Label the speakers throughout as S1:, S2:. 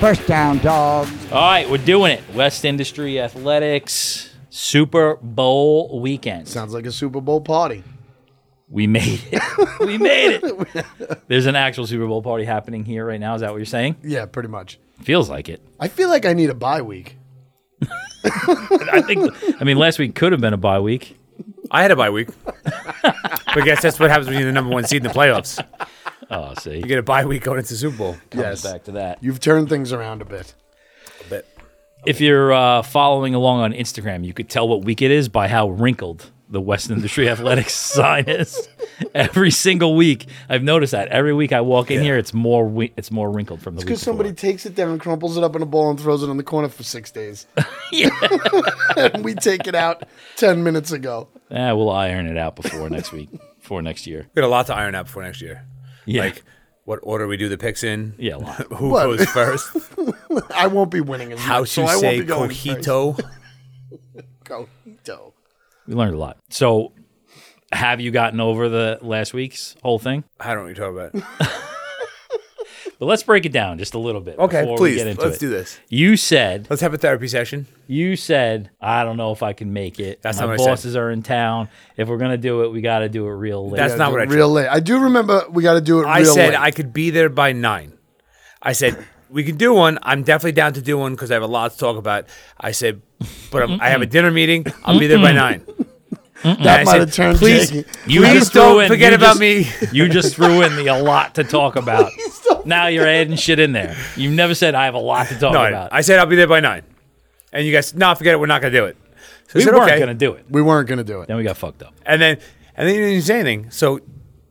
S1: First down, dogs.
S2: All right, we're doing it. West Industry Athletics Super Bowl weekend.
S3: Sounds like a Super Bowl party.
S2: We made it. we made it. There's an actual Super Bowl party happening here right now. Is that what you're saying?
S3: Yeah, pretty much.
S2: Feels like it.
S3: I feel like I need a bye week.
S2: I think. I mean, last week could have been a bye week.
S4: I had a bye week. but guess that's what happens when you're the number one seed in the playoffs.
S2: Oh, see,
S4: You get a bye week going into the Super Bowl.
S3: yes.
S2: back to that.
S3: You've turned things around a bit.
S4: But
S2: If you're uh, following along on Instagram, you could tell what week it is by how wrinkled the West Industry Athletics sign is. Every single week, I've noticed that. Every week I walk in here, it's more wi- it's more wrinkled from the week.
S3: Because somebody
S2: before.
S3: takes it down, crumples it up in a ball, and throws it on the corner for six days. and we take it out 10 minutes ago.
S2: Ah, we'll iron it out before next week, before next year.
S4: we got a lot to iron out for next year.
S2: Yeah,
S4: Like what order we do the picks in.
S2: yeah, a lot.
S4: Who
S3: What?
S4: goes first?
S3: I won't be winning as
S4: How
S3: much,
S4: to
S3: so I won't
S4: say
S3: be going
S4: cojito?
S3: first. Cojito.
S2: We learned a lot. So, have you gotten over the last week's whole thing?
S4: I don't know what you're talking about.
S2: But let's break it down just a little bit. before we
S4: please.
S2: get into
S4: Let's
S2: it.
S4: do this.
S2: You said
S4: Let's have a therapy session.
S2: you said I don't know if I can make it.
S4: That's
S2: My
S4: not what I said.
S2: bosses are in town. If we're gonna do it, we got to do it real late.
S4: That's not what I
S3: real late. I do remember we got to do it
S4: I
S3: real
S4: said
S3: late.
S4: I could be there by nine. I said we can do one. I'm definitely down to do one because I have a lot to talk about. I said, but I'm, I have a dinner meeting. I'll be there by nine.
S3: that might have turned
S4: please,
S3: Jake.
S2: you
S4: please
S2: just
S4: don't
S2: threw in-
S4: forget
S2: you
S4: about
S2: just-
S4: me.
S2: You just threw in the a lot to talk about. Now you're adding shit in there. You've never said I have a lot to talk
S4: No, I,
S2: about.
S4: I said I'll be there by nine, and you guys, no, forget it. We're not gonna do it. So I
S2: we
S4: said,
S2: weren't
S4: okay.
S2: gonna do it.
S3: We weren't going to do it.
S2: Then we got fucked up.
S4: And then and then you didn't say anything. So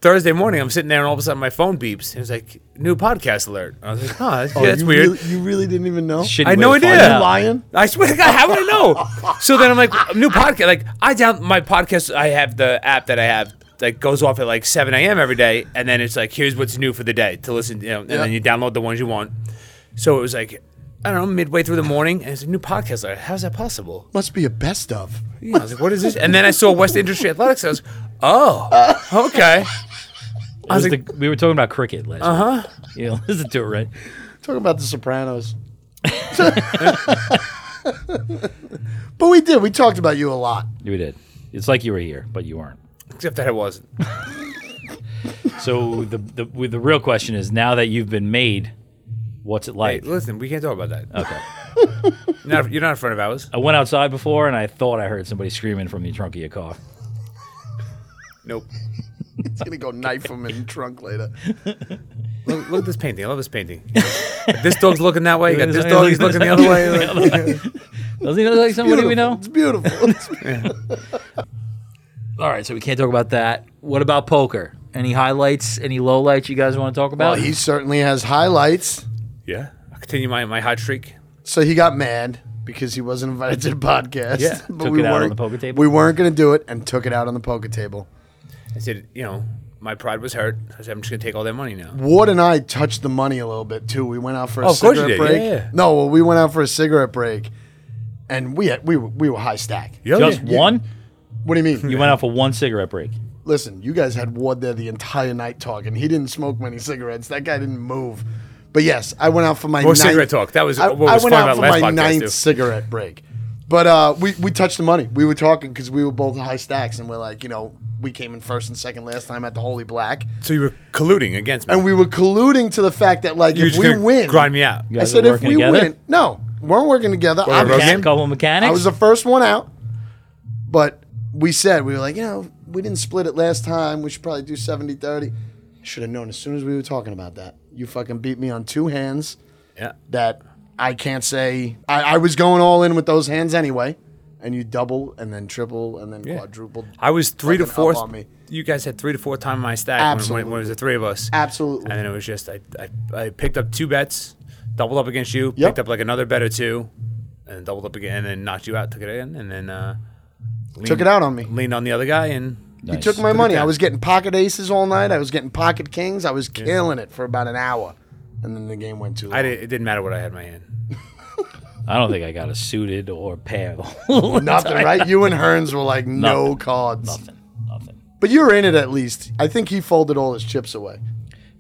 S4: Thursday morning, I'm sitting there, and all of a sudden my phone beeps. And it's like new podcast alert. I was like, oh, that's, yeah, that's
S3: you
S4: weird.
S3: Really, you really didn't even know?
S2: Shitty
S4: I had
S2: way
S4: no
S2: to find
S4: idea.
S2: out.
S3: Lion?
S4: I swear to God, how would I know? So then I'm like, new podcast. Like I down my podcast. I have the app that I have that goes off at like 7 a.m. every day, and then it's like, here's what's new for the day to listen. You know, and then you download the ones you want. So it was like, I don't know, midway through the morning, and it's a new podcast. Like, how's that possible?
S3: Must be a best of.
S4: You know, I was like, what is this? And then I saw West Industry Athletics. I was, oh, okay.
S2: It was the- we were talking about cricket last. Uh
S3: Uh-huh.
S2: huh. You know, listen to it, right?
S3: Talking about The Sopranos. but we did. We talked about you a lot.
S2: We did. It's like you were here, but you weren't.
S4: Except that it wasn't.
S2: So the the with the real question is now that you've been made, what's it
S4: Hey,
S2: like?
S4: listen, we can't talk about that. Okay. not, you're not in front of ours.
S2: I went outside before and I thought I heard somebody screaming from the trunk of your car.
S4: Nope.
S3: He's going to go knife him in the trunk later.
S4: Look, look at this painting. I love this painting. this dog's looking that way. You got
S2: Look
S4: this
S2: at this-
S4: dog. He's looking the other way. Like,
S2: Doesn't he look like somebody we know?
S3: It's beautiful. It's
S2: All right, so we can't talk about that. What about poker? Any highlights? Any lowlights you guys want to talk
S3: Well,
S2: about?
S3: he certainly has highlights.
S4: yeah. I continue my, my hot streak.
S3: So he got mad because he wasn't invited to the podcast.
S4: Yeah,
S3: but
S2: took it out on
S3: weren't-
S2: the poker table?
S3: We weren't going to do it and took it out on the poker table.
S4: I said, you know, my pride was hurt. I said, I'm just gonna take all that money now.
S3: Ward and I touched the money a little bit too. We went out for a
S4: Oh, of course
S3: cigarette
S4: you did.
S3: break.
S4: Yeah, yeah.
S3: No, well, we went out for a cigarette break, and we had, we were, we were high stack.
S2: Just one?
S3: What do you mean?
S2: You went out for one cigarette break.
S3: Listen, you guys had Ward there the entire night talking. He didn't smoke many cigarettes. That guy didn't move. But yes, I went out for my
S4: More
S3: ninth-
S4: cigarette talk. That was
S3: I,
S4: what
S3: I
S4: was
S3: went
S4: fun
S3: out
S4: about
S3: for
S4: last
S3: my
S4: podcast
S3: ninth
S4: too.
S3: cigarette break. But uh, we we touched the money. We were talking because we were both high stacks, and we're like, you know, we came in first and second last time at the Holy Black,
S4: So you were colluding against me.
S3: and we were colluding to the fact that like
S4: you were
S3: if
S4: just
S3: we
S4: gonna
S3: win,
S4: grind me out.
S2: Yeah.
S3: I
S2: guys
S3: said
S2: were
S3: if
S2: working
S3: we
S2: together?
S3: win, no, we weren't working together.
S4: a road
S3: obviously.
S4: game?
S2: Mechan- couple mechanics.
S3: I was the first one out, but we said, we were like, you know, we didn't split it last time. We should probably do 70 30. Should have known as soon as we were talking about that. You fucking beat me on two hands
S4: Yeah.
S3: that I can't say. I, I was going all in with those hands anyway. And you double and then triple and then quadruple.
S4: I was three to
S3: fucking up
S4: four.
S3: on me.
S4: You guys had three to four time my stack when, when, when it was the three of us.
S3: Absolutely.
S4: And then it was just I, I, I picked up two bets, doubled up against you,
S3: Yep.
S4: picked up like another bet or two, and then doubled up again, and then knocked you out, took it in, and then uh,
S3: Took
S4: leaned-
S3: it out on me.
S4: Mm-hmm. leaned on the other guy, and
S2: Nice.
S3: Took my money.
S4: down.
S3: I was getting pocket aces all night. I was getting pocket kings. I was killing it for about an hour. And then the game went too long.
S4: I did, it didn't matter what I had in my hand.
S2: I don't think I got a suited or a pair.
S3: Nothing, right? You and Hearns were like no
S2: Nothing.
S3: cards.
S2: Nothing. Nothing.
S3: But you were in it at least. I think he folded all his chips away.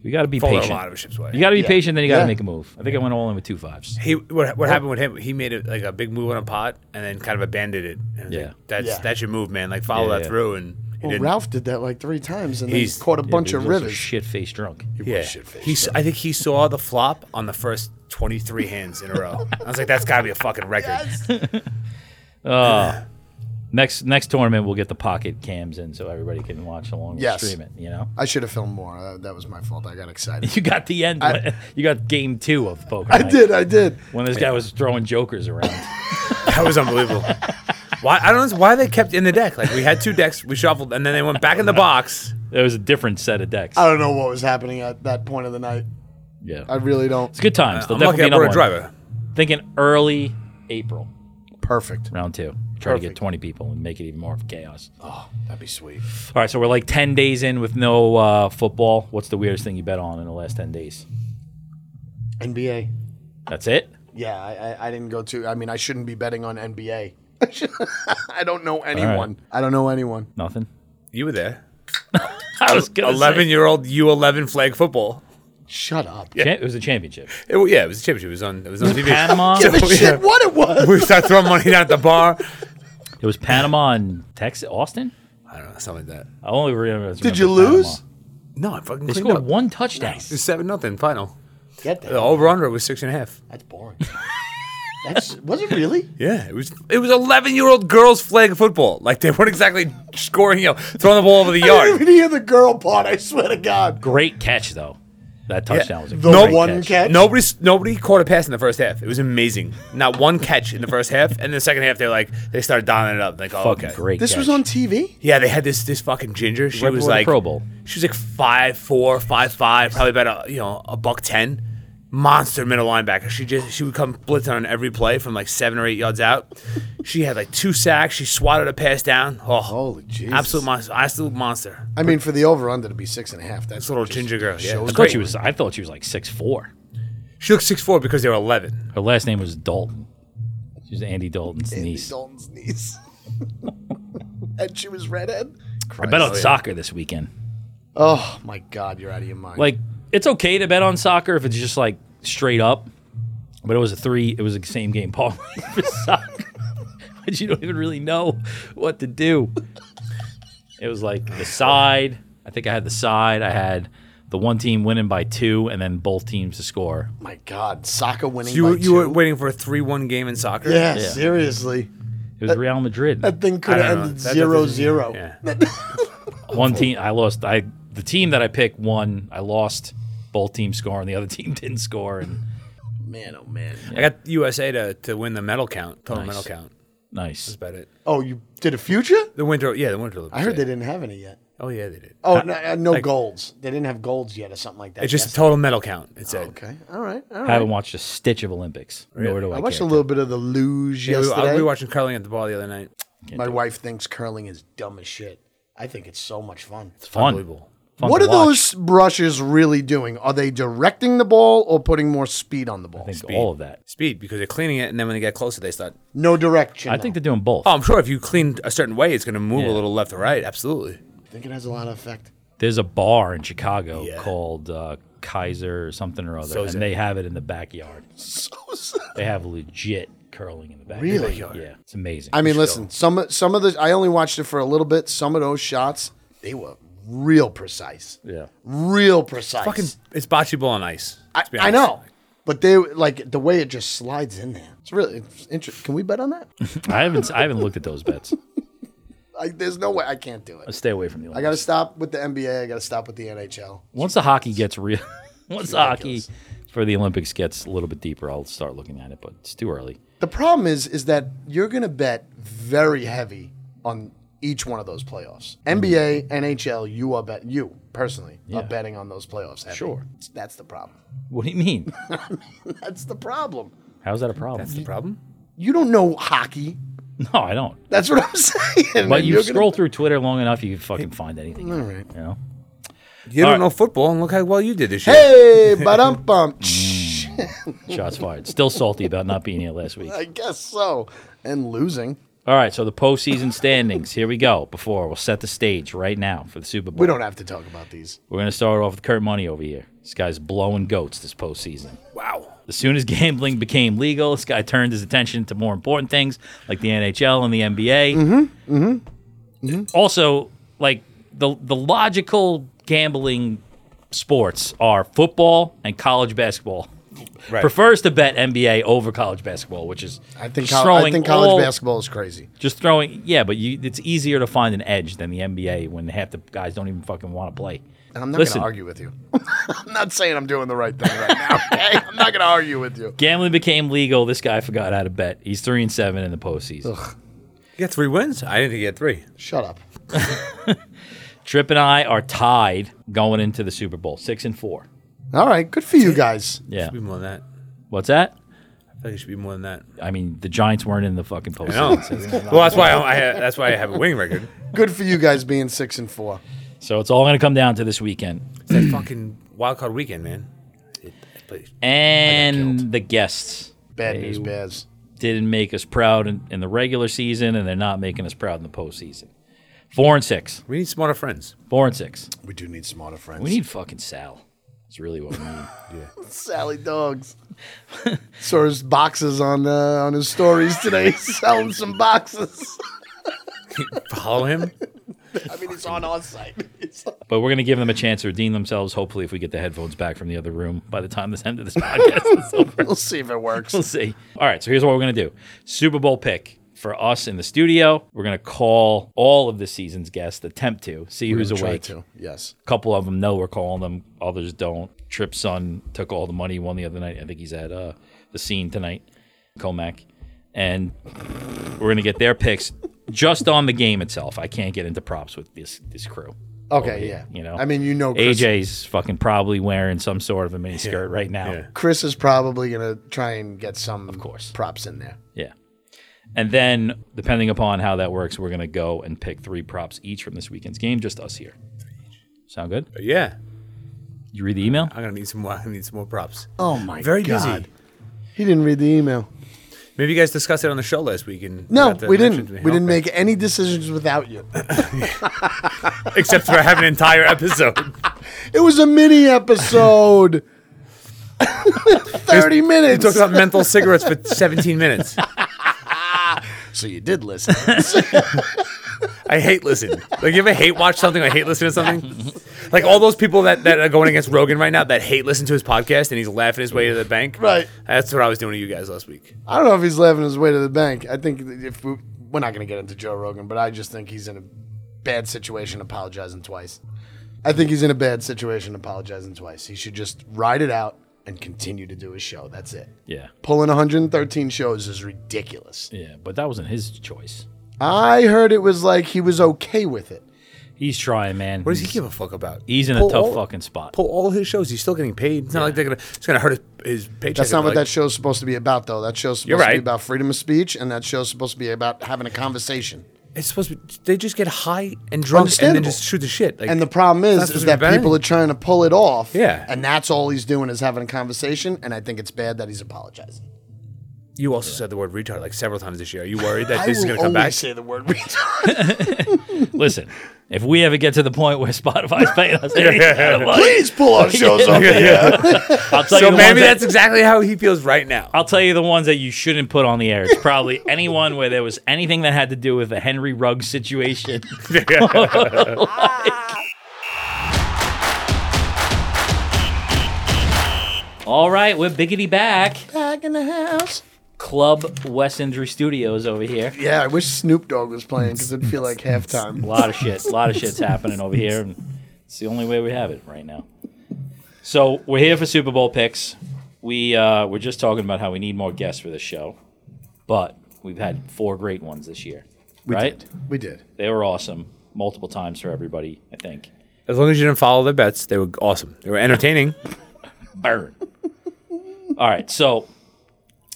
S2: He You got to be
S4: Falling a
S2: patient.
S4: lot of Bishop's way.
S2: You got to be patient, then you got to
S3: Yeah.
S2: make a move. I think I went all in with two fives.
S4: He what, what happened with him? He made it like a big move on a pot and then kind of abandoned it. And
S2: Yeah.
S4: yeah, that's
S3: Yeah.
S4: that's your move, man. Like follow
S2: Yeah,
S4: that
S2: yeah.
S4: through and he
S3: Well,
S4: didn't.
S3: Ralph did that like three times and then he
S4: He's-
S3: caught a bunch of rivers.
S2: Shit face drunk.
S4: yeah, he s- I think he saw the flop on the first twenty three hands in a row. I was like, that's got to be a fucking record.
S2: Next next tournament, we'll get the pocket cams in so everybody can watch along.
S3: Yes.
S2: Stream it. You know.
S3: I should have filmed more. Uh, that was my fault. I got excited.
S2: You got the end. you got game two of poker.
S3: I
S2: night,
S3: did. I did.
S2: When this guy was throwing jokers around.
S4: That was unbelievable. Why I don't know why they kept in the deck. Like we had two decks, we shuffled, and then they went back in the box.
S2: there was a different set of decks.
S3: I don't know what was happening at that point of the night.
S2: yeah.
S3: I really don't.
S2: it's good times. There'll
S4: I'm lucky I
S2: definitely be
S4: brought a
S2: another one.
S4: driver.
S2: Thinking early April,
S3: Perfect.
S2: round two. Try to get
S3: Perfect.
S2: 20 people and make it even more of chaos. All
S3: Oh, that'd be sweet.
S2: right, so we're like 10 days in with no uh, football. What's the weirdest thing you bet on in the last 10 days?
S3: NBA.
S2: That's it?
S3: Yeah, I, I, I didn't go to. I mean, I shouldn't be betting on NBA. I don't know anyone. I don't know anyone.
S2: Nothing?
S4: You were there.
S2: I was gonna
S4: Eleven
S2: say-
S4: year old U eleven flag football.
S3: Shut up.
S2: Cha- It was a championship.
S4: It, wa- yeah, it was a championship. It was on. It was on TV.
S2: Panama.
S3: Give a
S4: Yeah.
S3: shit what it was.
S4: we start throwing money down at the bar.
S2: It was Panama and Texas, Austin.
S4: I don't know, something like that.
S2: I only remember.
S3: Did you lose?
S4: No, I fucking
S2: They
S4: cleaned
S2: scored
S4: up.
S2: one touchdown.
S4: It was seven nothing final.
S3: Get
S4: The
S3: that.
S4: over under was six and a half.
S3: That's boring. That's was it really?
S4: Yeah, it was. It was eleven year old girls flag football. Like they weren't exactly scoring, you know, throwing the ball over
S3: I
S4: the
S3: didn't
S4: yard.
S3: even hear the girl part. I swear to God.
S2: Great catch though. That touchdown was a
S3: The
S2: great
S3: one
S2: catch.
S3: catch.
S4: Nobody, nobody caught a pass in the first half. It was amazing. Not one catch in the first half, and the second half they like they started dialing it up. Like, oh,
S2: Fucking
S4: okay.
S2: great.
S3: This
S2: catch.
S3: was on TV.
S4: Yeah, they had this this fucking ginger. She
S2: Right
S4: was
S2: before the
S4: like
S2: Pro Bowl.
S4: She was like five four, five five, probably about a you know a buck ten, monster middle linebacker. She just she would come blitzing on every play from like seven or eight yards out. she had like two sacks. She swatted a pass down. Oh,
S3: Holy Jesus.
S4: absolute monster, absolute monster.
S3: I mean, for the over under to be six and a half. That's
S4: This little ginger girl. Yeah,
S2: I thought she was. I thought she was like six four.
S4: She looked six four because they were eleven.
S2: Her last name was Dalton. She was Andy Dalton's niece.
S3: Dalton's niece. and she was redhead.
S2: I bet on
S4: Oh, yeah.
S2: soccer this weekend.
S3: Oh my God, you're out of your mind.
S2: Like it's okay to bet on soccer if it's just like straight up, but it was a three. It was a same game parlay for soccer. but you don't even really know what to do. It was like the side. I think I had the side. I had the one team winning by two, and then both teams to score.
S3: my God, soccer winning.
S4: You
S3: by
S4: you were
S3: two.
S4: waiting for a three one game in soccer.
S3: Yeah,
S2: Yeah.
S3: seriously.
S2: It was Real Madrid.
S3: That thing
S4: I
S3: could
S4: don't
S3: have
S4: know.
S3: ended
S4: That
S3: zero
S4: doesn't-
S3: zero.
S4: Yeah.
S2: One team I lost. I the team that I picked won. I lost. Both teams scoring. The other team didn't score. And
S3: Man, oh man.
S4: I got USA to, to win the medal count, total
S2: Nice.
S4: medal count.
S2: nice.
S4: That's about it.
S3: Oh, you did a future?
S4: The winter, yeah, the winter.
S3: I heard they didn't have any yet.
S4: Oh yeah, they did.
S3: Oh, no, uh, no golds. They didn't have golds yet or something like that.
S4: It's just
S3: yes.
S4: a total medal count. It said.
S3: okay. All right. All
S2: I
S3: right.
S2: haven't watched a stitch of Olympics. Nor do uh, I.
S3: I watched a
S2: care.
S3: little bit of the luge
S4: Yeah, we,
S3: yesterday.
S4: I, we were watching curling at the bar the other night.
S3: My wife thinks curling is dumb as shit. I think it's so much fun.
S2: It's fun.
S4: Unbelievable.
S2: Fun
S3: what
S2: to
S3: are
S2: watch.
S3: those brushes really doing? Are they directing the ball or putting more speed on the ball?
S2: I think all of that.
S4: Speed because they're cleaning it, and then when they get closer, they start.
S3: No direction.
S2: I think they're doing both.
S4: Oh,
S3: Um,
S4: I'm sure if you clean a certain way, it's going to move
S2: Yeah.
S4: a little left or right. Absolutely.
S3: I think it has a lot of effect.
S2: There's a bar in Chicago
S4: Yeah.
S2: called uh, Kaiser or something or other,
S4: So is
S2: and
S4: it.
S2: they have it in the backyard.
S3: So sad.
S2: They have legit curling in the backyard.
S3: Really?
S2: Yeah, it's amazing.
S3: I mean, listen, some some of the I only watched it for a little bit. Some of those shots, they were real precise.
S2: yeah.
S3: Real precise.
S4: Fucking, it's bocce ball on ice.
S3: I,
S4: let's be
S3: I
S4: honest.
S3: know. But they like the way it just slides in there. It's really it's interesting. Can we bet on that?
S2: I haven't. I haven't looked at those bets. Uh,
S3: I, there's no way I can't do it.
S2: Stay away from the.
S3: I got to stop with the NBA. I got to stop with the NHL.
S2: Once the hockey gets real, once the hockey for the Olympics gets a little bit deeper, I'll start looking at it. But it's too early.
S3: The problem is, is that you're going to bet very heavy on each one of those playoffs. NBA, NHL, you are bet you personally are betting on those playoffs. heavy.
S2: Sure.
S3: that's the problem.
S2: What do you mean?
S3: That's the problem.
S2: How's that a problem?
S4: That's the problem.
S3: You don't know hockey.
S2: no, I don't.
S3: That's what I'm saying.
S2: But you
S3: You're
S2: scroll through Twitter long enough, you can fucking find anything.
S3: Gonna... All right.
S2: You know.
S4: You
S2: All right.
S4: don't know football, and look how well you did this year.
S3: Hey, badum bump.
S2: Shots fired. Still salty about not being here last week.
S3: I guess so. And losing.
S2: All right, so the postseason standings. Here we go. Before we'll set the stage right now for the Super Bowl.
S3: We don't have to talk about these.
S2: We're gonna start off with Kurt Money over here. This guy's blowing goats this postseason.
S4: Wow.
S2: As soon as gambling became legal, this guy turned his attention to more important things like the NHL and the NBA. Mm-hmm. Mm-hmm.
S3: mm-hmm.
S2: Also, like the the logical gambling sports are football and college basketball.
S4: Right.
S2: Prefers to bet NBA over college basketball, which is
S3: I think
S2: just
S3: col- I
S2: throwing
S3: think college
S2: all-
S3: basketball is crazy.
S2: Just throwing, yeah, but you, it's easier to find an edge than the NBA when half the guys don't even fucking want to play.
S3: And I'm not
S2: Listen.
S3: going to argue with you. I'm not saying I'm doing the right thing right now. Okay, I'm not going to argue with you.
S2: Gambling became legal. This guy forgot how to bet. He's three and seven in the postseason.
S4: You got three wins? I didn't think you had three.
S3: Shut up.
S2: Trip and I are tied going into the Super Bowl, six and four.
S3: All right, good for you guys.
S2: Yeah,
S4: Should be more than that.
S2: what's that?
S4: I think it should be more than that.
S2: I mean, the Giants weren't in the fucking
S4: No.
S2: postseason,
S4: well, that's why I, I ha- that's why I have a winning record.
S3: Good for you guys being six and four.
S2: so it's all going to come down to this weekend
S4: It's that fucking wild card weekend, man. It, it-
S2: and the guests.
S3: Bad
S2: They
S3: news bears.
S2: didn't make us proud in, in the regular season, and they're not making us proud in the postseason. Four and six.
S4: we need smarter friends.
S2: Four and six.
S3: We do need smarter friends.
S2: We need fucking Sal. That's really what we need.
S3: Sally Dogs. Saw his boxes on uh, on his stories today, selling some boxes.
S4: Follow him.
S3: I mean, it's on our site. It's-
S2: but we're going to give them a chance to redeem themselves. Hopefully, if we get the headphones back from the other room by the time this end of this podcast is over.
S3: we'll see if it works.
S2: We'll see. All right, so here's what we're going to do Super Bowl pick for us in the studio. We're going to call all of the season's guests, attempt to see who's
S3: Try
S2: awake.
S3: to. Yes.
S2: A couple of them know we're calling them, others don't. Trip Son took all the money, he won the other night. I think he's at uh, the scene tonight, Comac. And we're going to get their picks just on the game itself. I can't get into props with this this crew.
S3: Okay. Yeah.
S2: You know,
S3: I mean, you know, Chris,
S2: AJ's fucking probably wearing some sort of a mini skirt right now.
S4: Yeah.
S3: Chris is probably gonna try and get some, of
S2: course.
S3: props in there.
S2: Yeah. And then, depending upon how that works, we're going to go and pick three props each from this weekend's game, just us here. Sound good?
S4: But yeah,
S2: You read the email?
S4: I'm gonna need some. more. I need some more props.
S3: Oh my
S4: Very busy.
S3: He didn't read the email.
S4: Maybe you guys discussed it on the show last week. And
S3: No,
S4: forgot to
S3: we
S4: mention
S3: didn't.
S4: it.
S3: We didn't
S4: Okay.
S3: make any decisions without you.
S4: except for having an entire episode.
S3: It was a mini episode. Thirty minutes.
S4: Talked about menthol cigarettes for 17 minutes.
S3: so you did listen.
S4: I hate listen. Like you ever hate watch something or hate listen to something? Like all those people that, that are going against Rogan right now that hate listen to his podcast and he's laughing his way to the bank.
S3: Right.
S4: That's what I was doing to you guys last week.
S3: I don't know if he's laughing his way to the bank. I think that if we, we're not going to get into Joe Rogan, but I just think he's in a bad situation apologizing twice. I think he's in a bad situation apologizing twice. He should just ride it out and continue to do his show. That's it.
S2: Yeah.
S3: Pulling 113 shows is ridiculous.
S2: Yeah, but that wasn't his choice.
S3: I heard it was like he was okay with it.
S2: He's trying, man.
S4: What does he give a fuck about?
S2: He's in a
S4: Pull
S2: tough
S4: all-
S2: fucking spot.
S4: Pull all his shows. He's still getting paid. It's not like they're gonna. It's gonna hurt his, his paycheck.
S3: That's not what
S4: Like,
S3: that show's supposed to be about, though. That show's supposed
S4: You're
S3: to be
S4: right.
S3: about freedom of speech, and that show's supposed to be about having a conversation.
S4: It's supposed to. Be, they just get high and drunk and
S3: Understandable.
S4: then just shoot the shit. Like,
S3: And the problem is,
S4: That's
S3: is
S4: what
S3: that
S4: we're betting.
S3: people are trying to pull it off.
S4: Yeah.
S3: And that's all he's doing is having a conversation. And I think it's bad that he's apologizing.
S4: you also said the word retard like several times this year. Are you worried that
S3: I
S4: this is
S3: will
S4: gonna come
S3: always
S4: back?
S3: say the word retard.
S2: Listen, if we ever get to the point where Spotify's paying us any kind of money,
S3: Please pull our shows off.
S2: I'll tell you the
S4: So maybe
S2: ones that-
S4: that's exactly how he feels right now.
S2: I'll tell you the ones that you shouldn't put on the air. It's probably anyone where there was anything that had to do with the Henry Ruggs situation. All right, we're biggity back.
S3: Back in the house.
S2: Club West Injury Studios over here.
S3: Yeah, I wish Snoop Dogg was playing because it'd feel like
S2: A
S3: halftime.
S2: lot of shit. A lot of shit's happening over here, and it's the only way we have it right now. So we're here for Super Bowl picks. We uh, we're just talking about how we need more guests for this show, but we've had four great ones this year, right?
S3: We did.
S2: They were awesome, multiple times for everybody. I think.
S4: As long as you didn't follow their bets, they were awesome. They were entertaining.
S2: Burn. All right, so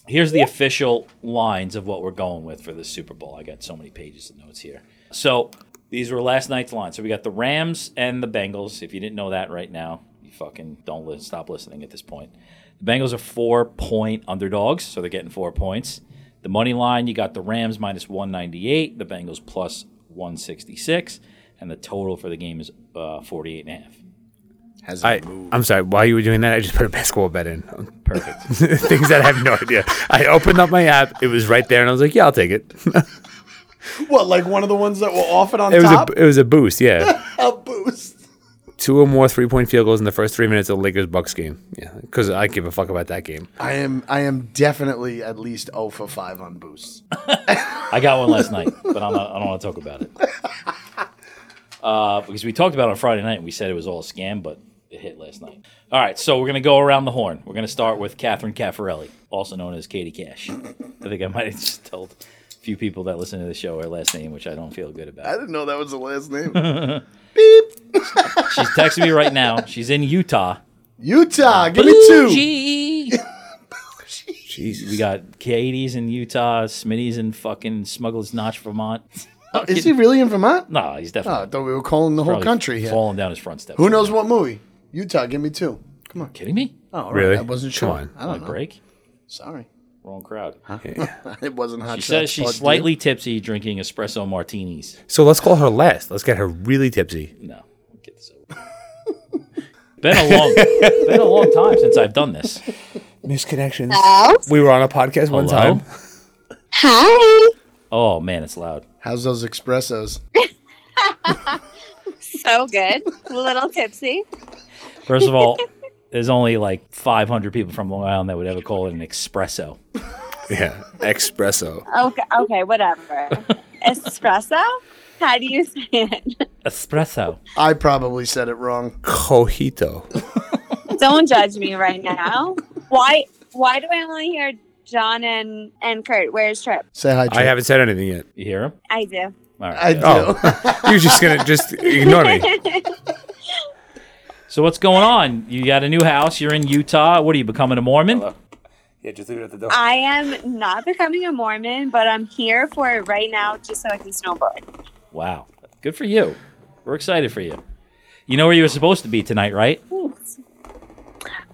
S2: here's the official lines of what we're going with for the Super Bowl. I got so many pages of notes here. So these were last night's lines. So we got the Rams and the Bengals. If you didn't know that right now, you fucking don't li- stop listening at this point. The Bengals are four point underdogs, so they're getting four points. The money line, you got the Rams minus 198, the Bengals plus 166, and the total for the game is uh, 48 and a half.
S3: Has
S4: I,
S3: it moved?
S4: I'm sorry. While you were doing that, I just put a basketball bet in. Perfect. Things that I have no idea. I opened up my app. It was right there, and I was like, "Yeah, I'll take it."
S3: What, like one of the ones that were off and on
S4: It was
S3: top?
S4: a it was a boost. Yeah,
S3: a boost.
S4: two or more three point field goals in the first three minutes of the Lakers Bucks game. Yeah, because I give a fuck about that game.
S3: I am I am definitely at least 0 for 5 on boosts.
S2: I got one last night, but I'm not, I don't want to talk about it. Uh, because we talked about it on Friday night and we said it was all a scam, but it hit last night. All right, so we're going to go around the horn. We're going to start with Catherine Caffarelli, also known as Katie Cash. I think I might have just told a few people that listen to the show her last name, which I don't feel good about.
S3: I didn't know that was the last name.
S2: She's texting me right now. She's in Utah.
S3: Utah, give me two.
S2: Gee.
S4: Jesus.
S2: We got Katie's in Utah, Smitty's in fucking Smuggler's Notch, Vermont.
S3: Is he really in Vermont?
S2: No, he's
S3: Oh, I
S2: definitely
S3: thought we were calling the whole
S2: probably
S3: country here.
S2: falling down his front steps.
S3: Who knows what movie? Utah, give me two. Come on.
S2: Kidding me?
S3: Oh, all right.
S4: Really?
S3: I wasn't sure.
S4: Come on.
S3: I don't know.
S2: Break.
S3: Sorry.
S2: Wrong crowd.
S3: It wasn't hot.
S2: She
S3: Shots
S2: says she's
S3: Part Two.
S2: slightly tipsy, drinking espresso martinis.
S4: So let's call her last. Let's get her really tipsy.
S2: No, get this over. been a long, been a long time since I've done this.
S4: Misconnections.
S1: Hello?
S4: We were on a podcast one
S2: Hello?
S4: time.
S1: Hi.
S2: Oh man, it's loud.
S3: How's those espressos?
S1: So good. A little tipsy.
S2: First of all, there's only like 500 people from Long Island that would ever call it an espresso.
S4: Yeah, espresso.
S1: Okay, okay, whatever. Espresso? How do you say it?
S2: Espresso.
S3: I probably said it wrong.
S4: Cojito.
S1: Don't judge me right now. Why why do I only hear John and, and Kurt? Where's Trip?
S3: Say hi.
S4: I
S3: Trip.
S4: haven't said anything yet. Oh.
S2: You hear him?
S1: I do.
S2: All right.
S3: I
S2: yeah.
S3: do.
S4: You're just gonna just ignore me.
S2: So what's going on? You got a new house. You're in Utah. What are you becoming a Mormon?
S4: Yeah, just leave it at the door.
S1: I am not becoming a Mormon, but I'm here for it right now just so I can snowboard.
S2: Wow. Good for you. We're excited for you. You know where you were supposed to be tonight, right?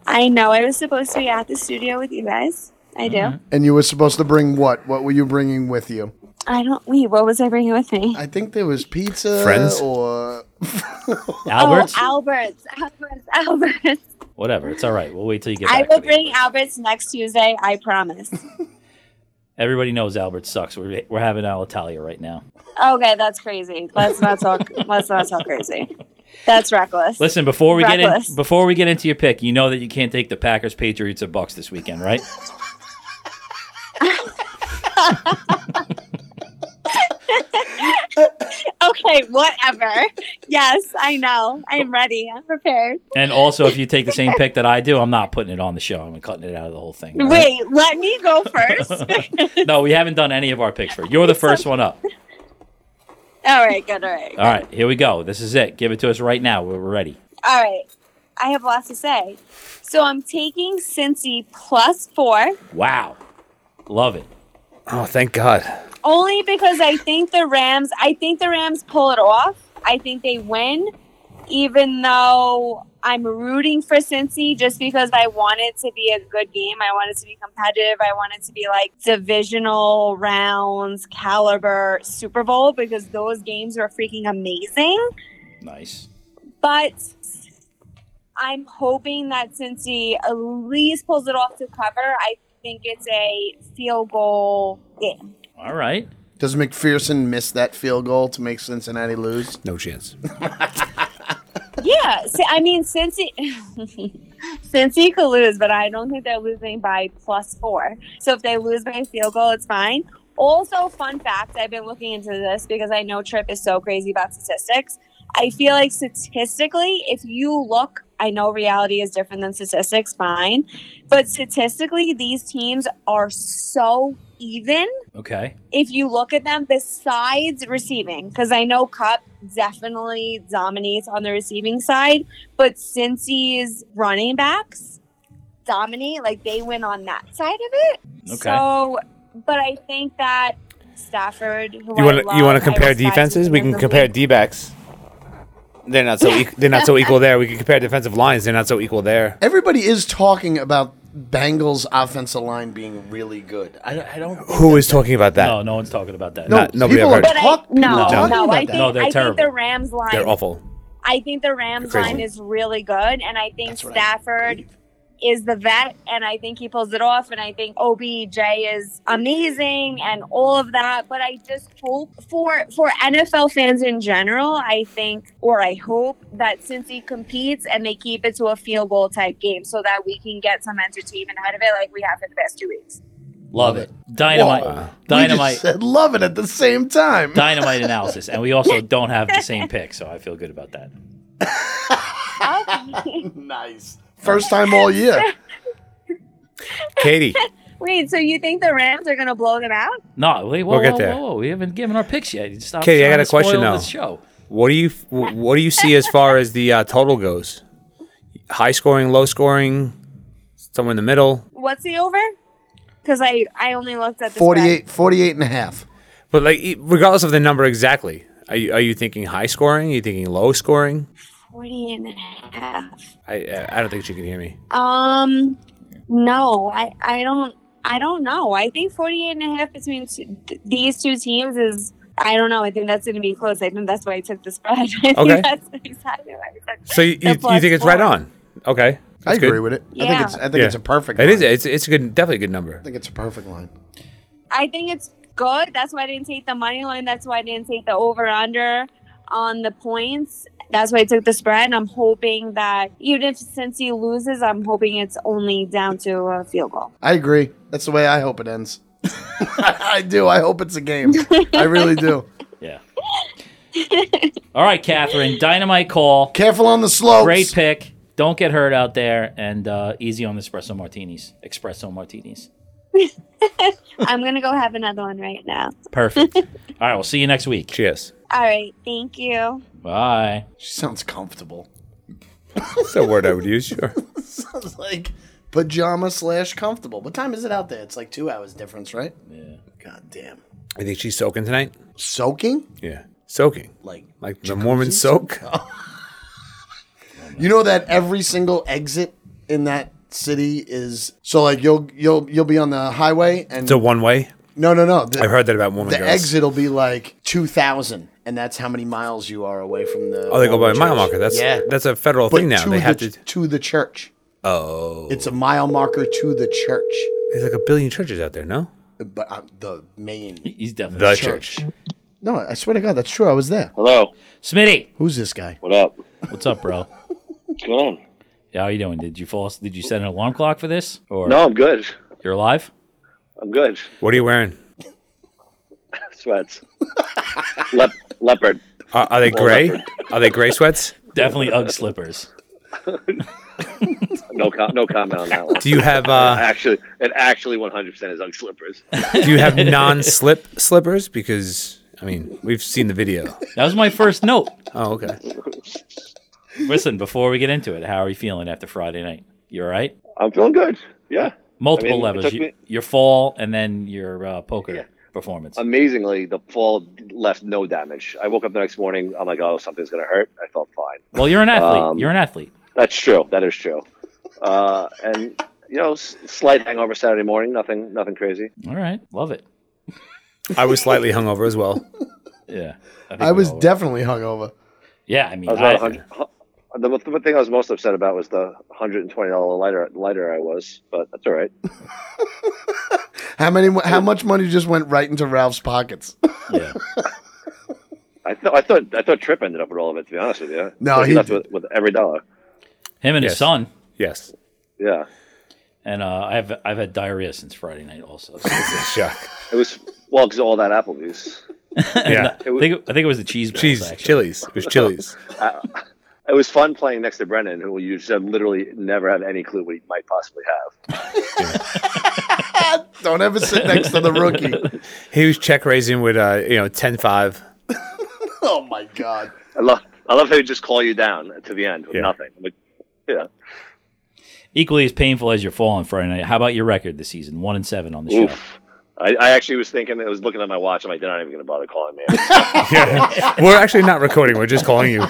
S1: I know I was supposed to be at the studio with you guys. I do.
S3: and you were supposed to bring what? What were you bringing with you?
S1: I don't wait, what was I bringing with me?
S3: I think there was pizza
S4: Friends?
S3: or
S2: Alberts.
S1: Oh, Alberts, Alberts, Alberts.
S2: Whatever. It's all right. We'll wait till you get
S1: I
S2: back.
S1: will
S2: to the
S1: bring
S2: Alberts.
S1: Alberts next Tuesday. I promise.
S2: Everybody knows Albert sucks. We're, we're having Alitalia right now.
S1: okay, that's crazy. Let's not talk. let's not talk crazy. That's reckless.
S2: Listen, before we get
S1: Reckless.
S2: in, before we get into your pick, you know that you can't take the Packers, Patriots, or Bucks this weekend, right?
S1: Okay, whatever. Yes, I know. I'm ready. I'm prepared.
S2: And also, if you take the same pick that I do, I'm not putting it on the show. I'm cutting it out of the whole thing. all right?
S1: Wait, let me go first.
S2: No, we haven't done any of our picks for. You're the first one up.
S1: all right, good. All right.
S2: All right, here we go. This is it. Give it to us right now. We're we're ready.
S1: All right. I have lots to say. So I'm taking Cincy plus four.
S2: Wow, love it.
S4: Oh, thank God.
S1: only because I think the Rams. I think the Rams pull it off. I think they win, even though I'm rooting for Cincy just because I want it to be a good game. I want it to be competitive. I want it to be like divisional rounds caliber Super Bowl because those games were freaking amazing.
S2: Nice.
S1: But I'm hoping that Cincy at least pulls it off to cover. I think it's a field goal game.
S2: All right.
S3: does McPherson miss that field goal to make Cincinnati lose?
S4: No chance.
S1: Yeah, si- I mean, Cincy, Cincy could lose, but I don't think they're losing by plus four. So if they lose by a field goal, it's fine. Also, fun fact: I've been looking into this because I know Trip is so crazy about statistics. I feel like statistically, if you look, I know reality is different than statistics, fine, but statistically, these teams are so even
S2: Okay.
S1: if you look at them besides receiving, because I know Cup definitely dominates on the receiving side, but Cincy's running backs dominate, like they win on that side of it.
S2: Okay.
S1: So, but I think that Stafford, who
S4: You
S1: want
S4: want to you want to compare defenses? We can compare D backs. They're not so e- they're not so equal there. We can compare defensive lines. They're not so equal there.
S3: Everybody is talking about Bengals offensive line being really good. I, I don't.
S4: Who is talking about that?
S2: Oh, No, no one's talking about that.
S3: No,
S4: Not- nobody
S3: people
S4: ever
S3: are
S4: heard.
S1: But I,
S3: talk, people
S1: no,
S3: are
S1: no,
S3: talking about
S1: I
S3: that.
S1: think
S2: No, they're
S1: I think the
S2: terrible.
S1: Rams line.
S4: They're awful.
S1: I think the Rams
S4: Crazy.
S1: line is really good, and I think
S3: That's what I
S1: Stafford
S3: believe.
S1: is the vet, and I think he pulls it off, and I think OBJ is amazing, and all of that. But I just hope for for NFL fans in general, I think, or I hope that since he competes and they keep it to a field goal type game, so that we can get some entertainment out of it, like we have for the past two weeks.
S2: Love it. Dynamite.
S3: Whoa. We just
S2: Dynamite.
S3: said love it at the same time.
S2: Dynamite analysis. And we also don't have the same pick, so I feel good about that.
S1: Okay.
S3: nice. First time all year.
S4: Katie,
S1: Wait, so you think the Rams are going to blow them out?
S2: No, wait, whoa,
S4: We'll get
S2: whoa,
S4: there.
S2: whoa, whoa, We haven't given our picks yet. Stop
S4: Katie, I
S2: trying
S4: got a
S2: to spoil
S4: question now.
S2: This show.
S4: what do you what do you see as far as the uh, total goes? High scoring, low scoring, somewhere in the middle.
S1: What's the over? Because I I only looked at the spread.
S3: 48, 48 and a half.
S4: But like, e- regardless of the number exactly, are you, are you thinking high scoring? Are you thinking low scoring?
S1: 40 and a half.
S4: I I I don't think she can hear me.
S1: Um, no, I, I don't, I don't know. I think 48 and a half between two, th- these two teams is, I don't know. I think that's going to be close. I think that's why I took the spread. I think
S4: Okay.
S1: That's exactly why I took
S4: So you,
S1: the
S4: you, you
S1: plus
S4: think it's right
S1: four.
S4: on? Okay,
S3: I
S4: That's good.
S3: agree with it. I think
S1: Yeah.
S3: it's I think
S4: Yeah.
S3: it's a perfect
S4: It
S3: line.
S4: is. It's it's a good, definitely a good number.
S3: I think it's a perfect line.
S1: I think it's good. That's why I didn't take the money line. That's why I didn't take the over under on the points. That's why I took the spread. I'm hoping that even if since he loses, I'm hoping it's only down to a field goal.
S3: I agree. That's the way I hope it ends. I do. I hope it's a game. I really do.
S2: Yeah. All right, Catherine. Dynamite call.
S3: Careful on the slopes.
S2: Great pick. Don't get hurt out there, and uh, easy on the espresso martinis. Espresso martinis.
S1: I'm gonna go have another one right now.
S2: Perfect. All right, we'll see you next week.
S4: Cheers.
S1: All right, thank you.
S2: Bye.
S3: She sounds comfortable.
S4: That's the word I would use. Sure.
S3: sounds like pajama slash comfortable. What time is it out there? It's like two hours difference, right? Yeah. God damn.
S4: I think she's soaking tonight.
S3: Soaking?
S4: Yeah, soaking
S3: Like
S4: like the Mormon soak.
S3: You know that every single exit in that city is so like you'll you'll you'll be on the highway and
S4: It's a one way.
S3: no no no the,
S4: I've heard that about Mormon
S3: the
S4: girls.
S3: exit'll be like two thousand and that's how many miles you are away from the
S4: Oh, they go by a
S3: Mormon
S4: mile
S3: church.
S4: marker. That's
S3: yeah
S4: that's a federal
S3: but
S4: thing now.
S3: to
S4: They
S3: the,
S4: have to.
S3: to the church
S4: Oh,
S3: it's a mile marker to the church
S4: there's like a billion churches out there. No,
S3: but uh, the main
S2: He's definitely
S4: the
S3: church.
S4: church.
S3: no I swear to God that's true I was there
S5: Hello.
S2: Smitty.
S3: who's this guy
S5: What up?
S2: What's up, bro?
S5: What's going on?
S2: Yeah, How you doing? Did you fall? Did you set an alarm clock for this? Or
S5: No, I'm good.
S2: you're alive?
S5: I'm good.
S4: What are you wearing?
S5: Sweats. Lep- leopard.
S4: Are, are they gray? Are they gray sweats?
S2: Definitely UGG slippers.
S5: No, com- no comment on that one.
S4: Do you have
S5: I
S4: uh,
S5: actually, it actually 100% is on slippers.
S4: do you have non-slip slippers? Because I mean, we've seen the video.
S2: That was my first note.
S4: Oh, okay.
S2: Listen, before we get into it, how are you feeling after Friday night? You all right?
S5: I'm feeling good. Yeah.
S2: Multiple
S5: I mean, it
S2: levels.
S5: took
S2: You-
S5: me-
S2: your fall and then your uh, poker performance.
S5: Um, Amazingly, the fall left no damage. I woke up the next morning. I'm like, oh, something's going to hurt. I felt fine.
S2: well, you're an athlete.
S5: um,
S2: you're an athlete.
S5: That's true. That is true. Uh, and, you know, s- slight hangover Saturday morning. Nothing, nothing crazy.
S2: All right. Love it.
S4: I was slightly hungover as well.
S2: Yeah. think
S3: I
S2: we
S3: was
S2: all were.
S3: definitely hungover
S2: Yeah, I mean,
S5: I was about
S2: I-
S5: 100. hu- The, the thing I was most upset about was the $120 lighter, lighter I was, but that's all right.
S3: how many how much money just went right into Ralph's pockets
S2: yeah.
S5: I thought I thought I thought Tripp ended up with all of it. To be honest with you,
S3: No,
S5: So he,
S3: he
S5: left
S3: did.
S5: with, with every dollar.
S2: him and his
S4: Yes.
S2: son.
S4: Yes.
S5: Yeah,
S2: And uh, I've I've had diarrhea since Friday night also. So-
S4: It's a shock.
S5: it was well because all that Applebee's.
S4: Yeah.
S2: I think I think it was the cheese balls.
S4: Cheese,
S2: actually.
S4: chilies. It was chilies.
S5: It was fun playing next to Brennan, who you just have literally never had any clue what he might possibly have.
S3: don't ever sit next to the rookie
S4: He was check raising with uh, you know, 10-5.
S3: oh my God
S5: I love I love how he just call you down to the end with
S4: Yeah.
S5: nothing. I'm like, yeah,
S2: Equally as painful as your fall on Friday night. How about your record this season? One and seven on the show.
S5: oof. I, I actually was thinking, I was looking at my watch. I'm like, they're not even going to bother calling me.
S4: Yeah. We're actually not recording. We're just calling you.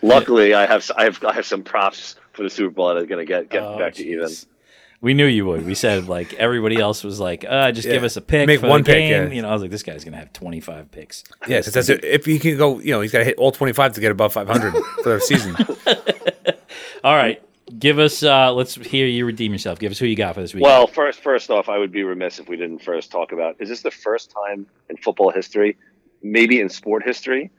S5: Luckily, I have s- I have I have some props for the Super Bowl. I was gonna get get back to even.
S2: Oh, Jeez. We knew you would. We said like everybody else was like, uh, just give
S4: Yeah.
S2: us a pick.
S4: Make
S2: for
S4: one
S2: the
S4: pick,
S2: game.
S4: yeah.
S2: You know, I was like, this guy's gonna have twenty five picks.
S4: Yeah, 'cause that's it. if he can go, you know, he's got to hit all 25 to get above 500 for the season.
S2: All right, give us. Uh, let's hear you redeem yourself. Give us who you got for this week.
S5: Well, first, first off, I would be remiss if we didn't first talk about. Is this the first time in football history, maybe in sport history,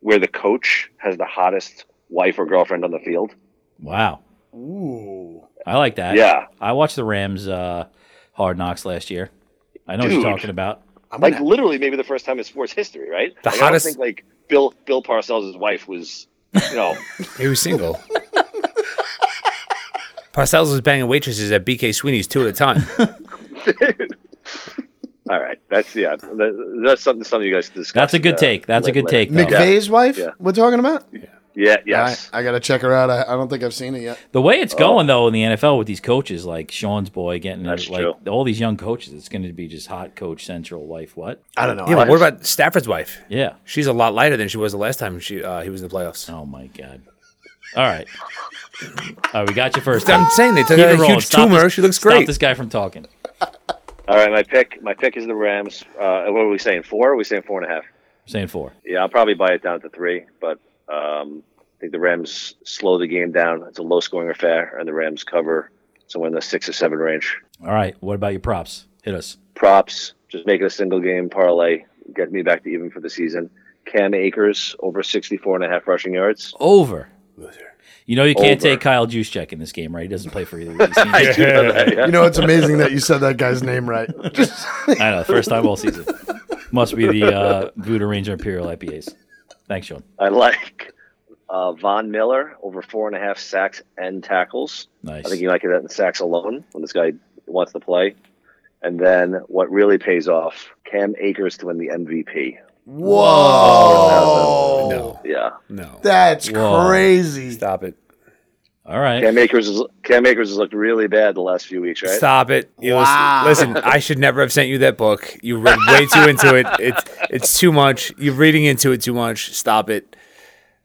S5: where the coach has the hottest wife or girlfriend on the field?
S2: wow,
S3: Ooh.
S2: I like that.
S5: Yeah.
S2: I watched the Rams uh, Hard Knocks last year. I know what
S5: Dude.
S2: you're talking about.
S3: I'm
S5: Like
S3: gonna-
S5: literally, maybe the first time in sports history, right?
S4: The
S5: Like,
S4: hottest-
S5: I don't think like Bill Bill Parcells' wife was, you know,
S4: He was single. Parcells was banging waitresses at BK Sweeney's two at a time.
S5: all right. That's yeah. that- that's something something you guys can discuss.
S2: That's a good
S5: uh,
S2: take. That's a
S5: later-
S2: good
S5: later.
S2: take. though.
S3: McVeigh's wife?
S5: Yeah.
S3: We're talking about?
S5: Yeah. Yes.
S3: I, I gotta check her out. I, I don't think I've seen it yet.
S2: The way
S5: Oh.
S2: it's going though in the NFL with these coaches like Sean's boy getting
S5: That's
S2: like
S5: true.
S2: all these young coaches, it's going to be just hot coach central wife. What?
S3: I don't know.
S4: Yeah, but what about Stafford's wife?
S2: Yeah.
S4: She's a lot lighter than she was the last time she uh, he was in the playoffs.
S2: Oh my god. All right. All right, we got you first.
S4: I'm saying they took
S2: Keep
S4: out
S2: it
S4: a
S2: rolling.
S4: huge
S2: Stop
S4: tumor.
S2: this-
S4: she looks
S2: stop
S4: great.
S2: this guy from talking.
S5: All right. My pick. My pick is the Rams. Uh, what are we saying? Four? Or are we saying four and a half?
S2: saying four.
S5: Yeah, I'll probably buy it down to three, but um, I think the Rams slow the game down. It's a low scoring affair, and the Rams cover somewhere in the six or seven range.
S2: All right. What about your props? Hit us.
S5: Props, just make it a single game parlay, get me back to even for the season. Cam Akers over 64 and a half rushing yards.
S2: Over. You know you can't
S5: Over.
S2: take Kyle Juszczyk in this game, right? He doesn't play for either of these teams.
S5: I do know Oh, that, yeah.
S3: You know, it's amazing that you said that guy's name right. Just
S2: I know. First time all season. Must be the uh, Voodoo Ranger Imperial IPAs. Thanks, Sean.
S5: I like uh, Von Miller over four and a half sacks and tackles.
S2: Nice.
S5: I think you might get that in sacks alone when this guy wants to play. And then what really pays off, Cam Akers to win the MVP.
S3: whoa,
S5: Yeah.
S4: no.
S3: that's
S2: Whoa.
S3: crazy.
S4: Stop it.
S2: All right.
S5: Cam Akers is Cam Akers has looked really bad the last few weeks, right?
S4: Stop it. You listen-
S3: Wow.
S4: listen, I should never have sent you that book. You read way too into it. It's it's too much. You're reading into it too much. Stop it.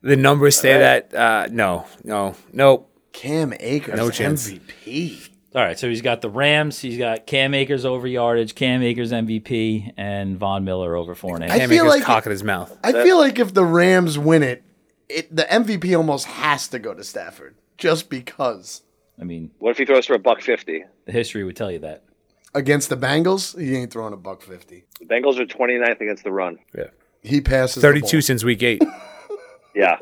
S4: The numbers say that. Uh, no, no, no.
S3: Cam Akers,
S4: No chance.
S3: MVP.
S2: All right, so he's got the Rams. He's got Cam Akers over yardage, Cam Akers MVP, and Von Miller over four and a half.
S3: I
S4: Cam
S3: feel
S4: Akers
S3: like-
S4: cock in his mouth.
S3: I feel like if the Rams win it, it the MVP almost has to go to Stafford just because
S2: I mean,
S5: What if he throws for a buck fifty?
S2: the history would tell you that.
S3: against the Bengals, he ain't throwing a buck fifty.
S5: The Bengals are 29th against the run.
S4: Yeah.
S3: He passes the ball.
S4: Thirty-two since week eight.
S5: Yeah,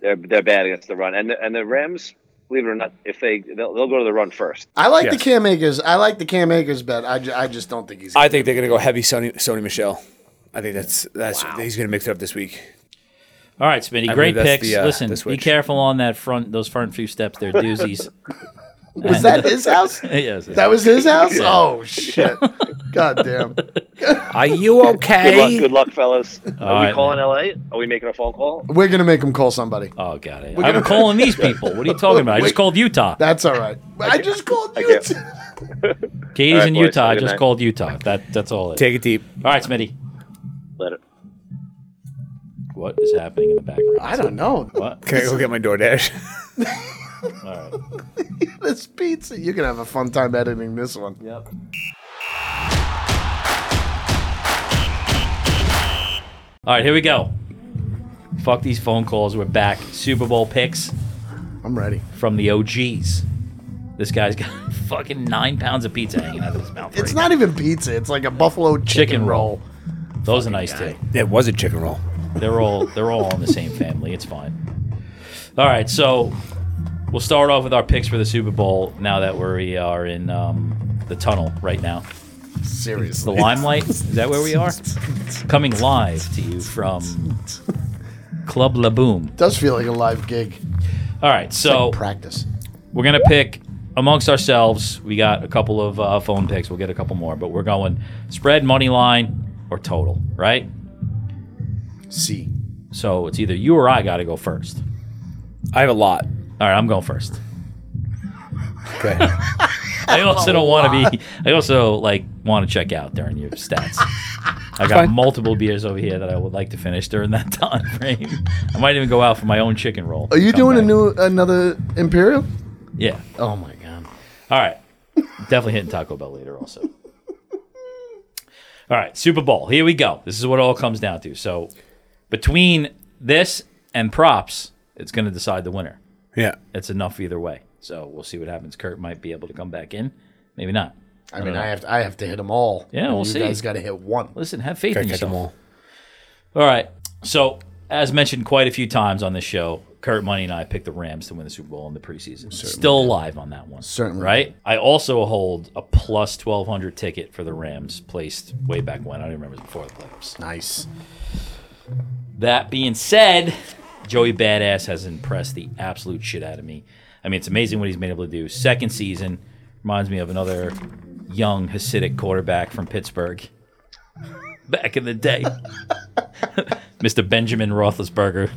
S5: they're they're bad against the run, and the, and the Rams, believe it or not, if they they'll, they'll go to the run first.
S3: I like the
S4: Yes.
S3: Cam Akers. I like the Cam Akers bet. I, ju- I just don't think he's.
S4: I think they're gonna go heavy Sony Sony Michelle. I think that's that's he's gonna mix it up this week.
S2: All right, Smitty,
S4: I
S2: great
S4: believe that's
S2: picks.
S4: the, uh,
S2: Listen,
S4: the
S2: be
S4: switch.
S2: careful on that front; those front few steps, they're doozies.
S3: was that his house?
S2: yes,
S3: That was his house. Oh shit! God damn.
S4: Are you
S5: Good luck,
S4: okay?
S5: good luck, fellas. Are
S2: right,
S5: we calling LA? Are we making a phone call?
S3: We're gonna make him call somebody.
S2: oh god, I-
S3: We're
S2: I'm
S3: gonna-
S2: calling these people. What are you talking about? I just
S3: Wait.
S2: called Utah.
S3: That's all right. I just called you.
S5: can't-
S3: to-
S2: Katie's
S5: All right,
S2: in
S5: boys,
S2: Utah.
S5: have
S2: I
S5: a good
S2: just
S5: night.
S2: called Utah. That that's all. It.
S4: Take it deep.
S2: all right, Smitty,
S5: Later.
S2: what is happening in the background?
S3: I don't know.
S2: What?
S4: Can I go get my DoorDash?
S3: This pizza. You're gonna have a fun time editing this one.
S2: Yep. All right, here we go. Fuck these phone calls. We're back. Super Bowl picks
S3: I'm ready.
S2: from the OGs. This guy's got fucking nine pounds of pizza hanging out of his mouth.
S3: It's
S2: right
S3: not even pizza. It's like a buffalo chicken,
S2: Chicken
S3: roll.
S2: roll. now. Those are nice too.
S4: It was a chicken roll.
S2: They're all they're all in the same family. It's fine. All right, so we'll start off with our picks for the Super Bowl. Now that we are in um, the tunnel right now, the
S3: Seriously.
S2: limelight. Is that where we are? Coming live to you from Club La Boom.
S3: Does feel like a live gig.
S2: All right, so
S3: Practice.
S2: We're gonna pick amongst ourselves. We got a couple of uh, phone picks. We'll get a couple more, but we're going spread, money line, or total. Right.
S3: C.
S2: So it's either you or I got to go first.
S4: I have a lot.
S2: All right, I'm going first.
S4: Okay.
S2: I also don't want to be. I also like want to check out during your stats. I got
S4: fine.
S2: multiple beers over here that I would like to finish during that time frame. I might even go out for my own chicken roll.
S3: Are you
S2: Come
S3: doing a
S2: back.
S3: new another imperial?
S2: Yeah.
S3: Oh my god.
S2: All right. Definitely hitting Taco Bell later also. All right, Super Bowl. Here we go. This is what it all comes down to. So between this and props, it's going to decide the winner.
S4: Yeah.
S2: It's enough either way. So we'll see what happens. Kurt might be able to come back in. Maybe not.
S3: I mean, I have to, I have to hit them all.
S2: Uh, Yeah,
S3: And
S2: we'll
S3: you
S2: see.
S3: guys got to hit one.
S2: Listen, have faith in
S4: Gotta get them
S2: yourself.
S4: all.
S2: All right. So, as mentioned quite a few times on this show, Kurt Money and I picked the Rams to win the Super Bowl in the preseason. Still alive on that one.
S3: Certainly.
S2: Right? I also hold a plus 1200 ticket for the Rams placed way back when. I don't even remember it was before the playoffs.
S3: Nice.
S2: That being said, Joey Badass has impressed the absolute shit out of me. I mean, it's amazing what he's been able to do. Second season reminds me of another young Hasidic quarterback from Pittsburgh back in the day, Mr. Benjamin Roethlisberger.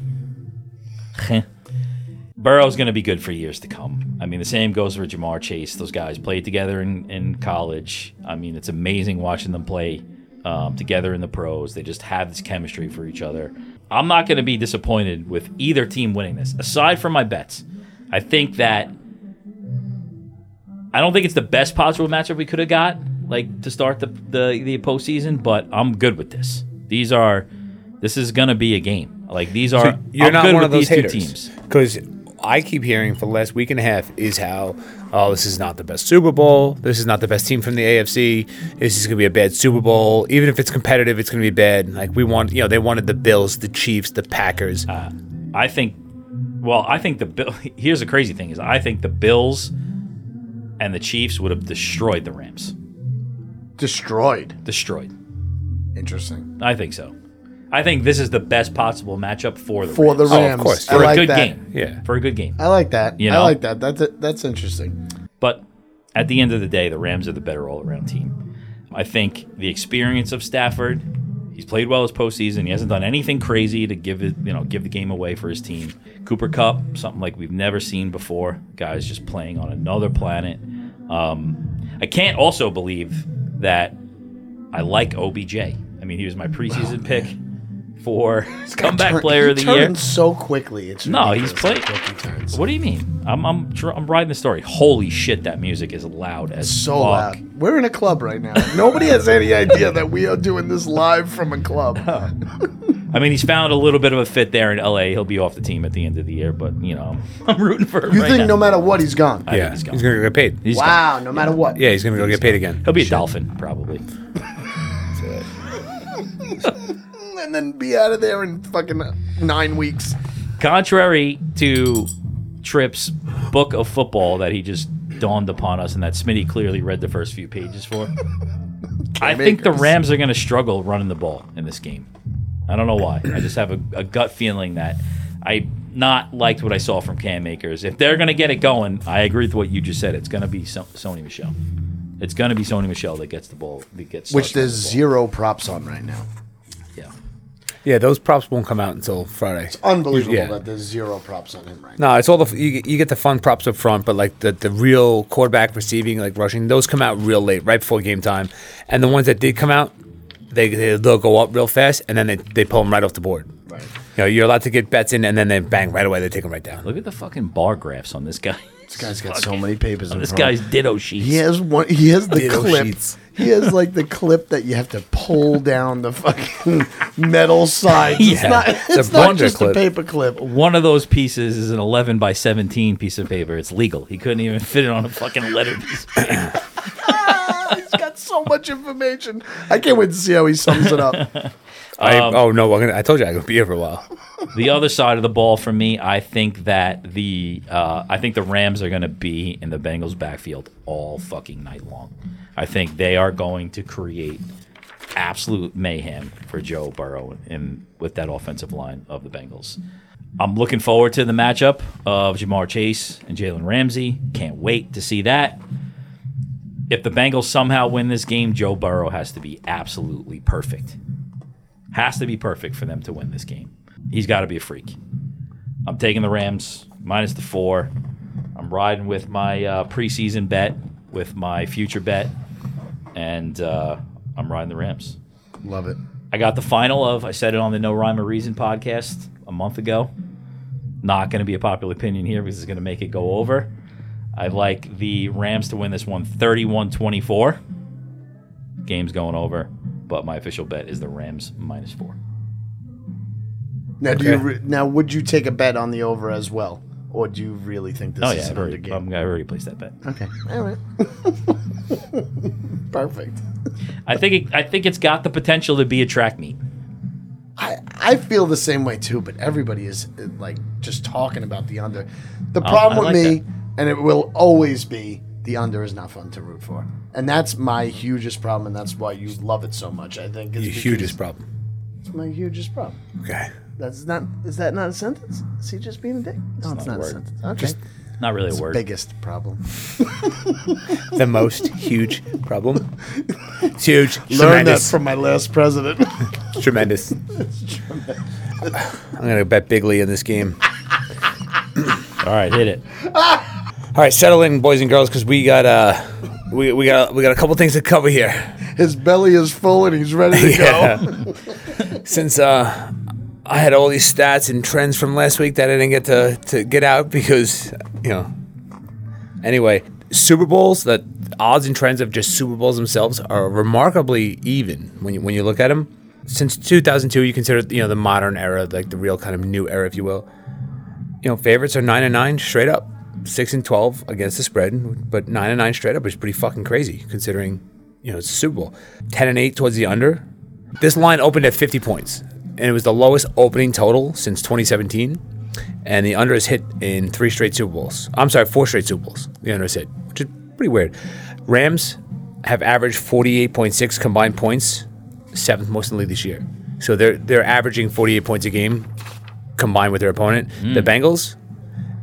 S2: Burrow's going to be good for years to come. I mean, the same goes for Jamar Chase. Those guys played together in, in college. I mean, it's amazing watching them play um, together in the pros. They just have this chemistry for each other. I'm not going to be disappointed with either team winning this, aside from my bets. I think that I don't think it's the best possible matchup we could have got, like to start the the, the postseason. But I'm good with this. These are this is gonna be a game. Like these are
S4: So you're
S2: I'm
S4: not
S2: good
S4: one
S2: with
S4: of those
S2: these
S4: haters.
S2: two teams.
S4: Because I keep hearing for the last week and a half is how, oh, this is not the best Super Bowl. This is not the best team from the AFC. This is going to be a bad Super Bowl. Even if it's competitive, it's going to be bad. Like, we want, you know, they wanted the Bills, the Chiefs, the Packers.
S2: I think. Well, I think the bill. Here's the crazy thing: is I think the Bills and the Chiefs would have destroyed the Rams.
S3: Destroyed.
S2: Destroyed.
S3: Interesting.
S2: I think so. I think this is the best possible matchup for the
S3: For the
S2: Rams.
S3: Rams.
S4: course.
S3: I
S2: Oh, for a
S3: like
S2: good
S3: that.
S2: game.
S4: Yeah.
S2: for a good game.
S3: I like that.
S2: You
S3: I
S2: know?
S3: like that. That's it. That's interesting.
S2: But at the end of the day, the Rams are the better all around team. I think the experience of Stafford, he's played well his postseason. He hasn't done anything crazy to give it, you know, give the game away for his team. Cooper Cup, something like we've never seen before. Guys just playing on another planet. Um, I can't also believe that I like OBJ. I mean, he was my preseason pick for comeback
S3: Oh, Turn-
S2: player
S3: he
S2: of the year.
S3: turns so quickly. It's
S2: No, he's
S3: ridiculous
S2: played-
S3: how quick he turns.
S2: What do you mean? I'm I'm tr- I'm riding the story. Holy shit, that music is loud as
S3: So
S2: fuck.
S3: loud. We're in a club right now. Nobody has any idea that we are doing this live from a club.
S2: I mean, he's found a little bit of a fit there in LA. He'll be off the team at the end of the year, but you know, I'm rooting for him
S3: You
S2: right
S3: think
S2: now.
S3: no matter what, he's gone?
S2: I think
S4: yeah.
S2: he's
S4: He's
S2: gone.
S4: going to get paid.
S2: He's gone.
S3: wow, no matter what.
S4: yeah, he's going to go get paid again.
S2: He'll be a dolphin probably.
S3: Mm, And then be out of there in fucking uh, nine weeks.
S2: Contrary to Tripp's book of football that he just dawned upon us and that Smitty clearly read the first few pages for. I think the
S3: Akers.
S2: Rams are going to struggle running the ball in this game. I don't know why. I just have a, a gut feeling that I not liked what I saw from Cam Akers. If they're going to get it going, I agree with what you just said. It's going to be so- Sony Michelle. It's going to be Sony Michelle that gets the ball. That gets
S3: Which
S2: starts
S3: there's zero props on right now.
S2: running the ball.
S4: Yeah, those props won't come out until Friday.
S3: Unbelievable
S4: Yeah.
S3: that there's zero props on him right now.
S4: No, it's all the you, you get the fun props up front, but like the, the real quarterback receiving, like rushing, those come out real late, right before game time. And the ones that did come out, they they- they'll go up real fast, and then they, they pull them right off the board. Right. You know, you're allowed to get bets in, and then they bang right away. They take them right down.
S2: Yeah. Look at the fucking bar graphs on this guy.
S3: This guy's got so many papers. in
S2: this
S3: front of
S2: guy's ditto sheets.
S3: He has one. He has the
S4: Ditto
S3: clip.
S4: sheets.
S3: He has like the clip that you have to pull down the fucking metal side. It's
S4: Yeah.
S3: not.
S4: It's
S3: It's,
S4: a
S3: not
S4: binder
S3: just a
S4: clip.
S3: paper clip.
S2: One of those pieces is an 11 by 17 piece of paper. It's legal. He couldn't even fit it on a fucking letter piece. of paper.
S3: He's got so much information. I can't wait to see how he sums it up.
S4: I, oh no, I'm gonna, I told you I could be here for a while.
S2: the other side of the ball for me, I think that the uh, I think the Rams are going to be in the Bengals backfield all fucking night long. I think they are going to create absolute mayhem for Joe Burrow and with that offensive line of the Bengals. I'm looking forward to the matchup of Jamar Chase and Jalen Ramsey. Can't wait to see that. If the Bengals somehow win this game, Joe Burrow has to be absolutely perfect. Has to be perfect for them to win this game. He's got to be a freak. I'm taking the Rams minus the four. I'm riding with my uh, preseason bet, with my future bet, and uh, I'm riding the Rams.
S3: Love it.
S2: I got the final of, I said it on the No Rhyme or Reason podcast a month ago. Not going to be a popular opinion here because it's going to make it go over. I like the Rams to win this one 31 24. Game's going over, but my official bet is the Rams minus four.
S3: Now, do you re- now would you take a bet on the over as well, or do you really think this
S2: Oh,
S3: is
S2: yeah. I've
S3: an under
S2: already,
S3: game?
S2: um, I already placed that bet.
S3: okay, all right, perfect.
S2: I think, it, I think it's got the potential to be a track meet.
S3: I, I feel the same way too, but everybody is uh, like just talking about the under.
S4: Oh,
S3: The
S2: I
S3: problem with
S2: like
S3: me,
S2: that.
S3: and it will always be, the under is not fun to root for, and that's my hugest problem, and that's why you love it so much. I think it's
S4: Your
S3: because
S4: hugest problem.
S3: It's my hugest problem.
S4: Okay.
S3: That's not. Is that not a sentence? Is he just being a dick? No, it's,
S2: not a
S3: not, a
S2: word.
S3: sentence. Okay.
S2: Not really a word.
S3: Biggest problem.
S4: The most huge problem. It's huge.
S3: Learn that
S4: tremendous.
S3: from my last president.
S4: It's tremendous. I'm gonna bet bigly in this game.
S2: All right, hit it.
S4: All right, settle in, boys and girls, because we got uh, we, we got we got a couple things to cover here.
S3: His belly is full and he's ready to go.
S4: Since uh, I had all these stats and trends from last week that I didn't get to, to get out because, you know. Anyway, Super Bowls, the odds and trends of just Super Bowls themselves are remarkably even when you, when you look at them. Since 2002, you consider, you know, the modern era, like the real kind of new era, if you will. You know, favorites are 9 and 9 straight up, 6 and 12 against the spread, but 9 and 9 straight up is pretty fucking crazy considering, you know, it's Super Bowl. 10 and 8 towards the under, this line opened at 50 points, and it was the lowest opening total since 2017. And the under is hit in three straight Super Bowls. I'm sorry, four straight Super Bowls. The under is hit, which is pretty weird. Rams have averaged 48.6 combined points, seventh most in the league this year. So they're they're averaging 48 points a game combined with their opponent. The Bengals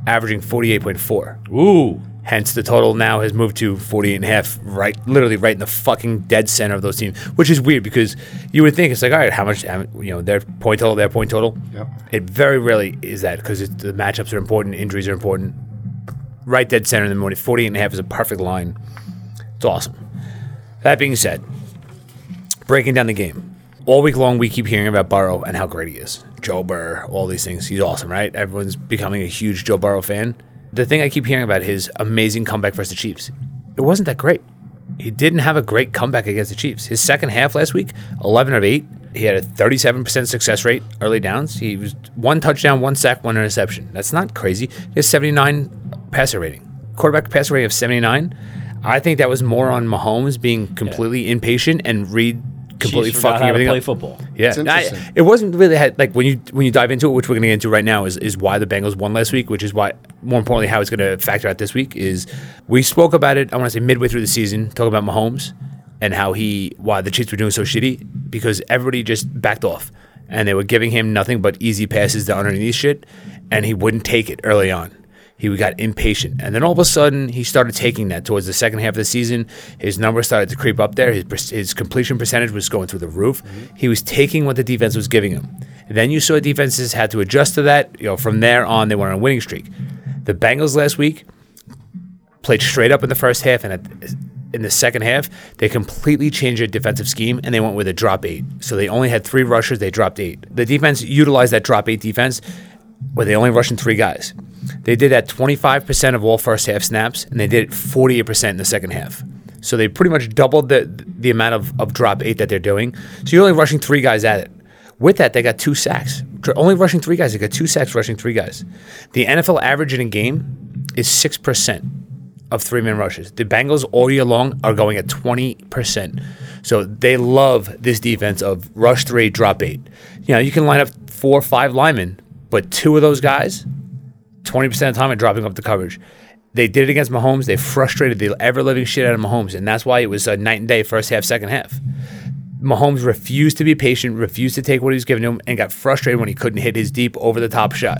S4: averaging 48.4.
S2: Ooh.
S4: Hence, the total now has moved to 48 and a half, right, literally right in the fucking dead center of those teams, which is weird because you would think it's like, all right, how much, how mu- you know, their point total, their point total.
S3: Yep.
S4: It very rarely is that because the matchups are important, injuries are important. Right dead center in the morning, 48 and a half is a perfect line. It's awesome. That being said, breaking down the game. All week long, we keep hearing about Burrow and how great he is. Joe Burrow, all these things. He's awesome, right? Everyone's becoming a huge Joe Burrow fan. The thing I keep hearing about his amazing comeback versus the Chiefs, it wasn't that great. He didn't have a great comeback against the Chiefs. His second half last week, 11 of 8. He had a 37% success rate early downs. He was one touchdown, one sack, one interception. That's not crazy. He has 79 passer rating. Quarterback passer rating of 79. I think that was more on Mahomes being completely impatient and read completely
S2: Chiefs forgot
S4: fucking
S2: how to
S4: everything
S2: play
S4: up.
S2: football.
S4: Yeah,
S3: It's
S4: And I-
S3: interesting.
S4: it wasn't really had, like when you when you dive into it, which we're going to get into right now, is is why the Bengals won last week, which is why more importantly how it's going to factor out this week is we spoke about it. I want to say midway through the season, talk about Mahomes and how he why the Chiefs were doing so shitty because everybody just backed off and they were giving him nothing but easy passes to underneath shit, and he wouldn't take it early on he got impatient. And then all of a sudden, he started taking that towards the second half of the season. His numbers started to creep up there. His, per- his completion percentage was going through the roof. He was taking what the defense was giving him. And then you saw defenses had to adjust to that. You know, from there on, they went on a winning streak. The Bengals last week played straight up in the first half, and at, in the second half, they completely changed their defensive scheme and they went with a drop eight. So they only had three rushers, they dropped eight. The defense utilized that drop eight defense where they only rushed in three guys. They did that 25% of all first half snaps, and they did it 48% in the second half. So they pretty much doubled the the amount of, of drop eight that they're doing. So you're only rushing three guys at it. With that, they got two sacks. Dr- Only rushing three guys. They got two sacks rushing three guys. The NFL average in a game is 6% of three man rushes. The Bengals all year long are going at 20%. So they love this defense of rush three, drop eight. You know, you can line up four or five linemen, but two of those guys, 20% of the time, are dropping off the coverage. They did it against Mahomes. They frustrated the ever living shit out of Mahomes. And that's why it was a night and day first half, second half. Mahomes refused to be patient, refused to take what he was given to him, and got frustrated when he couldn't hit his deep over the top shot.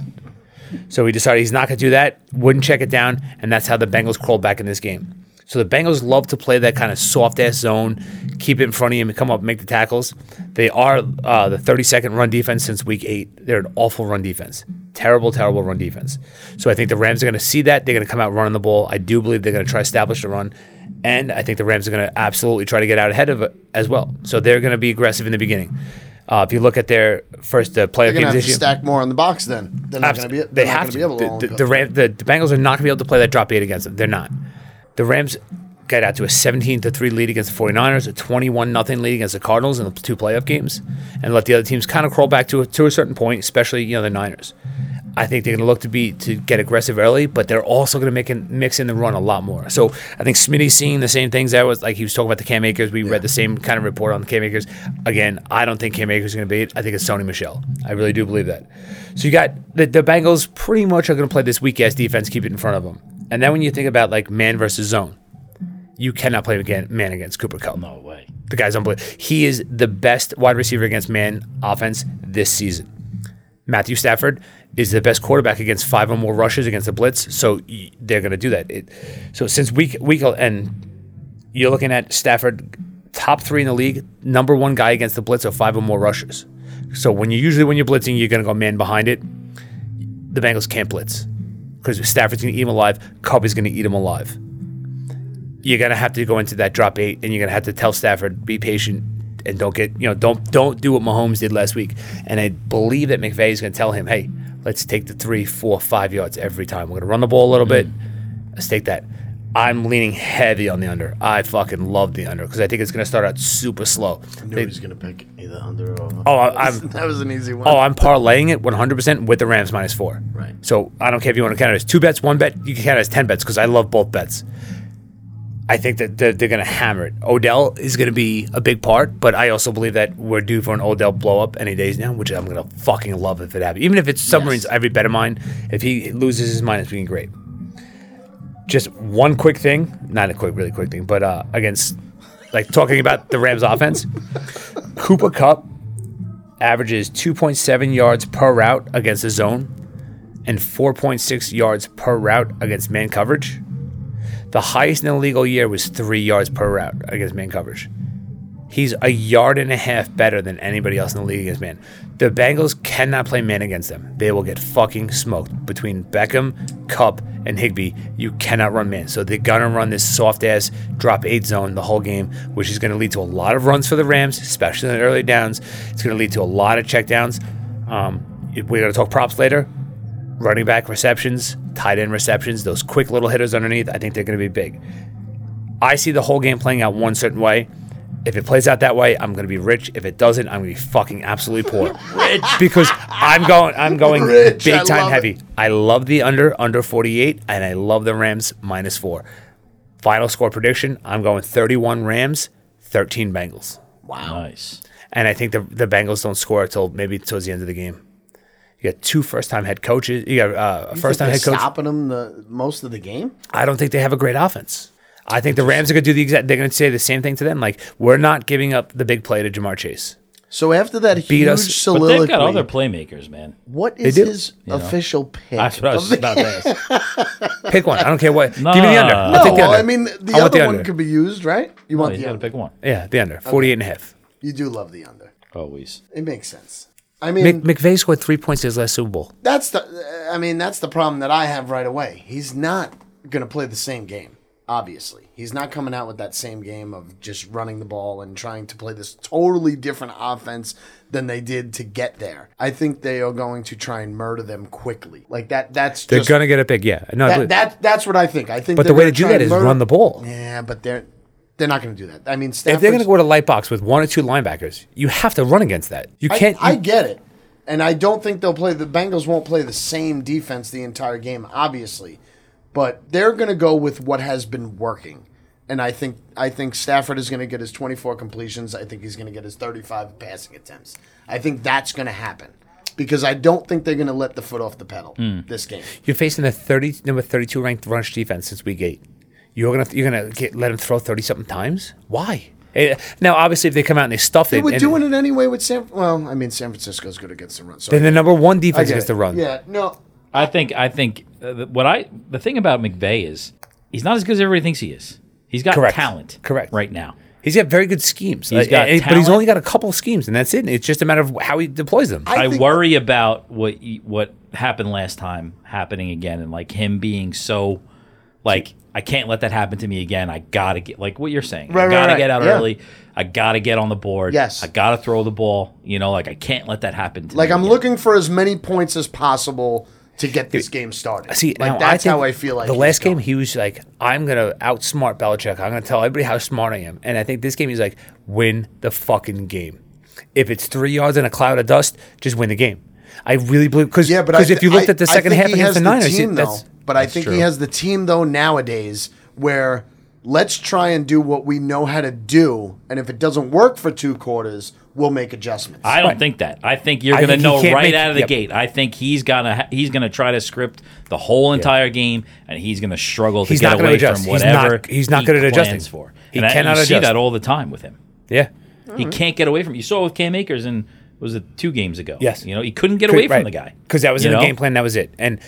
S4: So he decided he's not going to do that, wouldn't check it down, and that's how the Bengals crawled back in this game. So the Bengals love to play that kind of soft ass zone, keep it in front of him, and come up and make the tackles. They are uh, the 32nd run defense since week eight. They're an awful run defense. Terrible, terrible run defense. So I think the Rams are going to see that. They're going to come out running the ball. I do believe they're going to try to establish the run. And I think the Rams are going to absolutely try to get out ahead of it as well. So they're going to be aggressive in the beginning. Uh, if you look at their first uh, playoff
S3: They're gonna
S4: games
S3: have to
S4: this year,
S3: stack more on the box. Then they're not gonna be.
S4: Abs-
S3: They're
S4: they
S3: not gonna
S4: have to.
S3: be able to.
S4: the,
S3: all
S4: the,
S3: go-
S4: the, Ram, the, the Bengals are not going to be able to play that drop eight against them. They're not. The Rams got out to a 17 to 3 lead against the 49ers, a 21 nothing lead against the Cardinals in the two playoff games, and let the other teams kind of crawl back to a, to a certain point, especially you know the Niners. I think they're going to look to be to get aggressive early, but they're also going to make in, mix in the run a lot more. So I think Smitty's seeing the same things that was like he was talking about the Cam Akers. We read the same kind of report on the Cam Akers. Again, I don't think Cam Akers is going to be it. I think it's Sony Michelle. I really do believe that. So you got the, the Bengals pretty much are going to play this weak ass defense, keep it in front of them. And then when you think about like man versus zone, you cannot play again, man against Cooper Cup.
S2: No way.
S4: The guy's unbelievable. He is the best wide receiver against man offense this season. Matthew Stafford is the best quarterback against five or more rushes against the blitz, so y- they're going to do that. It, so since week week and you're looking at Stafford, top three in the league, number one guy against the blitz of five or more rushes. So when you usually when you're blitzing, you're going to go man behind it. The Bengals can't blitz because Stafford's going to eat him alive. Cobb is going to eat him alive you're gonna have to go into that drop eight, and you're gonna have to tell Stafford be patient and don't get you know don't don't do what Mahomes did last week. And I believe that McVay is gonna tell him, hey, let's take the three, four, five yards every time. We're gonna run the ball a little bit. Let's take that. I'm leaning heavy on the under. I fucking love the under because I think it's gonna start out super slow.
S3: Knew he was gonna pick either under or over.
S4: Oh, I- I'm-
S3: that was an easy one.
S4: Oh, I'm parlaying it 100% with the Rams minus four.
S3: Right.
S4: So I don't care if you want to count it as two bets, one bet. You can count it as 10 bets because I love both bets. I think that they're, they're going to hammer it. Odell is going to be a big part, but I also believe that we're due for an Odell blow up any days now, which I'm going to fucking love if it happens. Even if it's submarines, every bet of mine, if he loses his mind, it's being great. Just one quick thing, not a quick, really quick thing, but uh, against, like talking about the Rams offense, Cooper Cup averages 2.7 yards per route against the zone and 4.6 yards per route against man coverage. The highest in the legal year was three yards per route against man coverage. He's a yard and a half better than anybody else in the league against man. The Bengals cannot play man against them. They will get fucking smoked. Between Beckham, Cup, and Higby, you cannot run man. So they're gonna run this soft ass drop eight zone the whole game, which is gonna lead to a lot of runs for the Rams, especially in the early downs. It's gonna lead to a lot of checkdowns. Um, we're gonna talk props later running back receptions, tight end receptions, those quick little hitters underneath, I think they're going to be big. I see the whole game playing out one certain way. If it plays out that way, I'm going to be rich. If it doesn't, I'm going to be fucking absolutely poor. rich because I'm going I'm going
S3: Rich,
S4: big
S3: I
S4: time
S3: love
S4: heavy. I love the under under 48 and I love the Rams minus 4. Final score prediction, I'm going 31 Rams, 13 Bengals.
S2: Nice.
S4: And I think the the Bengals don't score until maybe towards the end of the game. You got two first time head coaches. You got uh, a first time
S3: They're
S4: head coach.
S3: stopping him the most of the game.
S4: I don't think they have a great offense. I think the Rams are going to do the exact. They're going to say the same thing to them. Like we're not giving up the big play to Jamar Chase.
S3: So after that huge
S4: us. But they've
S2: But
S3: soliloquy,
S2: they've got other playmakers, man.
S3: what is
S4: do,
S3: his official pick?
S2: That's what I
S3: of
S2: was
S3: the-
S2: about to ask.
S4: Pick one. I don't care what. Give me the under. I'll
S3: no,
S4: take the
S3: well,
S4: under.
S3: Oh, I mean the
S4: I want
S3: other
S4: the
S3: one
S4: under. Oh,
S3: could be used, right? You want
S2: You
S3: the
S2: gotta
S3: under?
S2: pick one.
S4: yeah, the under. 48 and a half.
S3: You do love the under.
S2: Always.
S3: It makes sense. I mean,
S4: Mc, McVay scored three points his last Super Bowl.
S3: that's the I mean that's the problem that I have right away. He's not going to play the same game. Obviously, he's not coming out with that same game of just running the ball and trying to play this totally different offense than they did to get there. I think they are going to try and murder them quickly. Like that. That's
S4: They're
S3: just,
S4: going to get a pick. Yeah. No,
S3: that, that. That's what I think. I think.
S4: but the
S3: they're
S4: way to
S3: gonna
S4: do
S3: try
S4: that
S3: and
S4: is
S3: murder-
S4: run the ball.
S3: Yeah, but they're they're not going to do that. I mean,
S4: If they're going
S3: Stafford's-
S4: to go to light box with one or two linebackers, you have to run against that. You
S3: I-
S4: can't.
S3: I,
S4: you-
S3: get it, and I don't think they'll play. The Bengals won't play the same defense the entire game, obviously, but they're going to go with what has been working. And I think I think Stafford is going to get his 24 completions. I think he's going to get his 35 passing attempts. I think that's going to happen because I don't think they're going to let the foot off the pedal
S4: Hmm.
S3: this game.
S4: You're facing the thirty number thirty two ranked rush defense since week eight. You're gonna you're gonna get, let them throw thirty something times. Why? Eh, now, obviously, if they come out and they stuff
S3: They
S4: it,
S3: were
S4: and-
S3: doing it anyway with San. Well, I mean, San Francisco's good against the run. So
S4: then the number one
S3: I
S4: defense
S3: get
S4: gets
S3: it.
S4: the run.
S3: Yeah, no,
S2: I think. I think. Uh, th- what I the thing about McVay is he's not as good as everybody thinks he is. He's got
S4: Correct.
S2: talent.
S4: Correct.
S2: Right now.
S4: He's got very good schemes,
S2: He's
S4: Uh,
S2: got
S4: eh, but he's
S2: talent.
S4: only got a couple of schemes, and that's it. It's just a matter of how he deploys them.
S2: I,
S3: think-
S2: worry about what y- what happened last time happening again, and like him being so like I can't let that happen to me again. I gotta get like what you're saying.
S3: Right,
S2: I
S3: right,
S2: gotta
S3: right.
S2: get out
S3: Yeah.
S2: early. I gotta get on the board.
S3: Yes.
S2: I gotta throw the ball. You know, like I can't let that happen. To
S3: Like
S2: me
S3: I'm
S2: again.
S3: looking for as many points as possible to get this game started.
S4: See,
S3: like
S4: now
S3: that's
S4: I think
S3: how I feel like
S4: the
S3: he's
S4: last game
S3: going.
S4: he was like, "I'm gonna outsmart Belichick. I'm gonna tell everybody how smart I am." And I think this game he's like, "Win the fucking game. If it's three yards in a cloud of dust, just win the game." I really believe because
S3: Yeah, but I
S4: because
S3: th-
S4: if you looked
S3: I-
S4: at the
S3: I
S4: second
S3: think
S4: half
S3: he
S4: against
S3: has
S4: the Niners,
S3: team,
S4: that's
S3: though, but I think
S2: true.
S3: he has the team though nowadays where let's try and do what we know how to do, and if it doesn't work for two quarters, we'll make adjustments.
S2: I don't think that. I think you're
S4: I
S2: going to
S4: think he
S2: know
S4: can't
S2: right
S4: make-
S2: out of the
S4: yep.
S2: gate. I think he's gonna ha- he's gonna try to script the whole entire game, and he's gonna struggle to
S4: He's
S2: get
S4: not gonna
S2: away
S4: adjust.
S2: from
S4: He's not-
S2: whatever
S4: he's not
S2: he
S4: good at
S2: plans
S4: adjusting.
S2: For
S4: He
S2: and I-
S4: cannot
S2: you see
S4: adjust.
S2: that all the time with him.
S4: yeah.
S2: He can't get away from. You saw with Cam Akers and was it two games ago?
S4: Yes.
S2: you know he couldn't get away from the guy
S4: because that was
S2: you
S4: in the
S2: know?
S4: game plan. That was it. And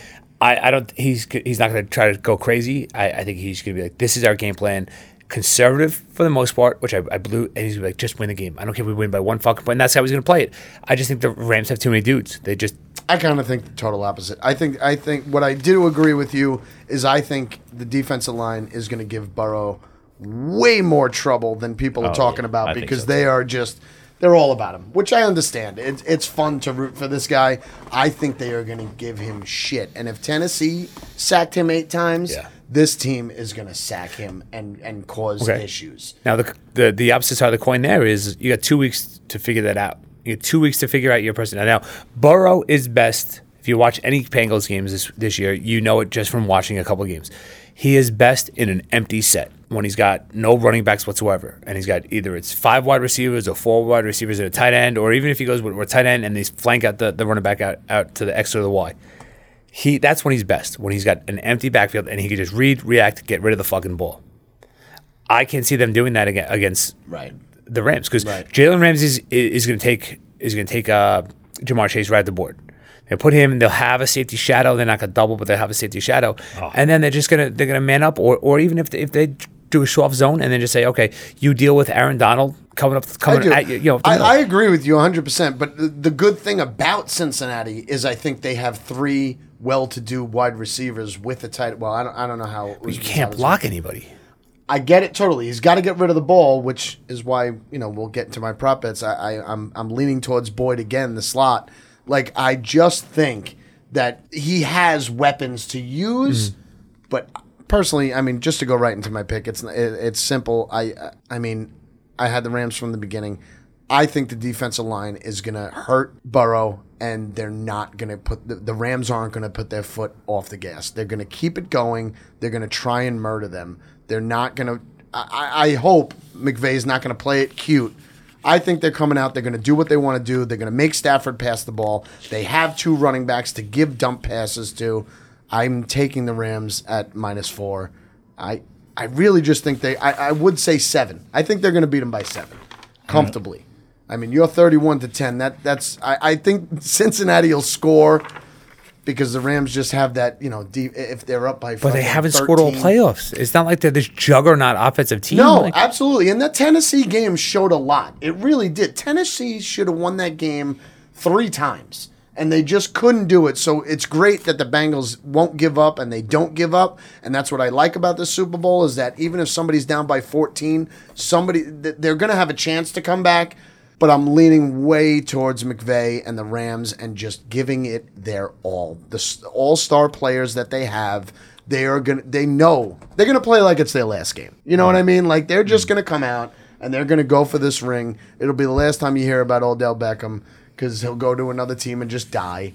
S4: I, I don't. He's he's not going to try to go crazy. I, I think he's going to be like, this is our game plan. Conservative for the most part, which I, I blew, and he's gonna be like, just win the game. I don't care if we win by one fucking point. And that's how he's going to play it. I just think the Rams have too many dudes. They just
S3: I kind of think the total opposite. I think I think what I do agree with you is I think the defensive line is going to give Burrow way more trouble than people are talking
S2: yeah. Oh, I
S3: about
S2: think
S3: because
S2: so,
S3: they are just they're all about him, which I understand. It's it's fun to root for this guy. I think they are going to give him shit. And if Tennessee sacked him 8 times,
S4: Yeah.
S3: this team is going to sack him and and cause
S4: Okay.
S3: issues.
S4: Now the the the opposite side of the coin there is you got two weeks to figure that out. You got two weeks to figure out your personnel. Now Burrow is best. If you watch any Bengals games this this year, you know it just from watching a couple of games. He is best in an empty set when he's got no running backs whatsoever, and he's got either it's five wide receivers or four wide receivers and a tight end, or even if he goes with with a tight end and they flank out the, the running back out, out to the X or the Y. He that's when he's best when he's got an empty backfield and he can just read, react, get rid of the fucking ball. I can see them doing that aga- against
S3: Right.
S4: the Rams because
S3: Right.
S4: Jalen Ramsey is, is going to take is going to take uh, Jamar Chase right at the board. They put him. They'll have a safety shadow. They're not going to double, but they'll have a safety shadow,
S3: Oh.
S4: and then they're just going to they're going to man up, or or even if they, if they do a show off zone and then just say, okay, you deal with Aaron Donald coming up
S3: I
S4: coming
S3: do.
S4: at you. you know,
S3: I, I agree with you 100%. But the, the good thing about Cincinnati is I think they have three well-to-do wide receivers with a tight. Well, I don't, I don't know how
S4: you can't block anybody.
S3: I get it totally. He's got to get rid of the ball, which is why you know we'll get into my prop bets. I, I I'm I'm leaning towards Boyd again, the slot. Like I just think that he has weapons to use,
S4: Mm.
S3: but personally, I mean, just to go right into my pick, it's it, it's simple. I I mean, I had the Rams from the beginning. I think the defensive line is gonna hurt Burrow. And they're not going to put the, the Rams aren't going to put their foot off the gas. They're going to keep it going. They're going to try and murder them. They're not going to. I, I hope McVay's not going to play it cute. I think they're coming out. They're going to do what they want to do. They're going to make Stafford pass the ball. They have two running backs to give dump passes to. I'm taking the Rams at minus four. I I really just think they. I, I would say seven. I think they're going to beat them by seven, comfortably. I mean, you're 31 to 10. That that's. I, I think Cincinnati will score because the Rams just have that. You know, deep, if they're up by.
S4: But they
S3: fucking
S4: haven't scored all
S3: 13.
S4: playoffs. It's not like they're this juggernaut offensive team.
S3: No,
S4: Like-
S3: absolutely. And that Tennessee game showed a lot. It really did. Tennessee should have won that game three times, and they just couldn't do it. So it's great that the Bengals won't give up and they don't give up. And that's what I like about the Super Bowl is that even if somebody's down by 14, somebody th- they're going to have a chance to come back. But I'm leaning way towards McVay and the Rams and just giving it their all. The all star players that they have, they are gonna. They know they're gonna play like it's their last game. You know what I mean? Like they're
S2: Mm.
S3: just gonna come out and they're gonna go for this ring. It'll be the last time you hear about Odell Beckham because he'll go to another team and just die.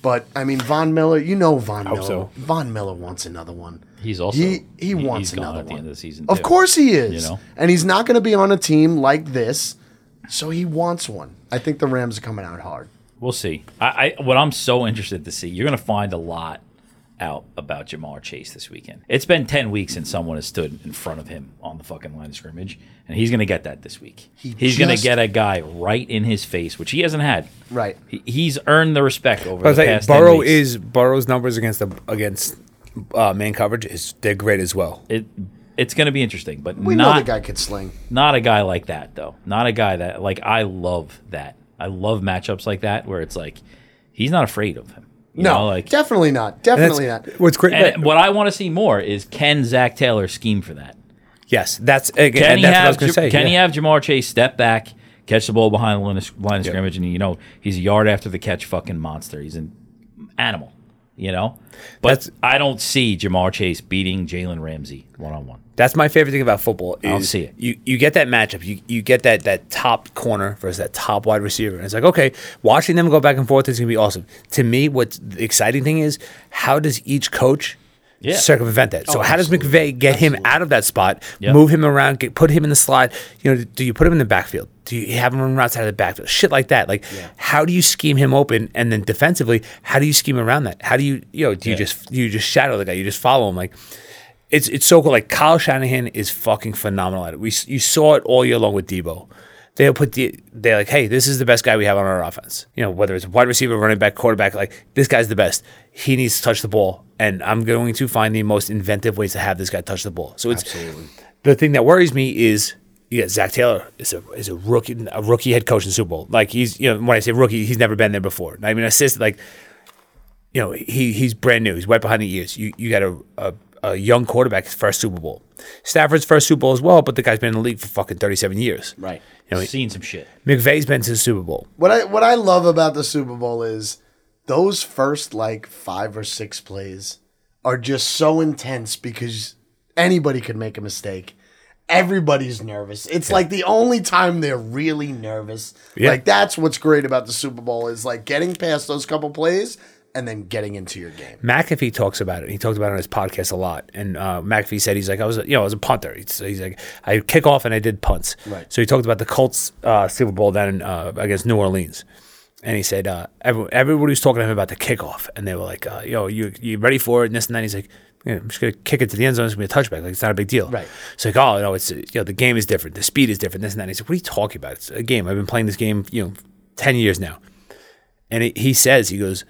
S3: But I mean, Von Miller. You know Von Miller.
S4: so.
S3: Von Miller wants another one.
S2: He's also
S3: he he
S2: he-
S3: wants
S2: he's gone
S3: another
S2: at the
S3: one
S2: end of the season,
S3: Of
S2: too.
S3: course he is.
S2: You know?
S3: And he's not going to be on a team like this, so he wants one. I think the Rams are coming out hard.
S2: We'll see. I, I what I'm so interested to see. You're going to find a lot out about Jamar Chase this weekend. It's been ten weeks since someone has stood in front of him on the fucking line of scrimmage, and he's going to get that this week. he's going to
S3: just-
S2: get a guy right in his face, which he hasn't had.
S3: Right.
S2: He, he's earned the respect over
S4: I was
S2: the
S4: like,
S2: past 10
S4: Burrow
S2: weeks.
S4: is Burrow's numbers against the against uh, man coverage is they're great as well.
S2: it. It's going to be interesting, but
S3: We know
S2: not
S3: the guy could sling.
S2: not a guy like that though. Not a guy that like I love that. I love matchups like that where it's like he's not afraid of him. You
S3: no,
S2: know, like
S3: definitely not.
S4: And
S3: Definitely
S4: that's-
S3: not.
S4: What's great?
S2: and what I want to see more is can Zach Taylor scheme for that?
S4: yes, that's again.
S2: Can
S4: and
S2: he
S4: that's what I was
S2: have
S4: gonna say.
S2: can he
S4: yeah.
S2: have Jamar Chase step back, catch the ball behind the line of, line of scrimmage, and you know he's a yard after the catch, fucking monster. He's an animal, you know. But
S4: That's-
S2: I don't see Jamar Chase beating Jalen Ramsey one on one.
S4: That's my favorite thing about football. Is
S2: don't see it.
S4: You you get that matchup. You you get that that top corner versus that top wide receiver. And it's like okay, watching them go back and forth is gonna be awesome. To me, what's the exciting thing is how does each coach.
S2: Yeah. Oh,
S4: Circumvent that. So, how does McVay get him out of that spot?
S2: Yep.
S4: Move him around, get, put him in the slot. You know, do you put him in the backfield? Do you have him run routes out of the backfield? Shit like that. Like, how do you scheme him open? And then defensively, how do you scheme around that? How do you, you know, do you
S2: Yeah.
S4: just you just shadow the guy? You just follow him? Like, it's it's so cool. Like Kyle Shanahan is fucking phenomenal at it. We s- you saw it all year long with Debo. They'll put the they're like, hey, this is the best guy we have on our offense. You know, whether it's wide receiver, running back, quarterback, like this guy's the best. He needs to touch the ball, and I'm going to find the most inventive ways to have this guy touch the ball. So it's the thing that worries me is. Yeah, Zach Taylor is a is a rookie a rookie head coach in the Super Bowl. Like he's you know when I say rookie, he's never been there before. I mean assist like you know, he he's brand new. He's wet behind the ears. You you got a, a a young quarterback his first Super Bowl. Stafford's first Super Bowl as well, but the guy's been in the league for fucking thirty seven years.
S2: Right.
S4: You know,
S2: He's seen some shit.
S4: McVay's been to the Super Bowl.
S3: What I what I love about the Super Bowl is those first like five or six plays are just so intense because anybody could make a mistake. Everybody's nervous. It's like the only time they're really nervous.
S4: Yeah.
S3: Like that's what's great about the Super Bowl is like getting past those couple plays and then getting into your game.
S4: McAfee talks about it. He talked about it on his podcast a lot. And uh, McAfee said he's like I was a, you know I was a punter. He's, he's like I kick off and I did punts.
S3: Right.
S4: So he talked about the Colts uh, Super Bowl down in, uh, against New Orleans. And he said uh, everyone, everybody was talking to him about the kickoff, and they were like, uh, "Yo, you you ready for it?" And this and that. He's like, "Yeah, "I'm just gonna kick it to the end zone. It's gonna be a touchback. Like it's not a big deal."
S3: Right.
S4: It's like, "Oh no, it's uh, you know the game is different. The speed is different. This and that." He's like, "What are you talking about? It's a game. I've been playing this game, you know, ten years now." And he, he says, he goes,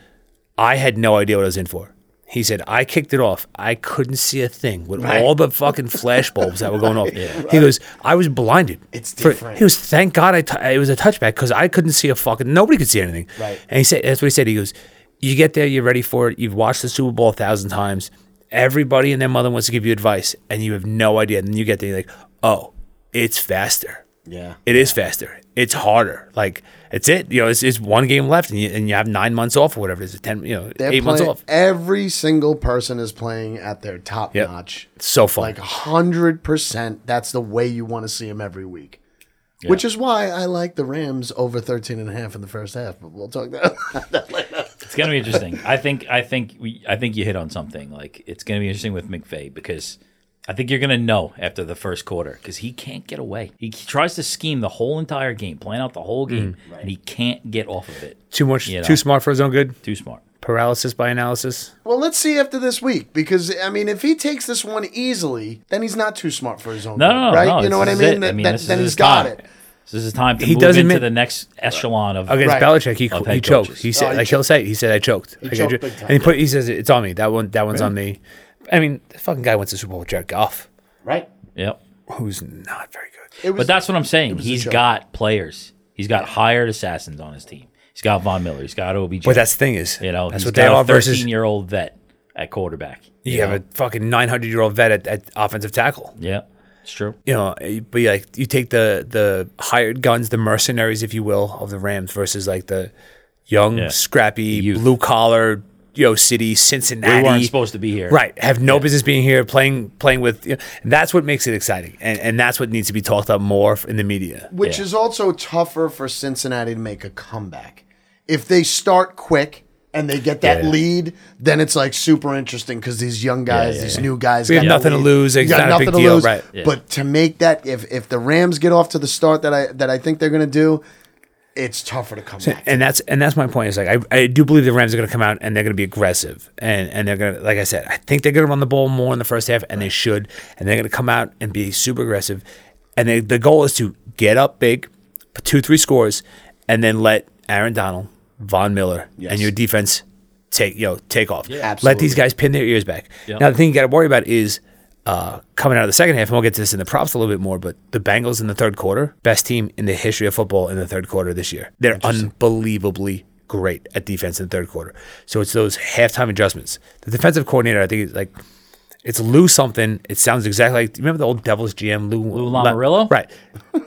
S4: I had no idea what I was in for. He said, I kicked it off. I couldn't see a thing with all the fucking flash bulbs that were going off. He goes, I was blinded.
S3: It's
S4: for-
S3: different.
S4: He goes, thank God I t- it was a touchback because I couldn't see a fucking, nobody could see anything.
S3: Right.
S4: And he said, that's what he said. He goes, you get there, you're ready for it. You've watched the Super Bowl a thousand times. Everybody and their mother wants to give you advice and you have no idea. And then you get there, you're like, oh, it's faster.
S3: Yeah.
S4: It is faster. It's harder. Like it's it. You know, it's, it's one game left, and you, and you have nine months off or whatever it is. Ten, you know,
S3: They're
S4: eight months
S3: playing-
S4: off.
S3: Every single person is playing at their top
S4: Yep.
S3: notch.
S4: So fun.
S3: like 100% that's the way you want to see him every week which is why i like the rams over 13 and a half in the first half but we'll talk that
S2: It's gonna be interesting. I think I think we I think you hit on something. Like it's gonna be interesting with McVay because I think you're gonna know after the first quarter because he can't get away. He tries to scheme the whole entire game, plan out the whole game,
S4: Mm.
S2: and he can't get off of it.
S4: too much.
S2: you know.
S4: Too smart for his own good.
S2: Too smart.
S4: Paralysis by analysis.
S3: well let's see after this week because i mean if he takes this one easily then he's not too smart for his own
S2: No,
S3: good,
S2: no, no,
S3: right
S2: no,
S3: you know what i
S2: this
S3: mean,
S2: is it.
S3: That- that-
S2: this is
S3: then
S2: his
S3: he's got
S2: time.
S3: it
S2: This is his time to
S4: He
S2: move
S4: doesn't
S2: into
S4: admit-
S2: the next echelon of
S4: Against
S3: Right.
S4: Belichick, he,
S2: Of
S4: he
S2: head
S4: choked.
S2: coaches.
S4: He
S3: Oh,
S4: said,
S3: he
S4: like he'll say, he said, I choked. Like, I
S3: choked
S4: ju-
S3: big time.
S4: And he put, he says, it's on me. That one, that one's on me. I mean, the fucking guy went to the Super Bowl with Jared Goff,
S3: right
S2: Yep.
S4: who's not very good.
S3: it was
S2: But that's what I'm saying. He's
S3: joke.
S2: got players. He's got hired assassins on his team. He's got Von Miller. He's got OBJ.
S4: But that's the thing is,
S2: you know,
S4: that's
S2: he's
S4: what they
S2: got
S4: are
S2: a 13
S4: versus.
S2: year old vet at quarterback.
S4: You have a fucking 900 year old vet at, at offensive tackle.
S2: Yeah, it's true.
S4: you know, eh, but yeah, like you take the the hired guns, the mercenaries, if you will, of the Rams versus like the young,
S2: Yeah.
S4: scrappy,
S2: Youth.
S4: blue collar, yo city,
S2: We
S4: Cincinnati.
S2: weren't supposed to be here.
S4: Right, have no business being here, playing playing with. You know, that's what makes it exciting, and and that's what needs to be talked about more in the media.
S3: which
S2: Yeah.
S3: is also tougher for Cincinnati to make a comeback. If they start quick and they get that
S4: Yeah.
S3: lead, then it's like super interesting because these young guys,
S2: yeah,
S3: these
S2: yeah.
S3: new guys,
S4: We have
S3: got the
S4: nothing to
S3: lead.
S4: lose.
S3: You
S4: It's
S3: got
S4: not a
S3: nothing
S4: big
S3: to
S4: deal,
S3: lose.
S4: right.
S3: But to make that, if if the Rams get off to the start that I that I think they're gonna do, it's tougher to come back.
S4: and that's and that's my point. Is like I, I do believe the Rams are going to come out and they're going to be aggressive and and they're going to like I said I think they're going to run the ball more in the first half and they should and they're going to come out and be super aggressive and they, the goal is to get up big, put two three scores, and then let Aaron Donald, Von Miller, and your defense take you know take off. Let these guys pin their ears back. Now the thing you got to worry about is. Uh, coming out of the second half, and we'll get to this in the props a little bit more, but the Bengals in the third quarter, best team in the history of football in the third quarter this year. They're unbelievably great at defense in the third quarter. So it's those halftime adjustments. The defensive coordinator, I think, is like it's Lou something. It sounds exactly like remember the old Devils GM Lou Lou
S2: Lamoriello?
S4: right?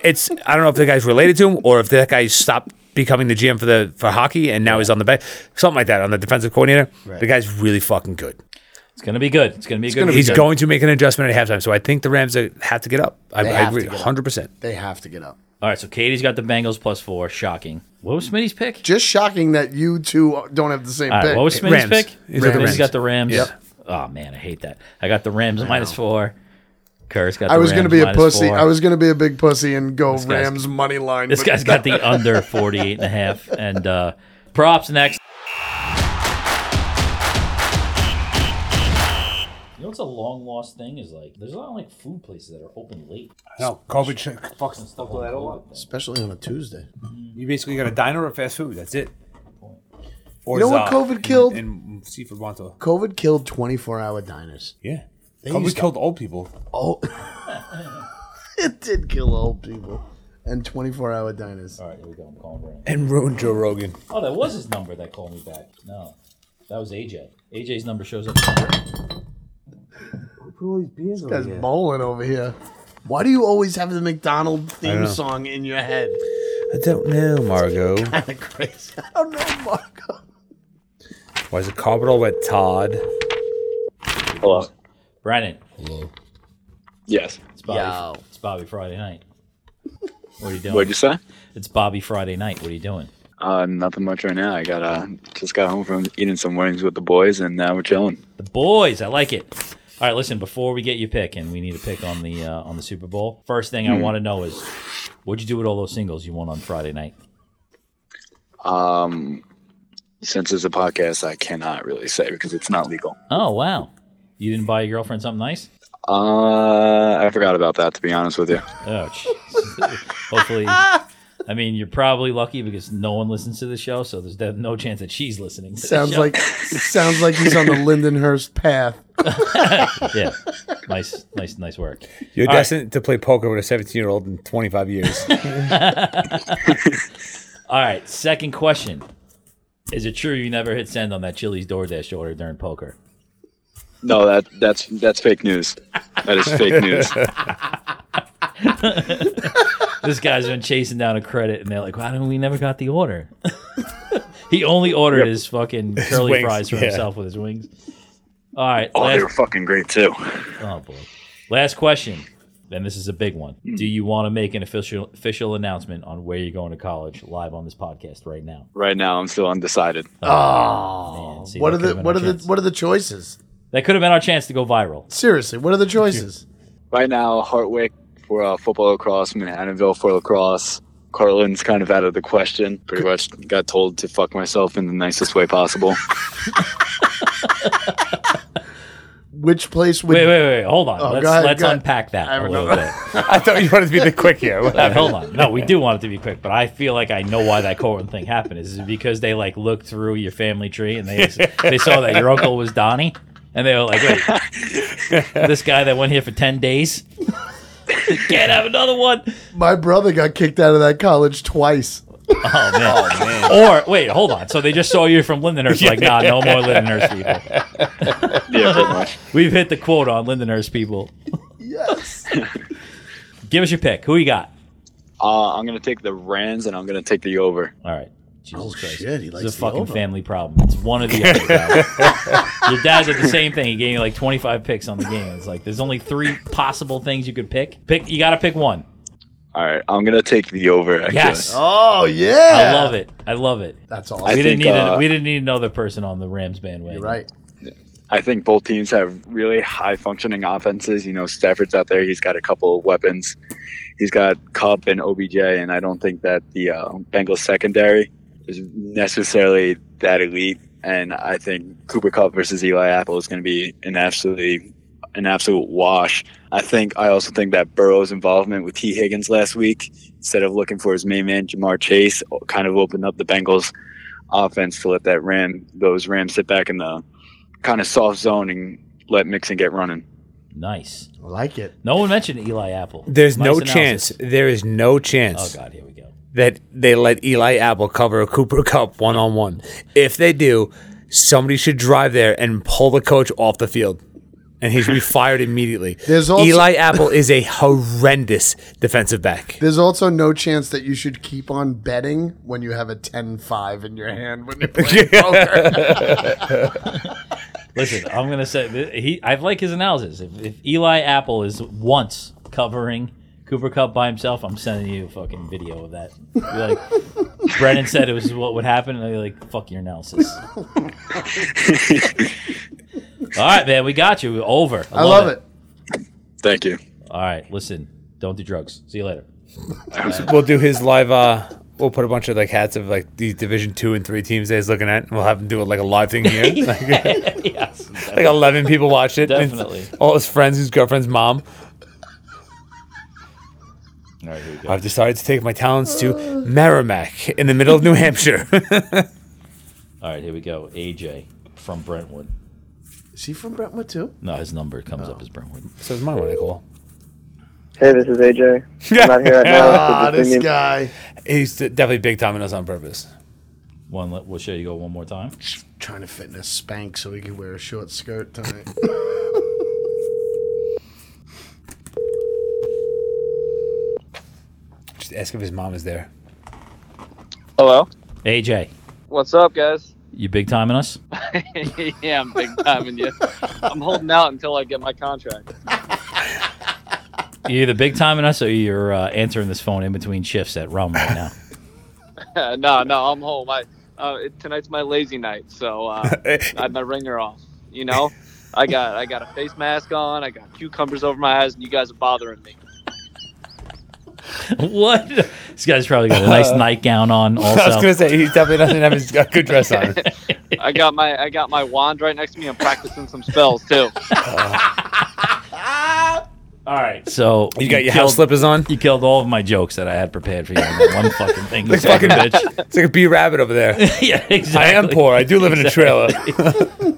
S4: It's I don't know if the guy's related to him or if that guy stopped becoming the GM for the for hockey and now he's on the bench, something like that on the defensive coordinator. The guy's really fucking good.
S2: It's gonna be good. It's gonna be a good.
S3: gonna be
S4: He's
S3: good.
S4: going to make an adjustment at halftime, so I think the Rams uh, have to get up. I,
S3: They
S4: I
S3: have to
S4: agree,
S3: get up.
S4: hundred percent.
S3: They have to get up.
S2: All right, so Katie's got the Bengals plus four. Shocking. What was Smitty's pick?
S3: Just shocking that you two don't have the same
S2: All right,
S3: pick.
S2: what was Smitty's
S4: Rams.
S2: pick?
S4: He's got the
S2: Smitty's
S4: Rams.
S2: got the Rams.
S3: Yep.
S2: Oh man, I hate that. I got the Rams minus four. Kerr's got. The
S3: I was going to
S2: Rams
S3: be a
S2: minus
S3: pussy.
S2: four.
S3: I was going to be a big pussy and go
S2: guy's-
S3: Rams money line.
S2: This
S3: but
S2: guy's got the under 48 and a half. And uh, props next. You know what's a long lost thing is like there's a lot of like food places that are open late.
S6: No, COVID.
S2: Fucking stuff like that.
S3: especially on a Tuesday.
S6: You basically got a diner or fast food. That's it. Or
S3: You know what
S6: Za-
S3: COVID killed?
S6: And, and seafood Wanto.
S3: COVID killed 24 hour diners.
S6: Yeah.
S3: They
S6: COVID
S3: used to-
S6: killed old people.
S3: Oh, it did kill old people and 24 hour diners.
S2: All right, here we go. I'm calling Brandon.
S6: And ruined Joe Rogan.
S2: Oh, that was his number that called me back. No, that was AJ. AJ's number shows up.
S3: This guy's bowling over here. Why do you always have the McDonald theme song in your head?
S6: I don't know, Margot.
S3: Kind of crazy. I don't know, Marco.
S6: Why is it carpet all wet, Todd?
S5: Hello.
S2: Brandon,
S5: Yes.
S2: it's Bobby.
S3: Yo.
S2: It's Bobby Friday night. What are you
S7: What'd
S2: doing?
S7: you say?
S2: It's Bobby Friday night. What are you doing?
S7: Uh, nothing much right now. I got uh, just got home from eating some wings with the boys, and now we're chilling.
S2: The boys, I like it. All right, listen. Before we get your pick, and we need a pick on the uh, on the Super Bowl. First thing
S3: Hmm.
S2: I want to know is, what'd you do with all those singles you won on Friday night?
S7: Um, since it's a podcast, I cannot really say because it's not legal.
S2: Oh wow, you didn't buy your girlfriend something nice?
S7: Uh, I forgot about that to be honest with you.
S2: Oh, jeez. hopefully. I mean, you're probably lucky because no one listens to the show, so there's de- no chance that she's listening. To the
S3: Sounds
S2: show.
S3: like it sounds like he's on the Lindenhurst path.
S2: yeah, nice, nice, nice work.
S6: You're
S2: All right.
S6: destined to play poker with a 17 year old in 25 years.
S2: All right, second question: Is it true you never hit send on that Chili's DoorDash order during poker?
S7: No, that that's that's fake news. That is fake news.
S2: this guy's been chasing down a credit, and they're like, "Why don't we never got the order?" he only ordered his fucking curly
S6: wings,
S2: fries for
S6: yeah.
S2: himself with his wings. All right,
S7: Oh, they were
S2: last,
S7: fucking great too.
S2: oh boy, last question. And this is a big one. Do you want to make an official official announcement on where you're going to college live on this podcast right now?
S7: Right now, I'm still undecided.
S3: Oh,
S2: Man, see,
S3: what
S2: that
S3: are the
S2: could've been our
S3: what are the
S2: chance.
S3: what are the choices?
S2: That could have been our chance to go viral.
S3: Seriously, what are the choices?
S7: Right now, Hartwick for uh, football lacrosse, Manhattanville for lacrosse. Carlin's kind of out of the question. Pretty much got told to fuck myself in the nicest way possible.
S3: Which place would
S2: Wait, wait, wait. Hold on.
S3: Oh,
S2: let's
S3: go ahead,
S2: let's
S3: go ahead.
S2: unpack that
S3: I
S2: a little
S3: remember.
S2: bit.
S6: I thought you wanted to be the quick here. What
S2: Uh,
S6: happened?
S2: hold on. No, we do want it to be quick, but I feel like I know why that Cortland thing happened. Is it because they like looked through your family tree and they they saw that your uncle was Donnie, and they were like, "Wait, this guy that went here for ten days can't have another one."
S3: my brother got kicked out of that college twice?
S2: Oh man. Or wait, hold on. So they just saw you from Lindenhurst, like, nah, no more Lindenhurst people.
S7: yeah, pretty much.
S2: We've hit the quota on Lindenhurst people.
S3: Yes.
S2: Give us your pick. Who you got?
S7: Uh, I'm gonna take the Rams and I'm gonna take the over.
S2: All right. Jesus
S3: Oh,
S2: Christ.
S3: shit, he
S2: This
S3: likes
S2: is a
S3: the
S2: fucking
S3: over.
S2: family problem. It's one of the other. guys. Your dad did the same thing. He gave me like 25 picks on the game. It's like there's only three possible things you could pick. Pick. You got to pick one.
S7: All right, I'm gonna take the over. Actually.
S2: Yes.
S3: Oh yeah.
S2: I love it. I love it.
S3: That's
S2: We
S3: awesome.
S7: I-
S2: didn't
S7: think,
S2: need
S7: uh,
S2: a, we didn't need another person on the Rams bandwagon.
S3: You're right.
S7: I think both teams have really high functioning offenses. You know, Stafford's out there. He's got a couple of weapons. He's got Cup and OBJ, and I don't think that the uh, Bengals secondary is necessarily that elite. And I think Cooper Cup versus Eli Apple is going to be an absolutely an absolute wash. I think I also think that Burrow's involvement with T Higgins last week, instead of looking for his main man Jamar Chase, kind of opened up the Bengals offense to let that Ram those Rams sit back in the kind of soft zone and let Mixon get running.
S2: Nice.
S3: I like it.
S2: No one mentioned Eli Apple.
S6: There's
S2: Nice
S6: no
S2: analysis.
S6: chance. There is no chance
S2: Oh God, here we go.
S4: that they let Eli Apple cover Cooper Cup one on one. If they do, somebody should drive there and pull the coach off the field. And he should be fired immediately.
S3: There's also-
S4: Eli Apple is a horrendous defensive back.
S3: There's also no chance that you should keep on betting when you have a 10-5 in your hand when you're playing poker.
S2: Listen, I'm gonna say th- he. I like his analysis. If, if Eli Apple is once covering Cooper Cup by himself, I'm sending you a fucking video of that. Be Like Brennan said, it was what would happen, and they're like, "Fuck your analysis." All right, man, we got you. We're over.
S3: I love it.
S7: Thank you.
S2: All right, listen, don't do drugs. See you later.
S4: We'll do his live. Uh, we'll put a bunch of like hats of like these Division two and three teams that he's looking at, and we'll have him do it like a live thing here. like,
S2: yes.
S4: like eleven people watch it. and
S2: Definitely.
S4: all his friends, his girlfriend's mom.
S2: All right, here we go.
S4: I've decided to take my talents to Merrimack in the middle of New Hampshire.
S2: All right, here we go. AJ from Brentwood.
S3: Is he from Brentwood too?
S2: No, his number comes up as Brentwood.
S4: so it's mine when I call.
S8: Hey, this is AJ. I'm not here right now.
S3: Ah,
S8: so just
S3: this
S8: leave me-
S3: guy.
S4: He's definitely big time and us on purpose.
S2: One. let- We'll show you go one more time.
S3: Trying to fit in a spank so he could wear a short skirt tonight.
S4: Just ask if his mom is there.
S9: Hello.
S2: AJ,
S9: What's up, guys?
S2: you big timing us?
S9: yeah, I'm big timing you. I'm holding out until I get my contract.
S2: You're either big timing us or you're uh, answering this phone in between shifts at Rum right now.
S9: no, no, I'm home. I uh, it, tonight's my lazy night, so uh, I had my ringer off. You know, I got I got a face mask on. I got cucumbers over my eyes, and you guys are bothering me.
S2: what? This guy's probably got a nice nightgown on
S4: Uh-huh. I was
S2: also.
S4: gonna say he definitely doesn't have his uh, good dress on.
S9: I got my I got my wand right next to me. I'm practicing some spells too.
S2: all right. So
S4: You got your
S2: killed,
S4: house slippers on.
S2: You killed all of my jokes that I had prepared for you. in that One fucking thing, you
S4: fucking-
S2: fucking bitch.
S4: It's like a bee rabbit over there.
S2: yeah, exactly.
S4: I am poor. I do live in a trailer.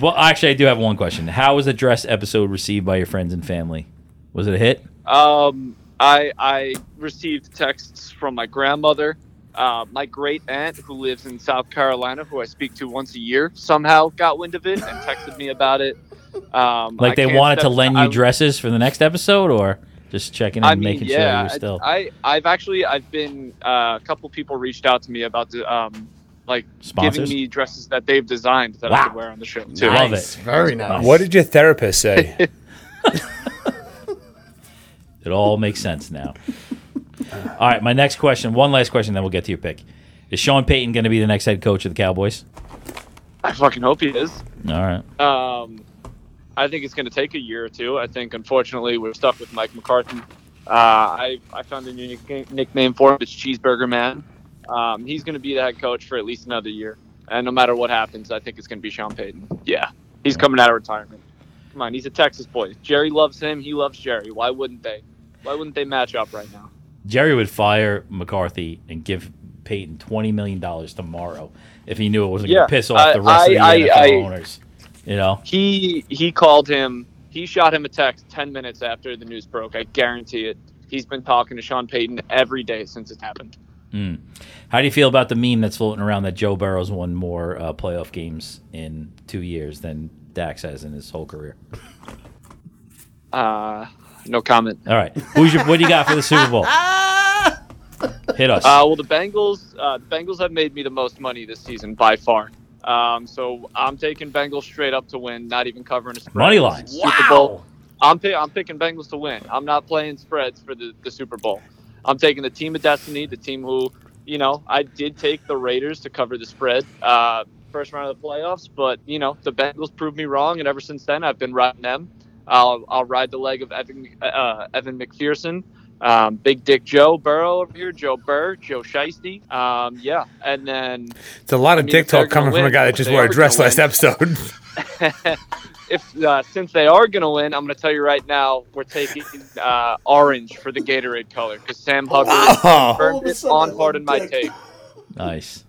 S2: Well, actually, I do have one question. How was the dress episode received by your friends and family? Was it a hit?
S9: Um, I I received texts from my grandmother, uh, my great aunt who lives in South Carolina, who I speak to once a year. Somehow got wind of it and texted me about it. Um,
S2: Like
S9: I
S2: they
S9: can't
S2: wanted to
S9: step-
S2: lend you
S9: I-
S2: dresses for the next episode, or just checking in
S9: I
S2: and
S9: mean,
S2: making sure
S9: yeah,
S2: you're still
S9: I, I I've actually I've been uh, a couple people reached out to me about the, um like
S2: sponsors?
S9: giving me dresses that they've designed that I could wear on the show too.
S2: Love
S3: Nice.
S2: it.
S3: Very nice.
S4: What did your therapist say?
S2: It all makes sense now. all right, my next question, one last question, then we'll get to your pick. Is Sean Payton going to be the next head coach of the Cowboys?
S9: I fucking hope he is.
S2: All right.
S9: Um, I think it's going to take a year or two. I think, unfortunately, we're stuck with Mike McCarthy. Uh, I, I found a new nick- nickname for him. It's Cheeseburger Man. Um, he's going to be the head coach for at least another year. And no matter what happens, I think it's going to be Sean Payton. Yeah. He's coming out of retirement. Come on. He's a Texas boy. Jerry loves him. He loves Jerry. Why wouldn't they? Why wouldn't they match up right now?
S2: Jerry would fire McCarthy and give Payton $20 million tomorrow if he knew it wasn't
S9: Yeah,
S2: going to piss off the rest of the
S9: I- I-
S2: NFL
S9: I-
S2: owners. You know?
S9: He he called him. He shot him a text ten minutes after the news broke. I guarantee it. He's been talking to Sean Payton every day since it happened.
S2: How do you feel about the meme that's floating around that Joe Burrow's won more uh, playoff games in two years than Dax has in his whole career?
S9: Uh, no comment.
S2: All right. Who's your, what do you got for the Super Bowl? Hit us.
S9: Uh, well, the Bengals, uh, the Bengals have made me the most money this season by far. Um, so I'm taking Bengals straight up to win, not even covering a spread.
S2: Money line.
S9: Super Bowl. I'm pi- I'm picking Bengals to win. I'm not playing spreads for the, the Super Bowl. I'm taking the team of destiny, the team who, you know, I did take the Raiders to cover the spread uh, first round of the playoffs, but you know the Bengals proved me wrong, and ever since then I've been riding them. I'll I'll ride the leg of Evan uh, Evan McPherson. Um, Big Dick Joe Burrow over here, Joe Burr, Joe Shiesty. Um, yeah, and then
S4: It's a lot of
S9: I mean,
S4: dick
S9: if they're
S4: talk coming from
S9: gonna
S4: a
S9: win,
S4: guy that
S9: if
S4: just
S9: they
S4: wore a
S9: are
S4: dress
S9: gonna
S4: last
S9: win.
S4: episode.
S9: if uh, since they are going to win, I'm going to tell you right now, we're taking uh, orange for the Gatorade color because Sam Hubbard
S4: Oh,
S9: burned it on Pardon My Take.
S2: Nice.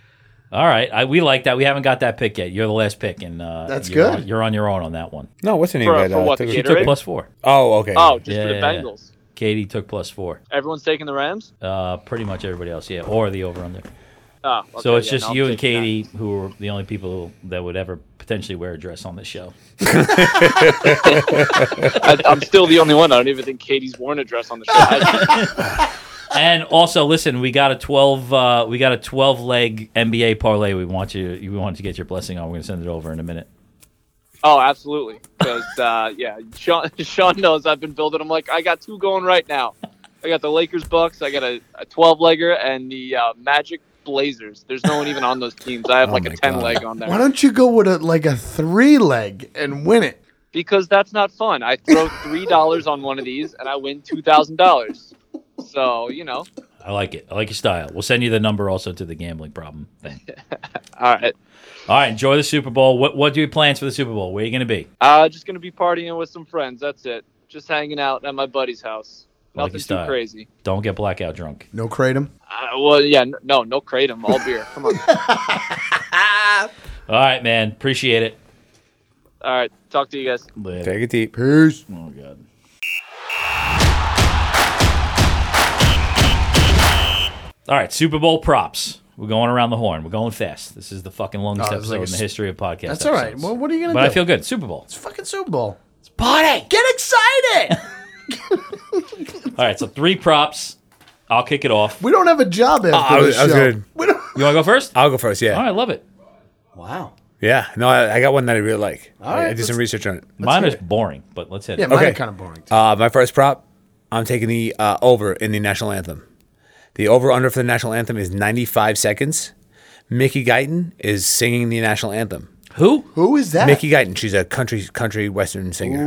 S2: All right, I, we like that. We haven't got that pick yet. You're the last pick, and uh,
S3: That's
S2: you're
S3: good.
S2: On, you're on your own on that one.
S4: no, what's her name?
S9: For-
S4: right
S9: for what,
S4: took-
S9: the
S2: You
S9: Gatorade?
S2: took plus four.
S4: Oh, okay.
S9: Oh, just
S2: Yeah,
S9: for the
S2: yeah, yeah.
S9: Bengals.
S2: Katie took plus four.
S9: Everyone's taking the Rams.
S2: Uh, pretty much everybody else, yeah, or the over under.
S9: Oh,
S2: so
S9: okay,
S2: it's
S9: yeah,
S2: just
S9: no, I'm
S2: you and
S9: taking that.
S2: Katie who are the only people that would ever potentially wear a dress on this show.
S9: I, I'm still the only one. I don't even think Katie's worn a dress on the show. I,
S2: And also, listen, we got a twelve, uh, we got a twelve leg NBA parlay. We want you, we want to get your blessing on. We're gonna send it over in a minute.
S9: oh, absolutely. Because uh, yeah, Sean, Sean knows I've been building. I'm like, I got two going right now. I got the Lakers Bucks. I got a, a 12 legger and the uh, Magic Blazers. There's no one even on those teams. I have
S6: Oh
S9: like a
S6: my
S9: 10
S6: God.
S9: leg on there.
S3: Why don't you go with a like a three leg and win it?
S9: because that's not fun. I throw three dollars on one of these and I win two thousand dollars. So you know,
S2: I like it. I like your style. We'll send you the number also to the gambling problem thing.
S9: all right.
S2: All right, enjoy the Super Bowl. What what do your plans for the Super Bowl? Where are you gonna be?
S9: Uh, just gonna be partying with some friends. That's it. Just hanging out at my buddy's house.
S2: Like
S9: Nothing
S2: your
S9: too
S2: style.
S9: crazy.
S2: Don't get blackout drunk.
S3: No kratom.
S9: Uh, well, yeah, n- no, no kratom, all beer. Come on.
S2: All right, man. Appreciate it.
S9: all right, talk to you guys.
S2: Later.
S4: Take it deep.
S3: Peace.
S2: Oh god. All right, Super Bowl props. We're going around the horn. We're going fast. This is the fucking longest
S3: Oh, it's
S2: episode
S3: like a
S2: in the
S3: s-
S2: history of podcast.
S3: That's all right.
S2: episodes.
S3: Well, what are you gonna
S2: but
S3: do?
S2: I feel good. Super Bowl.
S3: it's fucking Super Bowl. It's party. Get excited.
S2: All right, so three props. I'll kick it off.
S3: we don't have a job after
S4: Ah, I was-
S3: this
S4: I was
S3: show.
S4: good.
S3: We don't-
S2: You want to go first?
S4: I'll go first. Yeah.
S2: All right, love it.
S3: wow.
S4: Yeah. No, I, I got one that I really like.
S3: All
S4: I, I
S3: right,
S4: did some research on it.
S2: Mine is boring, but let's hit
S3: Yeah,
S2: it.
S3: mine
S4: Okay.
S3: are kind of boring.
S4: Uh, my first prop, I'm taking the uh, over in the national anthem. The over under for the national anthem is 95 seconds. Mickey Guyton is singing the national anthem.
S2: Who?
S3: Who is
S9: Ah.
S3: that?
S4: Mickey Guyton, she's a country country western singer.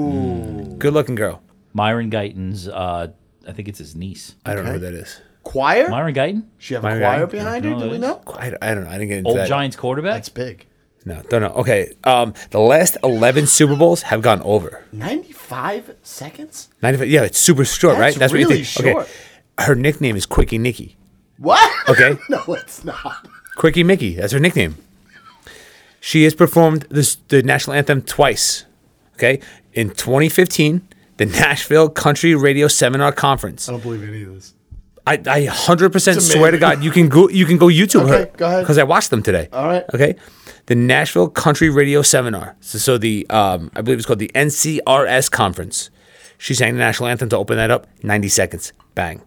S4: Good looking girl.
S2: Myron Guyton's. Uh, I think it's his niece.
S4: I don't know who that is.
S3: choir.
S2: Myron Guyton,
S3: she have a
S4: Myra
S3: choir
S4: Guyton?
S3: behind
S2: No,
S3: her. Do we
S2: it's-
S3: know?
S4: I, I don't know. I didn't get into
S2: old
S4: that.
S2: Giants quarterback.
S3: That's big.
S4: No, don't know. Okay. Um, the last 11 Super Bowls have gone over.
S3: Ninety-five seconds.
S4: 95. Yeah, it's super short, right?
S3: That's really short.
S4: Okay. Her nickname is Quickie Nicky.
S3: What?
S4: Okay.
S3: no, it's not.
S4: Quickie Mickey. That's her nickname. She has performed this, the national anthem twice. Okay, in 2015, the Nashville Country Radio Seminar Conference.
S3: I don't believe any of this.
S4: I, I 100%
S3: It's
S4: swear to
S3: amazing.
S4: God, you can go you can go YouTube
S3: Okay,
S4: her
S3: go ahead.
S4: because I watched them today.
S3: All right.
S4: Okay, the Nashville Country Radio Seminar. So, so the um, I believe it's called the NCRS Conference. She sang the national anthem to open that up. 90 seconds, bang.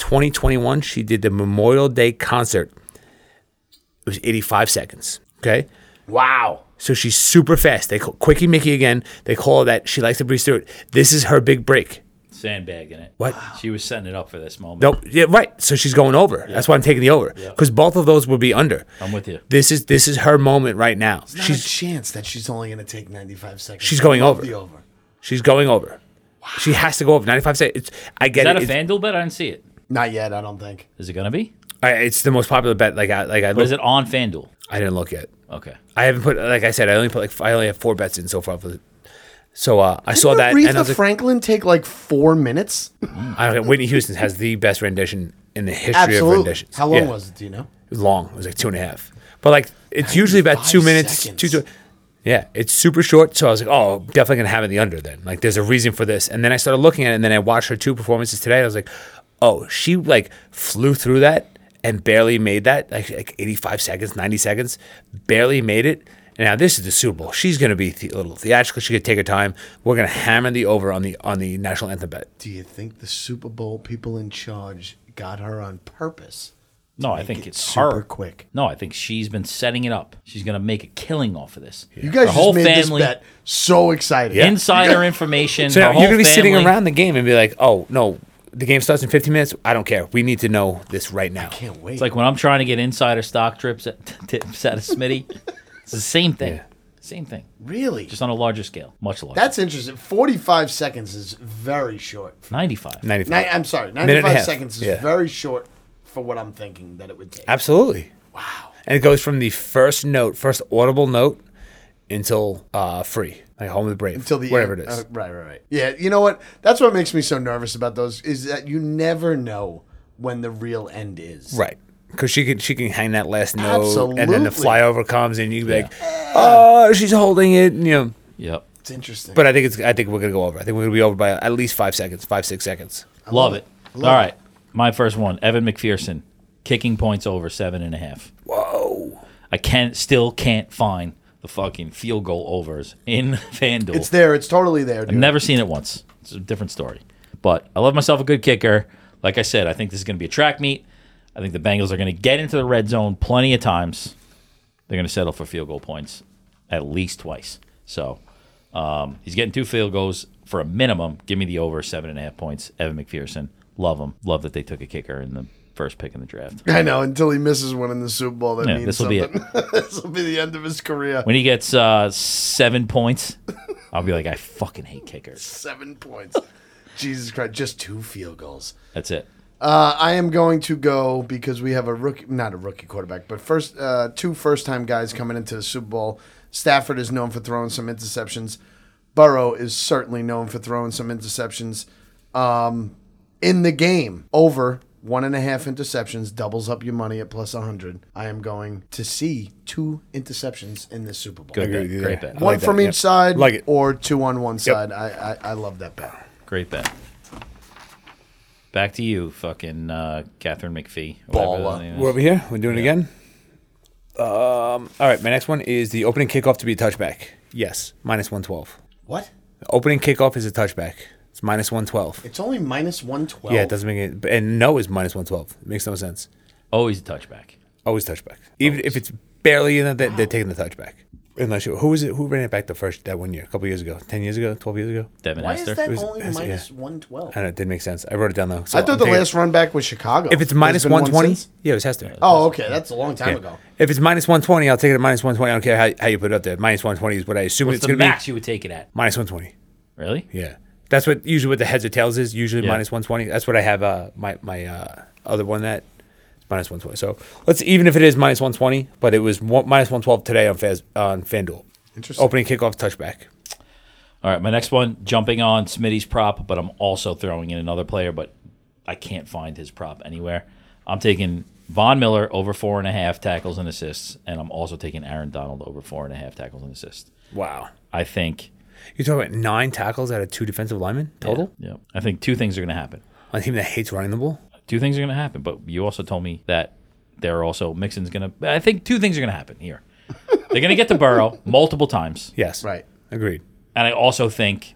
S4: 2021, she did the Memorial Day concert. It was 85 seconds. Okay.
S3: Wow.
S4: So she's super fast. They call Quickie Mickey again. They call that. She likes to breeze through it. This is her big break.
S2: Sandbagging it.
S4: What?
S2: She was setting it up for this moment.
S4: Nope. Yeah, right. So she's going over. That's why I'm taking the over because both of those would be under.
S2: I'm with you.
S4: This is this is her moment right now.
S3: Not a
S4: She's
S3: chance that she's only going to take ninety-five seconds.
S4: She's going
S3: I love
S4: over.
S3: The over.
S4: she's going over. She has to go over 95 seconds. It's, I get
S2: Is that a
S4: it. It's,
S2: FanDuel bet? I didn't see it.
S3: Not yet. I don't think.
S2: Is it gonna be?
S4: I, it's the most popular bet. Like I like I
S2: But is
S4: looked,
S2: it on FanDuel?
S4: I didn't look yet.
S2: Okay.
S4: I haven't put like I said. I only put like I only have four bets in so far. For the, so uh, I saw that and I was
S3: Aretha
S4: like,
S3: Franklin take like four minutes.
S4: I don't know, Whitney Houston has the best rendition in the history of
S3: Absolutely.
S4: renditions.
S3: How long
S4: Yeah.
S3: was it? Do you know?
S4: It was long. It was like two and a half. But like it's usually about two
S3: 95
S4: minutes.
S3: seconds.
S4: Two, two, yeah, it's super short. So I was like, oh, I'm definitely gonna have it in the under then. Like there's a reason for this. And then I started looking at it, and then I watched her two performances today. I was like, oh, she like flew through that and barely made that. Like like 85 seconds, 90 seconds, barely made it. And now this is the Super Bowl. She's gonna be the- a little theatrical. She could take her time. We're gonna hammer the over on the on the national anthem bet.
S3: Do you think the Super Bowl people in charge got her on purpose?
S2: No, I think
S3: Get
S2: it's
S3: super
S2: her.
S3: quick.
S2: No, I think she's been setting it up. She's gonna make a killing off of this.
S3: You guys
S2: her
S3: just
S2: whole
S3: made
S2: family,
S3: this bet so excited.
S2: insider information.
S4: So
S2: her
S4: now
S2: whole
S4: you're gonna be sitting
S2: family.
S4: around the game and be like, "Oh no, the game starts in 15 minutes. I don't care. We need to know this right now."
S3: Can't wait.
S2: It's like when I'm trying to get insider stock trips at, tips out of Smitty. It's the same thing.
S4: Yeah.
S2: Same thing,
S3: really?
S2: just on a larger scale, much larger.
S3: That's interesting. 45 seconds is very short.
S2: 95.
S4: 95.
S3: Ni- I'm sorry.
S4: and a
S3: 95
S4: half.
S3: seconds is
S4: Yeah.
S3: very short for what I'm thinking that it would take.
S4: Absolutely. Wow. And it goes from the first note, first audible note, until uh, free, like home of the brave,
S3: Until the
S4: whatever
S3: end.
S4: it is.
S3: Uh, right, right, right. Yeah, you know what? That's what makes me so nervous about those is that you never know when the real end is.
S4: right. Because she can she can hang that last note, and then the
S3: Absolutely.
S4: flyover comes, and you can be like, "Oh, she's holding it," and, you know.
S2: Yep.
S3: It's interesting.
S4: But I think it's I think we're gonna go over. I think we're gonna be over by at least five seconds, five six seconds.
S2: Love it.
S3: love
S2: All right. My first one, Evan McPherson, kicking points over seven and a half. Whoa. I can't still can't find the fucking field goal overs in FanDuel.
S3: It's there. It's totally there, dude.
S2: I've never seen it once. It's a different story. But I love myself a good kicker. Like I said, I think this is going to be a track meet. I think the Bengals are going to get into the red zone plenty of times. They're going to settle for field goal points at least twice. So um, he's getting two field goals for a minimum. Give me the over seven and a half points. Evan McPherson. Love him. Love that they took a kicker in the first pick in the draft.
S3: I know. Until he misses one in the Super Bowl, that
S2: Yeah,
S3: means
S2: this'll be it.
S3: something. this will be the end of his career.
S2: When he gets uh, seven points, I'll be like, I fucking hate kickers.
S3: Seven points. Jesus Christ! Just two field goals.
S2: That's it.
S3: Uh, I am going to go because we have a rookie, not a rookie quarterback, but first uh, two first-time guys coming into the Super Bowl. Stafford is known for throwing some interceptions. Burrow is certainly known for throwing some interceptions. Um, in the game, over one and a half interceptions doubles up your money at plus 100. I am going to see two interceptions in this Super Bowl.
S2: Good bet.
S6: with you
S2: Great
S6: there.
S2: bet.
S6: I
S3: One
S6: like that,
S3: from
S6: yeah.
S3: each side,
S6: Like it.
S3: or two on one side. I, I I love that bet.
S2: Great bet. Back to you, fucking uh, Catherine McPhee.
S3: Baller.
S2: Whatever the name is.
S4: We're over here. We're doing it again. Um, all right. My next one is the opening kickoff to be a touchback. Yes, minus one twelve.
S3: What?
S4: The opening kickoff is a touchback. It's minus one twelve.
S3: It's only minus 112.
S4: Yeah, it doesn't make it. And no is minus one twelve. It makes no sense.
S2: Always a touchback.
S4: Always touchback. Even if it's barely in it, they- they're taking the touchback. Unless you, who was it? Who ran it back the first that one year? A couple years ago, ten years ago, twelve years ago.
S2: Devin
S3: Why
S2: Hester.
S3: is that
S4: It was-
S3: only
S4: it's-
S3: minus
S4: yeah.
S3: one twelve?
S4: I don't know. It didn't make sense. I wrote it down though. So
S3: I thought
S4: I'm
S3: the
S4: taking-
S3: last run back was Chicago.
S4: If it's
S3: There's
S4: minus
S3: been one
S4: one twenty,
S3: since?
S4: yeah, it was Hester.
S3: Oh, okay, that's a long time
S4: Yeah.
S3: ago.
S4: If it's minus one twenty, I'll take it at minus one twenty. I don't care how, how you put it up there. Minus one twenty is what I assume
S2: What's
S4: it's
S2: the
S4: going to be.
S2: max you would take it at?
S4: Minus one twenty.
S2: Really?
S4: Yeah, that's what usually what the heads or tails is. Usually
S2: Yeah.
S4: minus one twenty. That's what I have. Uh, my my uh, other one that minus one twenty. So let's even if it is minus one twenty, but it was one, minus one twelve today on Faz, on FanDuel.
S3: Interesting.
S4: Opening kickoff touchback.
S2: All right, my next one, jumping on Smitty's prop, but I'm also throwing in another player, but I can't find his prop anywhere. I'm taking Von Miller over four and a half tackles and assists, and I'm also taking Aaron Donald over four and a half tackles and assists.
S4: Wow,
S2: I think.
S4: you're talking about nine tackles out of two defensive linemen total.
S2: Yeah. I think two things are going to happen.
S4: On A team that hates running the ball.
S2: two things are going to happen. But you also told me that there are also Mixon's going to. I think two things are going to happen here. They're going to get to Burrow multiple times,
S4: Yes,
S3: Right.
S4: agreed.
S2: and I also think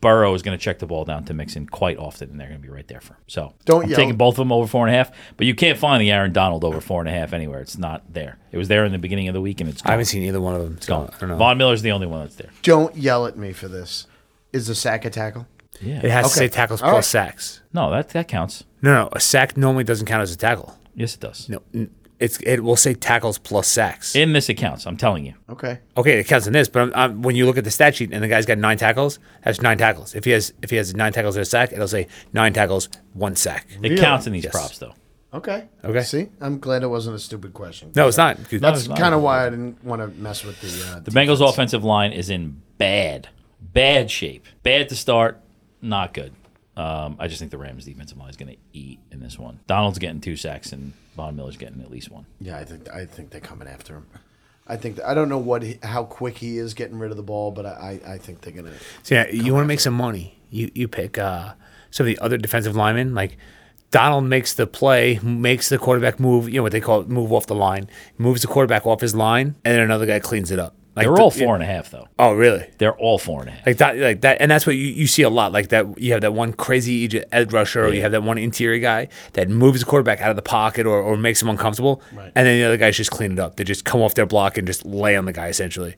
S2: Burrow is going to check the ball down to Mixon quite often, and they're going to be right there for him. So
S3: Don't
S2: I'm
S3: yell.
S2: taking both of them over four and a half. But you can't find the Aaron Donald over four and a half anywhere. It's not there. It was there in the beginning of the week, and it's
S4: I
S2: gone.
S4: haven't seen either one of them. So
S2: gone.
S4: I don't know.
S2: Von Miller's the only one that's there.
S3: Don't yell at me for this. Is the sack a tackle?
S4: it has to
S3: Okay.
S4: say tackles
S3: All
S4: plus
S3: right.
S4: sacks.
S2: No, that that counts.
S4: No, no, a sack normally doesn't count as a tackle.
S2: Yes, it does.
S4: No, n- it's it will say tackles plus sacks.
S2: In this, it counts. I'm telling you.
S3: Okay.
S4: Okay, it counts in this, but I'm, I'm, when you look at the stat sheet and the guy's got nine tackles, that's nine tackles. If he has if he has nine tackles and a sack, it'll say nine tackles, one sack.
S2: It counts in these
S4: Yes.
S2: props, though.
S3: Okay.
S4: Okay.
S3: See, I'm glad it wasn't a stupid question.
S4: No, it's not.
S3: That's
S2: it's not.
S3: kind of why I didn't want to mess with the. Uh,
S2: The Bengals' offensive line is in bad, bad shape. Bad to start, not good. Um, I just think the Rams' defensive line is going to eat in this one. Donald's getting two sacks, and Von Miller's getting at least one.
S3: Yeah, I think I think they're coming after him. I think I don't know what he, how quick he is getting rid of the ball, but I, I, I think they're gonna.
S4: So, yeah, you want to make some money. You you pick uh, some of the other defensive linemen. Like Donald makes the play, makes the quarterback move. You know what they call it, move off the line. Moves the quarterback off his line, and then another guy cleans it up. Like
S2: They're
S4: the-
S2: all four and a half, though.
S4: Oh, really?
S2: They're all four and a half.
S4: Like that, like that, and that's what you, you see a lot. Like that, you have that one crazy Egypt edge rusher, or you have that one interior guy that moves the quarterback out of the pocket or, or makes him uncomfortable, and then the other guys just clean it up. They just come off their block and just lay on the guy essentially.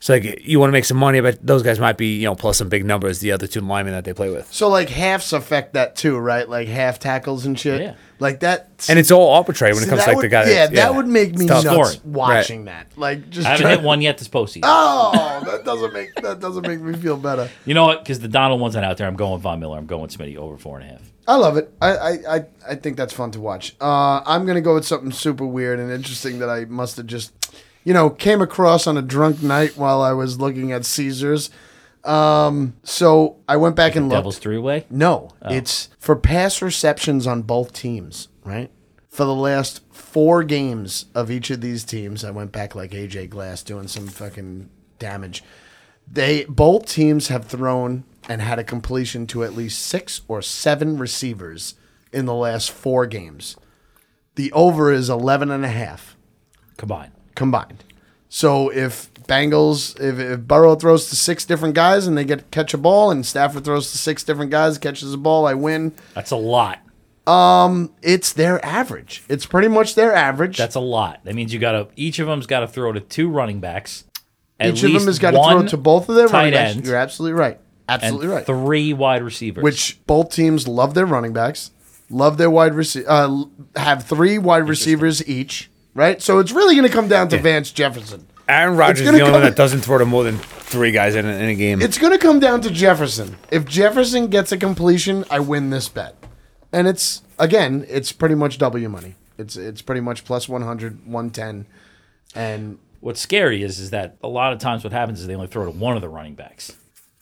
S4: So like you want to make some money, but those guys might be you know plus some big numbers. The other two linemen that they play with,
S3: So like halves affect that too, right? Like half tackles and shit.
S2: Yeah.
S3: Like that.
S4: and it's all arbitrary when
S3: See,
S4: it comes
S3: that
S4: to like
S3: would-
S4: the guy.
S3: Yeah,
S4: that-
S3: that would make me
S4: It's tough.
S3: nuts
S2: Boring.
S3: watching that. Like just
S2: I haven't
S3: try-
S2: hit one yet this postseason.
S3: Oh, that doesn't make that doesn't make me feel better.
S2: You know what? Because the Donald one's not out there. I'm going Von Miller. I'm going Smitty over four and a half.
S3: I love it. I I, I, I think that's fun to watch. Uh, I'm gonna go with something super weird and interesting that I must have just, you know, came across on a drunk night while I was looking at Caesars. Um, so I went back and looked.
S2: Devil's three way.
S3: No, it's for pass receptions on both teams, right? For the last four games of each of these teams, I went back like AJ Glass doing some fucking damage. They both teams have thrown and had a completion to at least six or seven receivers in the last four games. The over is 11 and a half
S2: Combined.
S3: combined. So if Bengals, if, if Burrow throws to six different guys and they get catch a ball, and Stafford throws to six different guys, catches a ball, I win.
S2: That's a lot.
S3: It's their average. It's pretty much their average.
S2: That's a lot. That means you got to each of them's got to throw to two running backs. at
S3: Each of them
S2: least
S3: has got to throw
S2: one
S3: to both of their
S2: tight
S3: running backs.
S2: end
S3: You're absolutely right.
S2: and
S3: Absolutely right.
S2: three wide receivers.
S3: Which both teams love their running backs, love their wide rece- uh, l- have three wide receivers each. Right. So it's really going to come down to Vance Jefferson.
S4: Aaron Rodgers is the
S3: gonna
S4: only one
S3: come-
S4: that doesn't throw to more than three guys in a, in a game.
S3: It's going to come down to Jefferson. If Jefferson gets a completion, I win this bet. And it's again, it's pretty much W money. It's it's pretty much plus 100, 110 and
S2: What's scary is is that a lot of times what happens is they only throw to one of the running backs.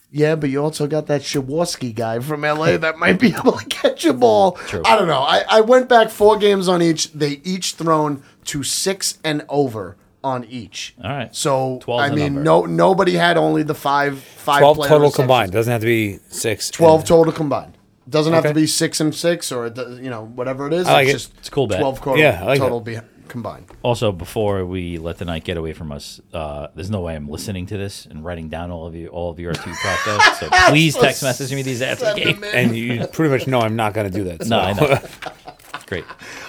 S3: Yeah, but you also got that Shawoski guy from LA that might be able to catch a ball. I don't know. I, I went back four games on each. They each thrown to six and over on each.
S2: All right.
S3: So
S2: 12
S3: I
S2: the
S3: mean,
S2: number.
S3: no nobody had only the five five
S4: 12
S3: player
S4: total
S3: receptions.
S4: combined. Doesn't have to be six.
S3: Twelve
S4: And-
S3: total combined. Doesn't have to
S4: Okay.
S3: be six and six or it does- you know whatever it is.
S4: I like
S3: it's
S4: it.
S3: just
S2: It's a cool bet.
S3: Twelve total,
S4: Yeah, I like
S3: total be- combined.
S2: Also, before we let the night get away from us, uh, there's no way I'm listening to this and writing down all of you all of your two prop bets. So please text message me these after the game.
S4: And you pretty much know I'm not going to do that.
S2: No, I
S4: so-
S2: know. Great.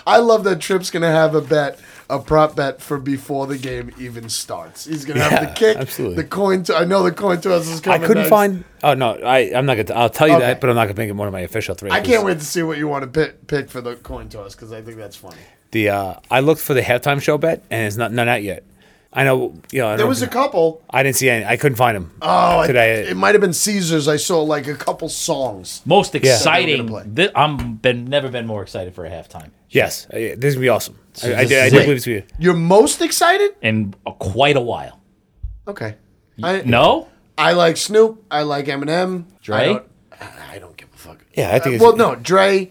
S3: I love that Tripp's gonna have a bet, a prop bet for before the game even starts. He's gonna have
S4: Yeah,
S3: the kick,
S4: absolutely.
S3: the coin. To, I know the coin toss is
S4: I
S3: coming.
S4: couldn't
S3: next.
S4: find. Oh no, I I'm not gonna. I'll tell you
S3: Okay.
S4: that, but I'm not gonna make it one of my official three.
S3: I
S4: 'cause
S3: can't wait to see what you want to pick, pick for the coin toss because I think that's funny.
S4: The uh, I looked for the halftime show bet, and it's not no not yet. I know. You know I
S3: There was a couple.
S4: I didn't see any. I couldn't find him.
S3: Oh,
S4: today.
S3: it might have been Caesars. I saw like a couple songs.
S2: Most
S3: We're
S2: exciting.
S3: gonna play.
S2: thi- I'm been never been more excited for a halftime,
S4: yes, uh, yeah, this would be awesome. I, I,
S2: this
S4: did, I
S2: is
S4: did
S2: it.
S4: believe it's you.
S3: You're most excited?
S2: in a, quite a while.
S3: Okay. I,
S2: No,
S3: I like Snoop. I like Eminem. I
S2: Dre?
S3: don't, I don't give a fuck.
S4: Yeah, I think. it's,
S3: Uh, well, no, Dre.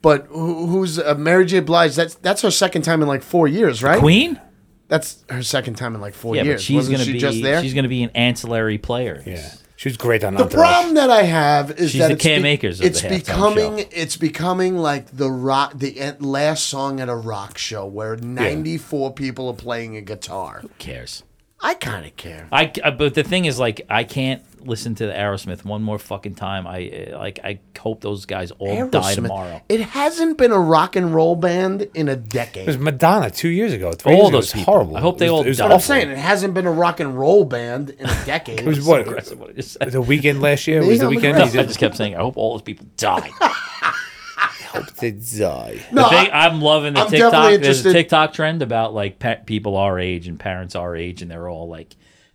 S3: But who, who's uh, Mary J. Blige? That's that's her second time in like four years, right?
S2: Queen.
S3: That's her second time in like four
S2: Yeah,
S3: years.
S2: but she's
S3: Wasn't
S2: gonna
S3: she
S2: be
S3: just there?
S2: she's gonna be an ancillary player.
S4: Yeah, she was great on
S3: the
S4: Entourage.
S3: problem that I have is
S2: She's
S3: that
S2: the
S3: it's,
S2: Cam Akers of
S3: it's
S2: the halftime
S3: becoming
S2: show.
S3: it's becoming like the rock the en- last song at a rock show where 94 people are playing a guitar.
S2: Who cares?
S3: I kind of care.
S2: I, I- but the thing is, like, I can't listen to the Aerosmith one more fucking time. I uh, like, I hope those guys all die
S3: Aerosmith,
S2: tomorrow.
S3: It hasn't been a rock and roll band in a decade.
S4: It was Madonna two years ago. Three
S2: All
S4: years ago.
S2: those
S4: It was
S2: people.
S4: horrible.
S2: I hope they
S4: It was-
S2: all
S4: it was
S2: die.
S3: I'm
S4: awful.
S3: saying it hasn't been a rock and roll band in a decade.
S4: It was what?
S2: Aggressive, what I just said.
S4: The weekend last year It was
S3: Yeah,
S4: the
S3: I'm
S4: weekend.
S2: No,
S4: He
S2: I
S4: did
S2: just kept saying, I hope all those people die.
S4: they die.
S2: The
S3: No,
S2: thing,
S3: I-
S2: I'm loving the
S3: I'm definitely
S2: TikTok. There's
S3: interested-
S2: a TikTok trend about like pa- people our age and parents our age, and they're all like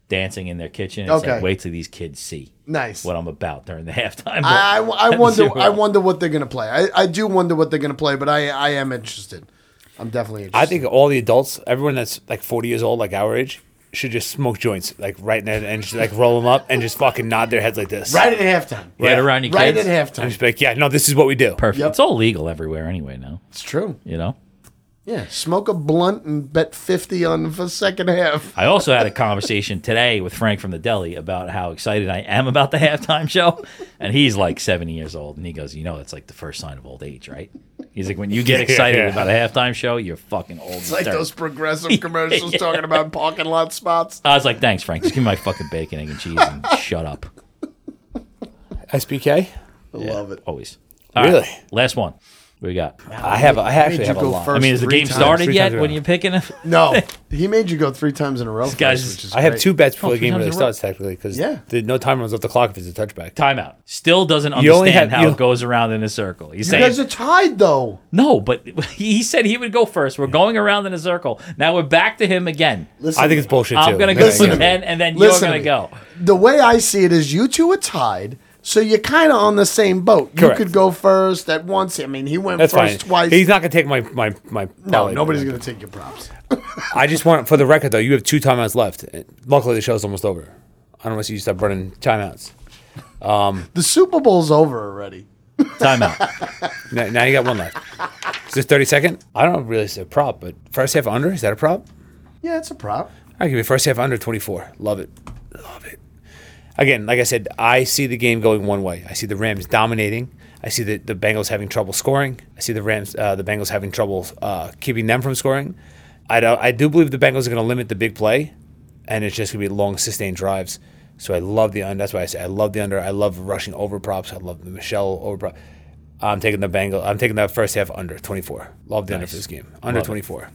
S2: dancing in their kitchen. It's
S3: Okay.
S2: like, wait till these kids see
S3: nice.
S2: what I'm about during the halftime.
S3: I, I, I
S2: But-
S3: wonder. I wonder what they're gonna play. I, I do wonder what they're gonna play, but I, I am interested. I'm definitely interested.
S4: I think all the adults, everyone that's like 40 years old, like our age, should just smoke joints like right now and just like roll them up and just fucking nod their heads like this.
S3: right at halftime.
S2: Right around your
S3: Right
S2: kids.
S3: at
S4: And
S3: halftime.
S4: just be like, yeah, no, this is what we do.
S2: Perfect.
S3: Yep.
S2: It's all legal everywhere anyway now.
S3: It's true.
S2: You know.
S3: Yeah, smoke a blunt and bet fifty on the second half.
S2: I also had a conversation today with Frank from the deli about how excited I am about the halftime show. And he's like 70 years old. And he goes, You know, that's like the first sign of old age, right? He's like, When you get excited
S4: Yeah.
S2: about a halftime show, you're fucking old. as
S3: It's like
S2: dirt."
S3: those progressive commercials talking about parking lot spots.
S2: I was like, Thanks, Frank. Just give me my fucking bacon, egg, and cheese and shut up.
S4: SBK?
S3: I love it.
S2: Always. All right,
S4: Really?
S2: last one. What we got?
S4: I have, I actually
S3: you
S4: have a
S3: go
S4: lot.
S3: first?
S2: I mean, is the
S3: Three
S2: game
S3: times.
S2: started
S4: Three
S2: yet
S4: times
S2: when
S4: around.
S2: you're picking it?
S3: No, he made you go three times in a row. This
S2: guy's-
S3: which is
S4: I have
S3: great.
S4: two bets before
S2: Oh,
S4: the game
S2: three
S4: really
S2: times in a row.
S4: starts, technically, because
S3: Yeah.
S4: no time runs off the clock if it's a touchback.
S2: Timeout. Still doesn't
S4: You only
S2: understand
S4: have-
S2: how
S4: you-
S2: it goes around in a circle. He's
S3: You
S2: saying,
S3: guys are tied though.
S2: No, but he said he would go first. We're going around in a circle. Now we're back to him again.
S3: Listen,
S4: I think it's bullshit, too.
S2: I'm gonna go
S3: Listen to me.
S2: again, and then
S3: Listen
S2: you're
S3: to
S2: gonna go.
S3: the way I see it is you two are tied. So you're kind of on the same boat.
S4: Correct.
S3: You could go first at once. I mean, he went
S4: That's fine.
S3: first twice.
S4: He's not going to take my. my, my
S3: no,
S4: volley.
S3: nobody's going to take your props.
S4: I just want, for the record, though, you have two timeouts left. Luckily, the show's almost over. I don't want to see you stop running timeouts.
S3: The Super Bowl's over already.
S2: Timeout.
S4: Now, now you got one left. Is this 30 second? I don't really see a prop, but first half under, is that a prop?
S3: Yeah, it's a prop.
S4: I give you first half under 24. Love it. Love it. again, like I said, I see the game going one way. I see the Rams dominating. I see the, the Bengals having trouble scoring. I see the Rams, uh, the Bengals having trouble uh, keeping them from scoring. I do, I do believe the Bengals are going to limit the big play, and it's just going to be long sustained drives. So I love the under. That's why I say I love the under. I love rushing over props. I love the Michelle over prop. I'm taking the Bengal. I'm taking the first half under 24. Love the under for this game. Under
S2: Love it.
S4: 24.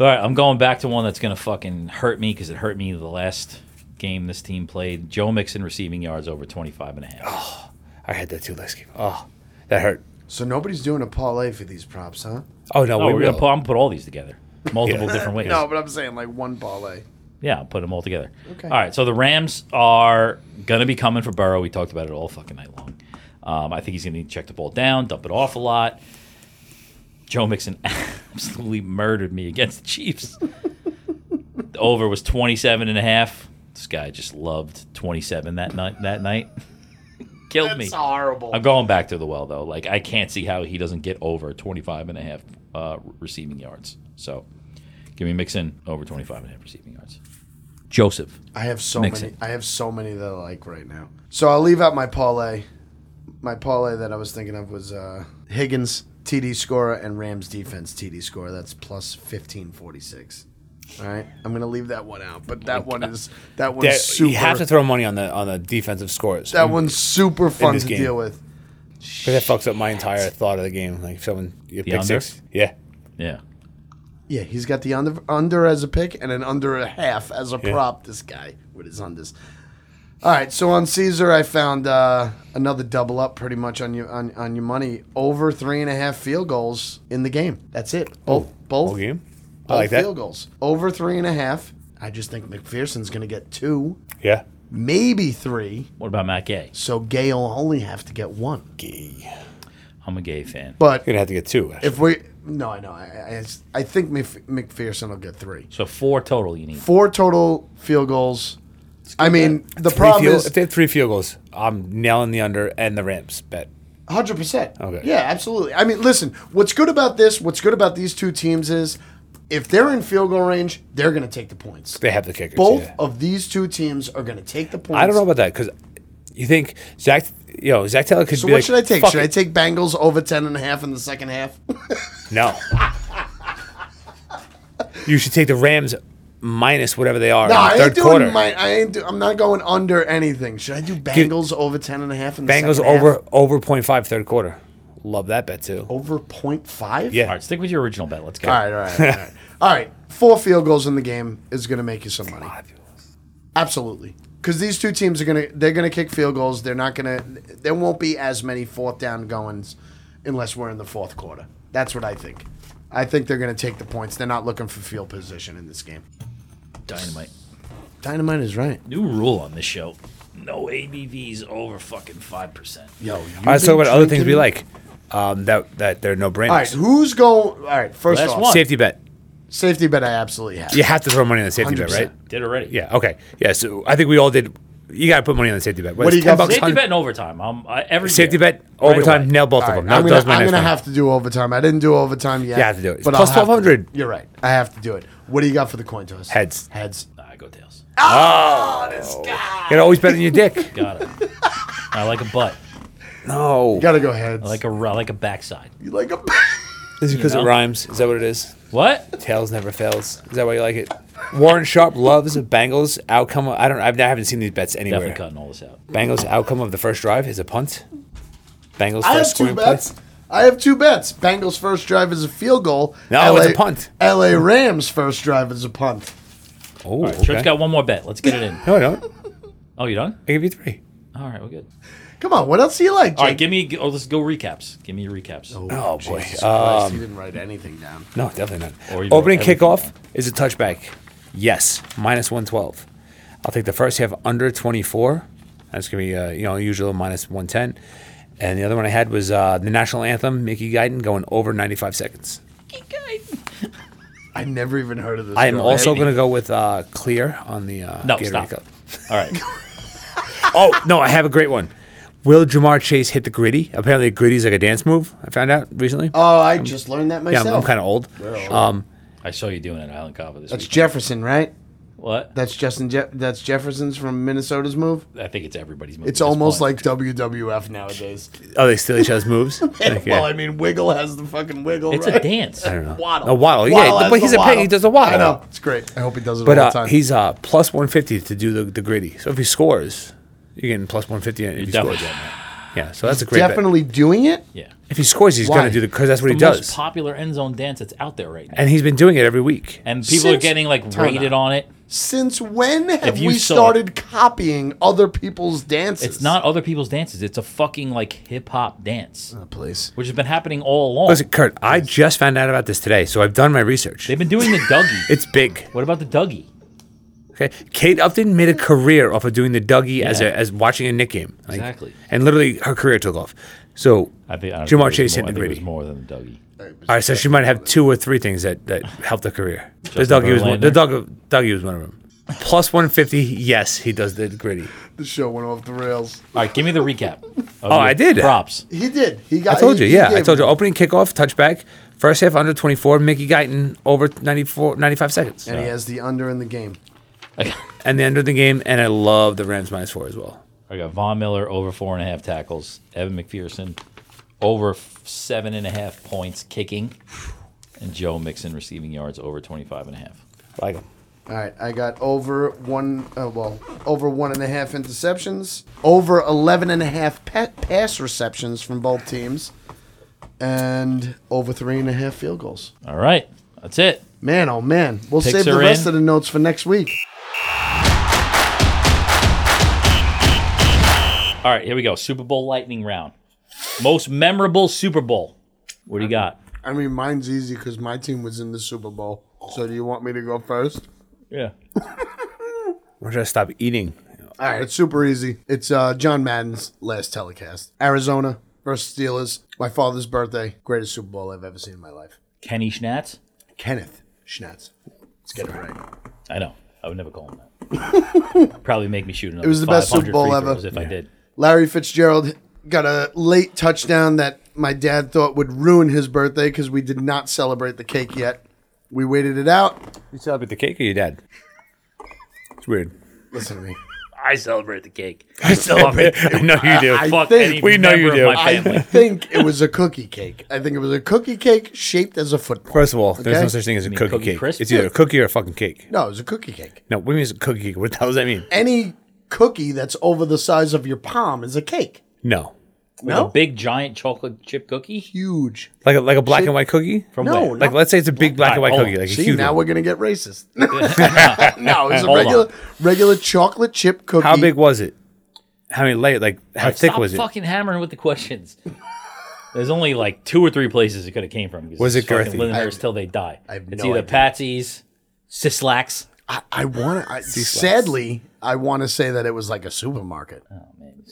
S2: All right, I'm going back to one that's going to fucking hurt me because it hurt me the last game this team played. Joe Mixon receiving yards over 25 and a
S3: Oh,
S2: half.
S4: I had that too last game. Oh, that hurt.
S3: So nobody's doing a parlay for these props, huh?
S4: Oh no,
S2: No,
S4: we
S2: we're
S4: will.
S2: gonna put, I'm gonna put all these together, multiple different ways.
S3: No, but I'm saying like one parlay.
S2: Yeah, I'll put them all together.
S3: Okay.
S2: All right, so the Rams are going to be coming for Burrow. We talked about it all fucking night long. Um, I think he's going to need to check the ball down, dump it off a lot. Joe Mixon absolutely murdered me against the Chiefs. the over was 27 and a half. This guy just loved 27 that night. That night. Killed me.
S3: horrible.
S2: I'm going back to the well, though. Like, I can't see how he doesn't get over 25 and a half uh, receiving yards. So give me Mixon over 25 and a half receiving yards. Joseph.
S3: I have so
S2: Mix
S3: many.
S2: it.
S3: I have so many that I like right now. So I'll leave out my parlay. My parlay that I was thinking of was uh, Higgins TD scorer and Rams defense TD scorer. That's plus fifteen forty six. All right, I'm gonna leave that one out, but that one is that one's
S4: That-
S3: super.
S4: You have to throw money on the on the defensive scores.
S3: that one's super fun
S4: this
S3: to
S4: game.
S3: deal with.
S4: 'Cause that fucks up my entire thought of the game. Like if someone you pick
S2: under?
S4: six. Yeah.
S2: Yeah.
S3: Yeah, he's got the under under as a pick and an under a half as a
S4: Yeah.
S3: prop. This guy with his unders. All right, so on Caesar, I found uh, another double up, pretty much on your on, on your money over three and a half field goals in the game. That's it. Both both
S4: Whole game. Oh, I
S3: both
S4: like that.
S3: field goals over three and a half. I just think McPherson's going to get two,
S4: Yeah.
S3: maybe three.
S2: What about Matt Gay?
S3: So Gay will only have to get one.
S2: I'm a gay fan.
S3: But
S4: You're gonna have to get two. actually.
S3: if we no, I know I I, I think Mc- McPherson will get three.
S2: So four total you need.
S3: four total field goals. I mean, the
S4: Three
S3: problem
S4: field-
S3: is
S4: if they have three field goals, I'm nailing the under and the Rams bet.
S3: hundred percent.
S4: Okay.
S3: Yeah, absolutely. I mean, listen, what's good about this? What's good about these two teams is if they're in field goal range, they're going to take the points.
S4: They have the kickers.
S3: Both
S4: yeah.
S3: of these two teams are going to take the points.
S4: I don't know about that because you think Zach, you know, Zach Taylor could
S3: So
S4: be
S3: what
S4: like,
S3: should I take?
S4: "Fuck
S3: Should I
S4: it."
S3: take Bengals over ten and a half in the second half?
S4: No. you should take the Rams minus whatever they are.
S3: no,
S4: in the
S3: I
S4: third
S3: ain't doing
S4: quarter.
S3: my. I ain't. Do, I'm not going under anything. Should I do Bengals over ten and a half in the
S4: Bengals
S3: second half?
S4: over over point five third quarter. Love that bet too.
S3: over point five?
S4: Yeah.
S2: All right, stick with your original bet. Let's go.
S3: All right, all right, all right. all right. Four field goals in the game is going to make you some money. Absolutely. Because these two teams are gonna they're gonna kick field goals. They're not gonna there won't be as many fourth down goings unless we're in the fourth quarter. That's what I think. I think they're gonna take the points. They're not looking for field position in this game.
S2: Dynamite.
S3: Dynamite is right.
S2: New rule on this show. No ABVs over fucking 5%.
S3: Yo,
S4: All right, let's talk about other things we like. Um, that that they're no
S3: All right,
S4: brainers.
S3: who's going? All right, first
S2: Last
S3: off,
S2: one.
S4: Safety bet.
S3: safety bet I absolutely have.
S4: You have to throw money on the safety bet,
S3: 100%.
S4: right?
S2: Did already.
S4: Yeah. Okay. Yeah. So I think we all did. You got to put money on the safety bet.
S3: What do you got for
S2: Safety
S4: on-
S2: bet in overtime. Um, I every
S4: Safety
S2: year.
S4: bet
S2: Right
S4: overtime.
S2: away.
S4: nail both
S3: All
S4: of them.
S3: right, I'm
S4: That- that was
S3: gonna,
S4: my
S3: I'm
S4: next
S3: gonna
S4: one.
S3: have to do overtime. I didn't do overtime yet.
S4: You have to do it.
S3: But
S4: Plus
S3: I'll have to
S4: 1200.
S3: do it. You're right. I have to do it. What do you got for the coin toss?
S4: Heads.
S3: Heads.
S2: Nah, I go tails.
S4: You gotta always bet on your dick.
S2: Got it. I like a butt.
S4: no.
S3: Gotta go heads.
S2: I like a, I like a backside.
S3: you like a.
S4: Is it because
S2: know?
S4: it rhymes? Is that what it is?
S2: What?
S4: Tails never fails. Is that why you like it? Warren Sharp loves Bengals outcome. I don't. I've, I haven't seen these bets anywhere.
S2: Definitely cutting all this out.
S4: Bengals outcome of the first drive is a punt. Bengals
S3: I
S4: first
S3: have two
S4: scoring
S3: bets.
S4: play.
S3: I have two bets. Bengals first drive is a field goal.
S4: No, it's a punt.
S3: LA Rams first drive is a punt.
S4: Oh,
S2: Trent's got one more bet. Let's get it in.
S4: no, I don't.
S2: Oh, you done?
S4: I give you three.
S2: All right, we're good.
S3: Come on, what else do you like?
S2: All right,
S3: Jake?
S2: give me. Oh, let's go recaps. Give me your recaps.
S4: Oh boy.
S3: Jesus
S4: Uh,
S3: Christ, he didn't write anything down.
S4: no, definitely
S2: Or you
S4: not.
S2: know
S4: Opening
S2: everything.
S4: kickoff is a touchback. Yes, minus one twelve. I'll take the first half under twenty four. That's gonna be uh, you know usual minus one ten. And the other one I had was uh, the national anthem, Mickey Guyton, going over ninety five seconds.
S3: I never even heard of this.
S4: I am
S3: girl.
S4: also
S2: maybe.
S4: going to go with uh, clear on the uh,
S2: No,
S4: Gatorade
S2: stop.
S4: Cup.
S2: All right.
S4: Oh no, I have a great one. Will Jamar Chase hit the gritty? Apparently, gritty is like a dance move. I found out recently.
S3: Oh, I just learned that
S4: yeah, I'm,
S3: myself.
S4: kind of old. Um,
S2: I saw you doing it at Island Cava this
S3: That's
S2: week.
S3: Jefferson, right?
S2: What?
S3: That's Justin. Je- that's Jefferson's from Minnesota's move.
S2: I think it's everybody's move.
S3: It's almost like WWF nowadays.
S4: Oh, they steal each other's moves. Okay.
S3: Well, I mean, Wiggle has the fucking wiggle.
S2: it's
S3: right?
S2: a dance.
S4: I don't know.
S3: Waddle.
S4: A waddle. Yeah,
S3: Waddle has
S4: but he's
S3: the
S4: a pig. He does a waddle.
S3: I know. It's great. I hope he does it
S4: But
S3: all the
S4: uh,
S3: time.
S4: he's uh, plus 150 to do the, the gritty. So if he scores, you're getting plus 150 if
S2: You're
S4: he
S2: definitely
S4: scores.
S2: getting that.
S4: Yeah, so that's a great bet.
S3: definitely doing it.
S2: Yeah. It's
S4: If he scores, he's
S3: Why?
S4: going to do the because that's what
S2: the
S4: he
S2: most
S4: does.
S2: popular end zone dance that's out there right now.
S4: and he's been doing it every week.
S2: And people are
S3: Since-
S2: getting like
S3: Turn
S2: rated on it.
S3: Since when have
S2: If you
S3: we
S2: saw-
S3: started copying other people's dances?
S2: It's not other people's dances. It's a fucking like hip hop dance,
S3: Please.
S2: which has been happening all along.
S4: Oh. Listen, Kurt, I just found out about this today, so I've done my research.
S2: They've been doing the Dougie.
S4: It's big.
S2: what about the Dougie?
S4: Okay, Kate Upton made a career off of doing the Dougie as
S2: Yeah.
S4: a, as watching a Nick game. Like-
S2: Exactly.
S4: And literally, her career took off. So,
S2: I think I don't
S4: Jamar
S2: think it was
S4: Chase
S2: more,
S4: hitting
S2: I think it was
S4: the gritty. All
S2: more than the Dougie.
S4: right, so she might have two or three things that, that helped her career. The
S2: Justin
S4: Dougie was one. The
S2: Verlander?
S4: Dougie, Dougie was one of them. Plus one fifty. Yes, he does the gritty.
S3: The show went off the rails.
S2: All right, give me the recap. Oh,
S4: I did.
S2: Props.
S3: He did. He got.
S4: I told
S3: he-
S4: you,
S3: he
S4: yeah. I
S3: gave
S4: told you.
S3: him-
S4: Opening kickoff, touchback. First half under 24. Mickey Guyton over 94, 95 seconds.
S3: And he has the under in the game.
S4: And the end of the game. And I love the Rams minus four as well.
S2: I got Von Miller over four and a half tackles. Evan McPherson over f- seven and a half points kicking. And Joe Mixon receiving yards over 25 and a half.
S4: Like him.
S3: All right, I got over one. Uh, well, over one and a half interceptions, over eleven and a half pa- pass receptions from both teams, and over three and a half field goals.
S2: All right. That's it.
S3: Man, oh man, we'll
S2: Picks
S3: save the
S2: are
S3: rest
S2: in.
S3: of the notes for next week.
S2: All right. Here we go. Super Bowl lightning round. Most memorable Super Bowl. What do you got?
S3: I mean, mine's easy because my team was in the Super Bowl. So, do you want me to go first?
S2: Yeah.
S4: We're going to stop eating.
S3: All right, it's super easy. It's uh, John Madden's last telecast. Arizona versus Steelers. My father's birthday. Greatest Super Bowl I've ever seen in my life.
S2: Kenny Schnatz.
S3: Kenneth Schnatz. Let's get it right.
S2: I know. I would never call him that. Probably make me shoot another. It
S3: was the best Super Bowl ever.
S2: If I did.
S3: Larry Fitzgerald got a late touchdown that my dad thought would ruin his birthday because we did not celebrate the cake yet. We waited it out.
S4: You celebrate the cake or your dad? It's weird.
S3: Listen to me.
S2: I celebrate the cake.
S4: I celebrate. I know you do.
S3: I
S2: Fuck
S3: think-
S2: any
S4: We know you
S2: member
S4: do.
S2: Of my
S4: I-
S2: family.
S3: I think it was a cookie cake. I think it was a cookie cake shaped as a football.
S4: First of all, there's no
S3: Okay.
S4: such thing as a
S2: mean
S4: cookie,
S2: cookie
S4: cake.
S2: crisp?
S4: It's either a cookie or a fucking cake.
S3: No, it was a cookie cake.
S4: No, what do you mean it's a cookie cake? What the hell does that mean?
S3: Any cookie that's over the size of your palm is a cake.
S4: No.
S2: A big giant chocolate chip cookie.
S3: Huge.
S4: Like a, like a black and white cookie? From
S3: No,
S4: Like, let's say it's a big black and white
S2: Alright, hold
S4: cookie.
S2: on.
S4: Like a
S3: See,
S4: huge
S3: now
S4: one.
S3: we're gonna get racist. no, it's a
S2: Hold
S3: regular,
S2: on.
S3: regular chocolate chip cookie.
S4: How big was it? How many layers? Like, how thick
S2: Stop
S4: was it?
S2: fucking hammering with the questions. There's only like two or three places it could have came from. 'cause
S4: Was
S2: it's
S4: it
S2: fucking
S4: girthy?
S2: living
S3: I
S2: there
S3: have-
S2: till they die.
S3: I have
S2: it's
S3: no
S2: either
S3: idea.
S2: Patsy's, Sislak's.
S3: I, I want to. Sadly, I want to say that it was like a supermarket.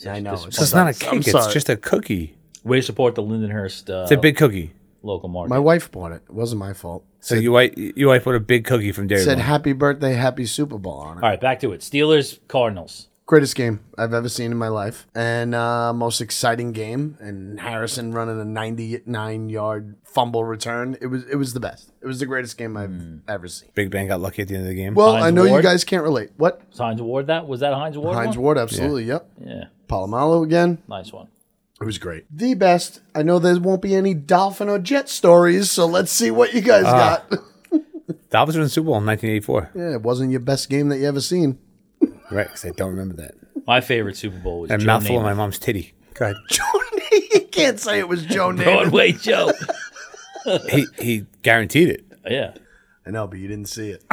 S3: I know.
S2: Oh, This-
S3: it's
S4: So it's not a
S3: I'm
S4: cake. It's
S3: sorry. Oh.
S4: just a cookie.
S2: Way to support the Lindenhurst uh,
S4: It's a big cookie.
S2: local market.
S3: My wife bought it. It wasn't my fault.
S4: So you wife, you wife put a big cookie from Dairy
S3: Said
S4: Farm.
S3: happy birthday, happy Super Bowl on it.
S2: All right, back to it. Steelers, Cardinals.
S3: Greatest game I've ever seen in my life, and uh, most exciting game. And Harrison running a 99 yard fumble return. It was it was the best. It was the greatest game I've ever seen.
S4: Big Bang got lucky at the end of the game.
S3: Well,
S2: Hmm. Heinz
S3: I know you
S2: Ward?
S3: guys can't relate. What
S2: Was Heinz Ward that? Was that a Heinz Ward?
S3: Heinz
S2: one?
S3: Ward? Absolutely. Yep.
S2: Yeah,
S3: Palomalo again.
S2: nice one.
S3: It was great. The best. I know there won't be any dolphin or jet stories, so let's see what you guys
S2: Ah.
S3: got.
S4: Dolphins were in the Super Bowl in 1984.
S3: yeah, it wasn't your best game that you ever seen.
S4: Right, because I don't remember that.
S2: My favorite Super Bowl was
S4: A
S2: Joe
S4: mouthful of
S2: Namath.
S4: my mom's titty. Go ahead.
S3: Joe Namath- you can't say it was Joe Namath.
S2: Broadway Joe.
S4: he, he guaranteed it.
S2: yeah.
S3: I know, but you didn't see it.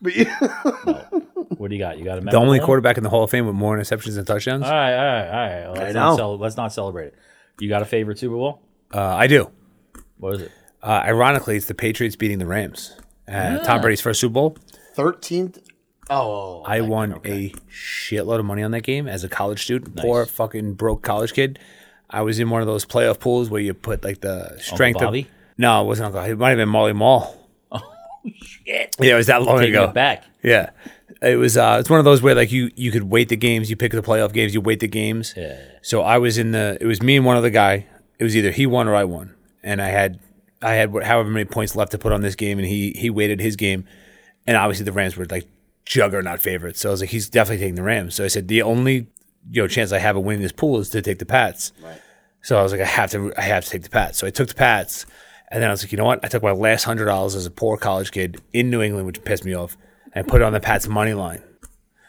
S3: But you,
S2: What do you got? You got a
S4: The only
S2: memorable one?
S4: quarterback in the Hall of Fame with more interceptions than touchdowns.
S2: All right, all right, all right. Well, let's,
S3: know.
S2: not cel- let's not celebrate it. You got a favorite Super Bowl?
S4: Uh, I do.
S2: What is it?
S4: Uh, ironically, it's the Patriots beating the Rams. Uh, Tom Brady's first Super Bowl.
S3: 13th. Oh,
S4: I won a shitload of money on that game as a college student, poor fucking broke college kid. I was in one of those playoff pools where you put like the strength
S2: Bobby? Oh,
S4: of. No, it wasn't Uncle. It might have been Molly Mall.
S2: Shit.
S4: Yeah, it was that long
S2: Taking
S4: ago.
S2: it back.
S4: Yeah, it was. Uh, it's one of those where like you you could wait the games. You pick the playoff games. You wait the games.
S2: Yeah.
S4: So I was in the. It was me and one other guy. It was either he won or I won, and I had I had what- however many points left to put on this game, and he he waited his game, and obviously the Rams were like juggernaut favorite. So I was like, he's definitely taking the Rams. So I said, the only you know chance I have of winning this pool is to take the Pats. So I was like, I have to, I have to take the Pats. So I took the Pats, and then I was like, you know what? I took my last hundred dollars as a poor college kid in New England, which pissed me off, and I put it on the Pats money line.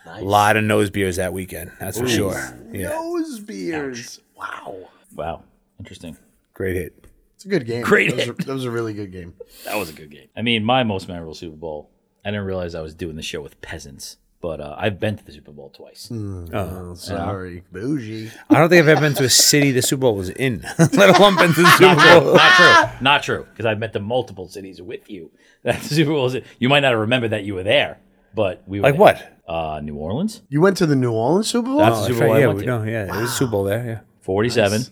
S4: A lot of nose beers that weekend, that's for sure. Yeah,
S3: Nose beers. Wow.
S2: Wow. Interesting.
S4: great hit.
S3: It's a good game.
S2: Great
S3: That was, a, that was a really good game.
S2: That was a good game. I mean, my most memorable Super Bowl. I didn't realize I was doing the show with peasants, but uh, I've been to the Super Bowl twice.
S4: Hmm.
S3: Oh, sorry. Bougie.
S4: Uh, I don't think I've ever been to a city the Super Bowl was in, let alone been to the Super Bowl.
S2: Not true. Not true. Because I've been to multiple cities with you. That the Super Bowl was. You might not remember that you were there, but we were
S4: Like
S2: there.
S4: what?
S2: Uh, New Orleans,
S3: You went to the New Orleans Super Bowl?
S2: That's-
S4: Oh,
S2: Super
S4: that's right,
S2: Bowl I
S4: yeah,
S2: went
S4: we,
S2: to.
S4: no, yeah, it was Super Bowl there. Yeah.
S2: forty-seven.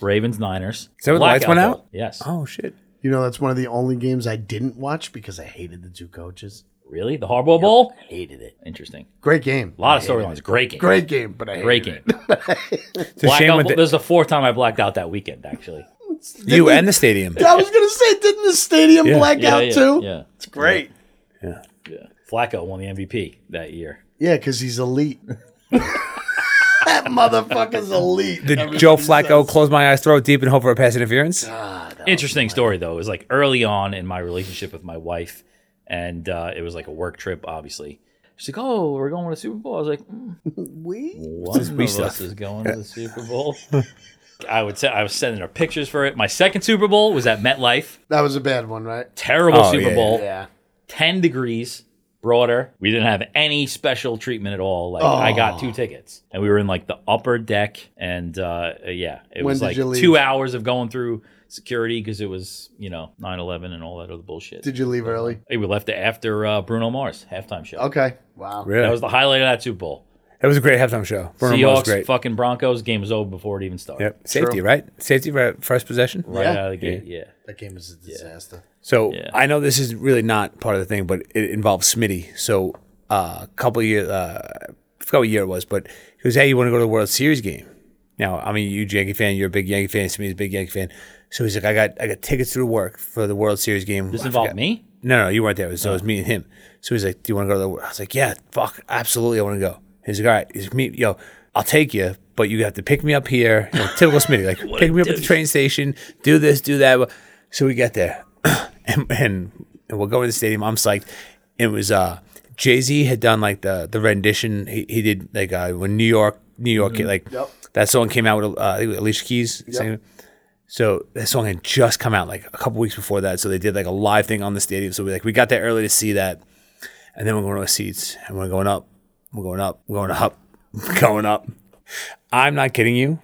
S2: Ravens, Niners.
S4: Is that where the lights went
S2: Blackout
S4: out?
S2: vote. Yes.
S4: Oh shit.
S3: you know, that's one of the only games I didn't watch because I hated the two coaches.
S2: Really? The Harbaugh Bowl?
S3: Hated it.
S2: Interesting.
S3: Great game.
S2: A lot of storylines. Great game.
S3: Great game, but I hated
S2: Great
S3: it.
S2: game.
S4: It's a shame
S2: Blackout
S4: with
S2: Bowl-
S4: the,
S2: There's the fourth time I blacked out that weekend, actually.
S4: you and the stadium.
S3: I was gonna say, didn't the stadium
S4: Yeah.
S3: black out too?
S2: Yeah.
S3: It's great.
S2: yeah. Flacco won the MVP that year.
S3: Yeah, because he's elite. that motherfucker's elite.
S4: Did Joe Flacco close my eyes, throw it deep, and hope for a pass interference?
S2: Interesting story though. It was like early on in my relationship with my wife, and uh, it was like a work trip, obviously. She's like, "Oh, we're going to the Super Bowl." I was like, mm,
S3: We
S2: "One of
S4: we
S2: us
S4: stuff?
S2: is going to the Super Bowl." I would say I was sending her pictures for it. My second Super Bowl was at MetLife.
S3: that was a bad one, right?
S2: Terrible
S4: Oh,
S2: Super
S4: yeah,
S2: Bowl.
S3: Yeah.
S2: Ten degrees, broader. We didn't have any special treatment at all. Like I got two tickets, and we were in like the upper deck, and uh, yeah, it
S3: When
S2: was
S3: did
S2: like
S3: you leave?
S2: two hours of going through security because it was you know 9-11 and all that other bullshit.
S3: Did you leave early?
S2: Hey, we left it after uh, Bruno Mars halftime show.
S3: Okay. Wow.
S4: Really?
S2: That was the highlight of that Super Bowl.
S4: a great halftime show. Bruno Mars was
S2: Seahawks,
S4: great.
S2: fucking Broncos. Game was over before it even started.
S4: Yep. Safety, right? Safety for first possession.
S2: Right
S3: Yeah.
S2: out of the gate. Yeah.
S3: That game was a disaster.
S4: So
S2: Yeah.
S4: I know this is really not part of the thing, but it involves Smitty. So uh, a couple of years, uh, I forgot what year it was, but he was, hey, you want to go to the World Series game? Now I'm a huge Yankee fan. You're a big Yankee fan. Smitty's a big Yankee fan. So he's like, I got I got tickets through work for the World Series game.
S2: This
S4: I
S2: involved
S4: forgot-
S2: me?
S4: No, no, you weren't there. So it was me and him. So he's like, "Do you want to go to the?" World? I was like, "Yeah, fuck, absolutely, I want to go." He's like, "All right, he's me, yo, I'll take you, but you have to pick me up here." You know, typical Smitty, like pick me up at the train station, do this, do that. So we get there, and, and and we'll go to the stadium. I'm psyched. It was uh, Jay Z had done like the the rendition. He, he did like uh, when New York, New York, like that song came out with uh, I think it was Alicia Keys. sang it. So that song had just come out like a couple weeks before that. So they did like a live thing on the stadium. So we like we got there early to see that, and then we're going to our seats and we're going up, we're going up, we're going up, going up. I'm not kidding you.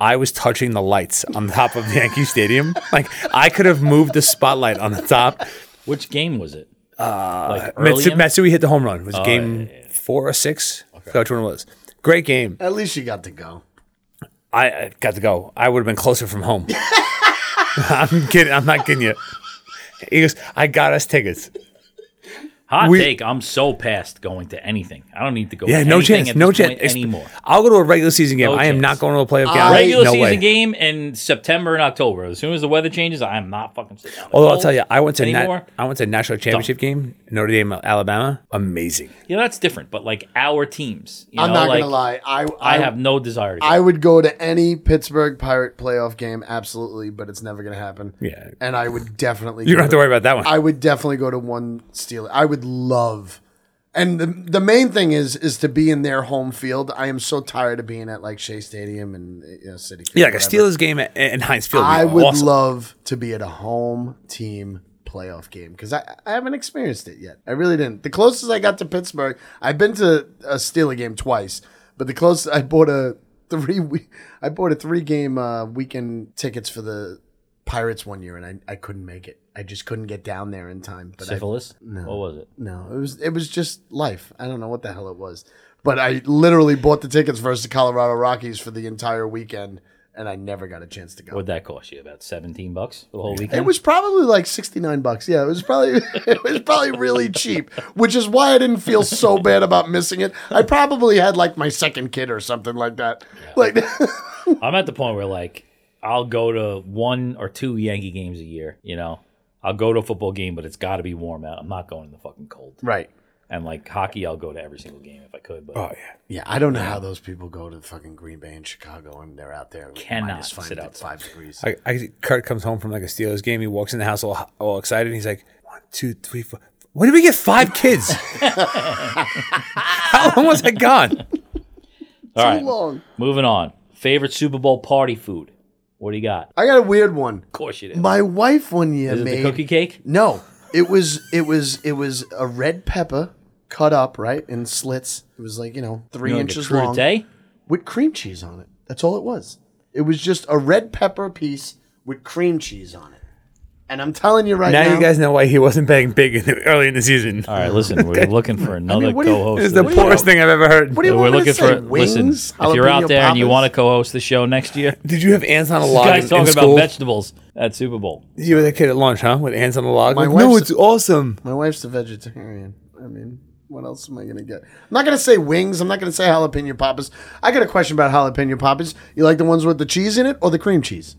S4: I was touching the lights on top of Yankee Stadium. Like I could have moved the spotlight on the top.
S2: Which game was it? Uh, like early
S4: Matsu-
S2: in? Oh,
S4: Matsui hit the home run. It was game four or six. I forgot which one it was. Great game.
S3: At least you got to go.
S4: I, I got to go. I would have been closer from home. I'm kidding. I'm not kidding you. He goes, I got us tickets.
S2: Hot
S4: we-
S2: take. I'm so past going to anything. I don't need to go.
S4: Yeah,
S2: to
S4: no
S2: anything
S4: chance.
S2: at
S4: No
S2: this
S4: chance.
S2: point
S4: Ex-
S2: anymore.
S4: I'll go to a regular season game.
S2: No
S4: I am
S2: chance.
S4: not going to a playoff game.
S2: Regular
S4: no
S2: season
S4: way.
S2: game in September and October. As soon as the weather changes, I'm not fucking sitting down.
S4: Although I'll tell you, I went to
S2: anymore.
S4: nat- I went to national championship game, Notre Dame, Alabama. Amazing.
S2: yeah, that's different. But like our teams, you
S3: I'm
S2: know,
S3: not
S2: like,
S3: gonna lie. I
S2: I, have no desire. To
S3: I would go to any Pittsburgh Pirate playoff game, absolutely, but it's never gonna happen.
S4: Yeah.
S3: And I would definitely go
S4: You don't have to worry about that one.
S3: I would definitely go to one Steeler. I would love, and the the main thing is is to be in their home field. I am so tired of being at like Shea Stadium and you know, City. Field,
S4: yeah, like a
S3: whatever.
S4: Steelers game at- in Heinz Field.
S3: I would
S4: awesome.
S3: love to be at a home team playoff game because I, I haven't experienced it yet. I really didn't. The closest I got to Pittsburgh, I've been to a Steeler game twice, but the closest I bought a three we- I bought a three game uh, weekend tickets for the Pirates one year, and I, I couldn't make it. I just couldn't get down there in time. But I,
S2: syphilis. What was it?
S3: no, it was it was just life. I don't know what the hell it was, but I literally bought the tickets versus the Colorado Rockies for the entire weekend, and I never got a chance to go.
S2: What'd that cost you? About seventeen bucks for the whole weekend.
S3: It was probably like sixty nine bucks. Yeah, it was probably it was probably really cheap, which is why I didn't feel so bad about missing it. I probably had like my second kid or something like that. Like,
S2: I'm at the point where like I'll go to one or two Yankee games a year. You know, I'll go to a football game, but it's got to be warm out. I'm not going in the fucking cold.
S3: right?
S2: And like hockey, I'll go to every single game if I could. But
S4: Oh yeah.
S3: Yeah, I don't know how those people go to fucking Green Bay and Chicago and they're out there.
S2: Cannot
S3: minus five,
S2: sit
S3: out
S2: outside.
S3: five degrees.
S4: I, I Kurt comes home from like a Steelers game. He walks in the house all, all excited. And he's like, one, two, three, four. When did we get five kids? How long was I gone?
S2: all right,
S3: Too long.
S2: moving on. Favorite Super Bowl party food? What do you got?
S3: I got a weird one.
S2: Of course you did.
S3: My wife one year
S2: Is it
S3: made
S2: the cookie cake?
S3: No, it was it was it was a red pepper cut up right in slits. It was like you know three
S2: You know, like a
S3: inches long
S2: crudité?
S3: with cream cheese on it. That's all it was. It was just a red pepper piece with cream cheese on it. And I'm telling you right now,
S4: now, you guys know why he wasn't betting big in the, early in the season.
S2: All right, listen, we're looking for another
S3: what do you-
S2: co-host.
S4: This is
S2: to
S4: the
S2: the
S4: poorest
S2: show.
S4: thing I've ever heard.
S3: What do you
S2: We're
S3: want me to
S2: looking
S3: say?
S2: for.
S3: Wings,
S2: listen, if you're out
S3: Jalapeno
S2: there and you
S3: poppers?
S2: want to co-host the show next year,
S4: Did you have ants on a
S2: this
S4: log?
S2: guy's
S4: in-
S2: talking
S4: in
S2: about
S4: school?
S2: vegetables at Super Bowl.
S4: You were the kid at lunch, huh? With ants on the log.
S3: My
S4: Like, no,
S3: wife's-
S4: it's awesome.
S3: My wife's a vegetarian. I mean, what else am I gonna get? I'm not gonna say wings. I'm not gonna say jalapeno poppers. I got a question about jalapeno poppers. You like the ones with the cheese in it or the cream cheese?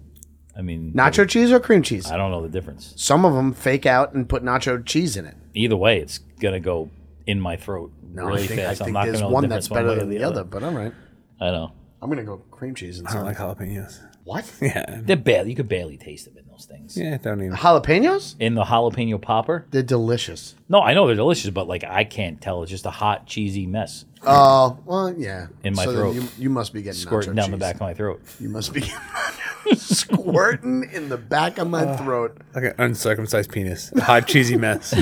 S2: I mean,
S3: Nacho cheese or cream cheese?
S2: I don't know the difference.
S3: Some of them fake out and put nacho cheese in it.
S2: Either way, it's gonna go in my throat really
S3: I think,
S2: fast. I'm
S3: I think
S2: not
S3: there's
S2: gonna know
S3: one
S2: the
S3: that's
S2: difference one
S3: better
S2: way or
S3: than the other. But all right,
S2: I know
S3: I'm gonna go cream cheese and
S4: I don't
S3: something.
S4: like jalapenos.
S3: What?
S4: Yeah.
S2: they're barely you could barely taste them in those things.
S4: Yeah, don't even.
S3: Jalapenos?
S2: In the jalapeno popper?
S3: They're delicious.
S2: No, I know they're delicious, but like I can't tell. It's just a hot cheesy mess
S3: Oh well, yeah.
S2: In my
S3: then
S2: throat.
S3: You, you must be getting
S2: squirting
S3: nacho
S2: down
S3: cheese.
S2: the back of my throat.
S3: You must be getting squirting in the back of
S2: Uh.
S3: my throat.
S4: Like an uncircumcised penis. A hot, cheesy mess.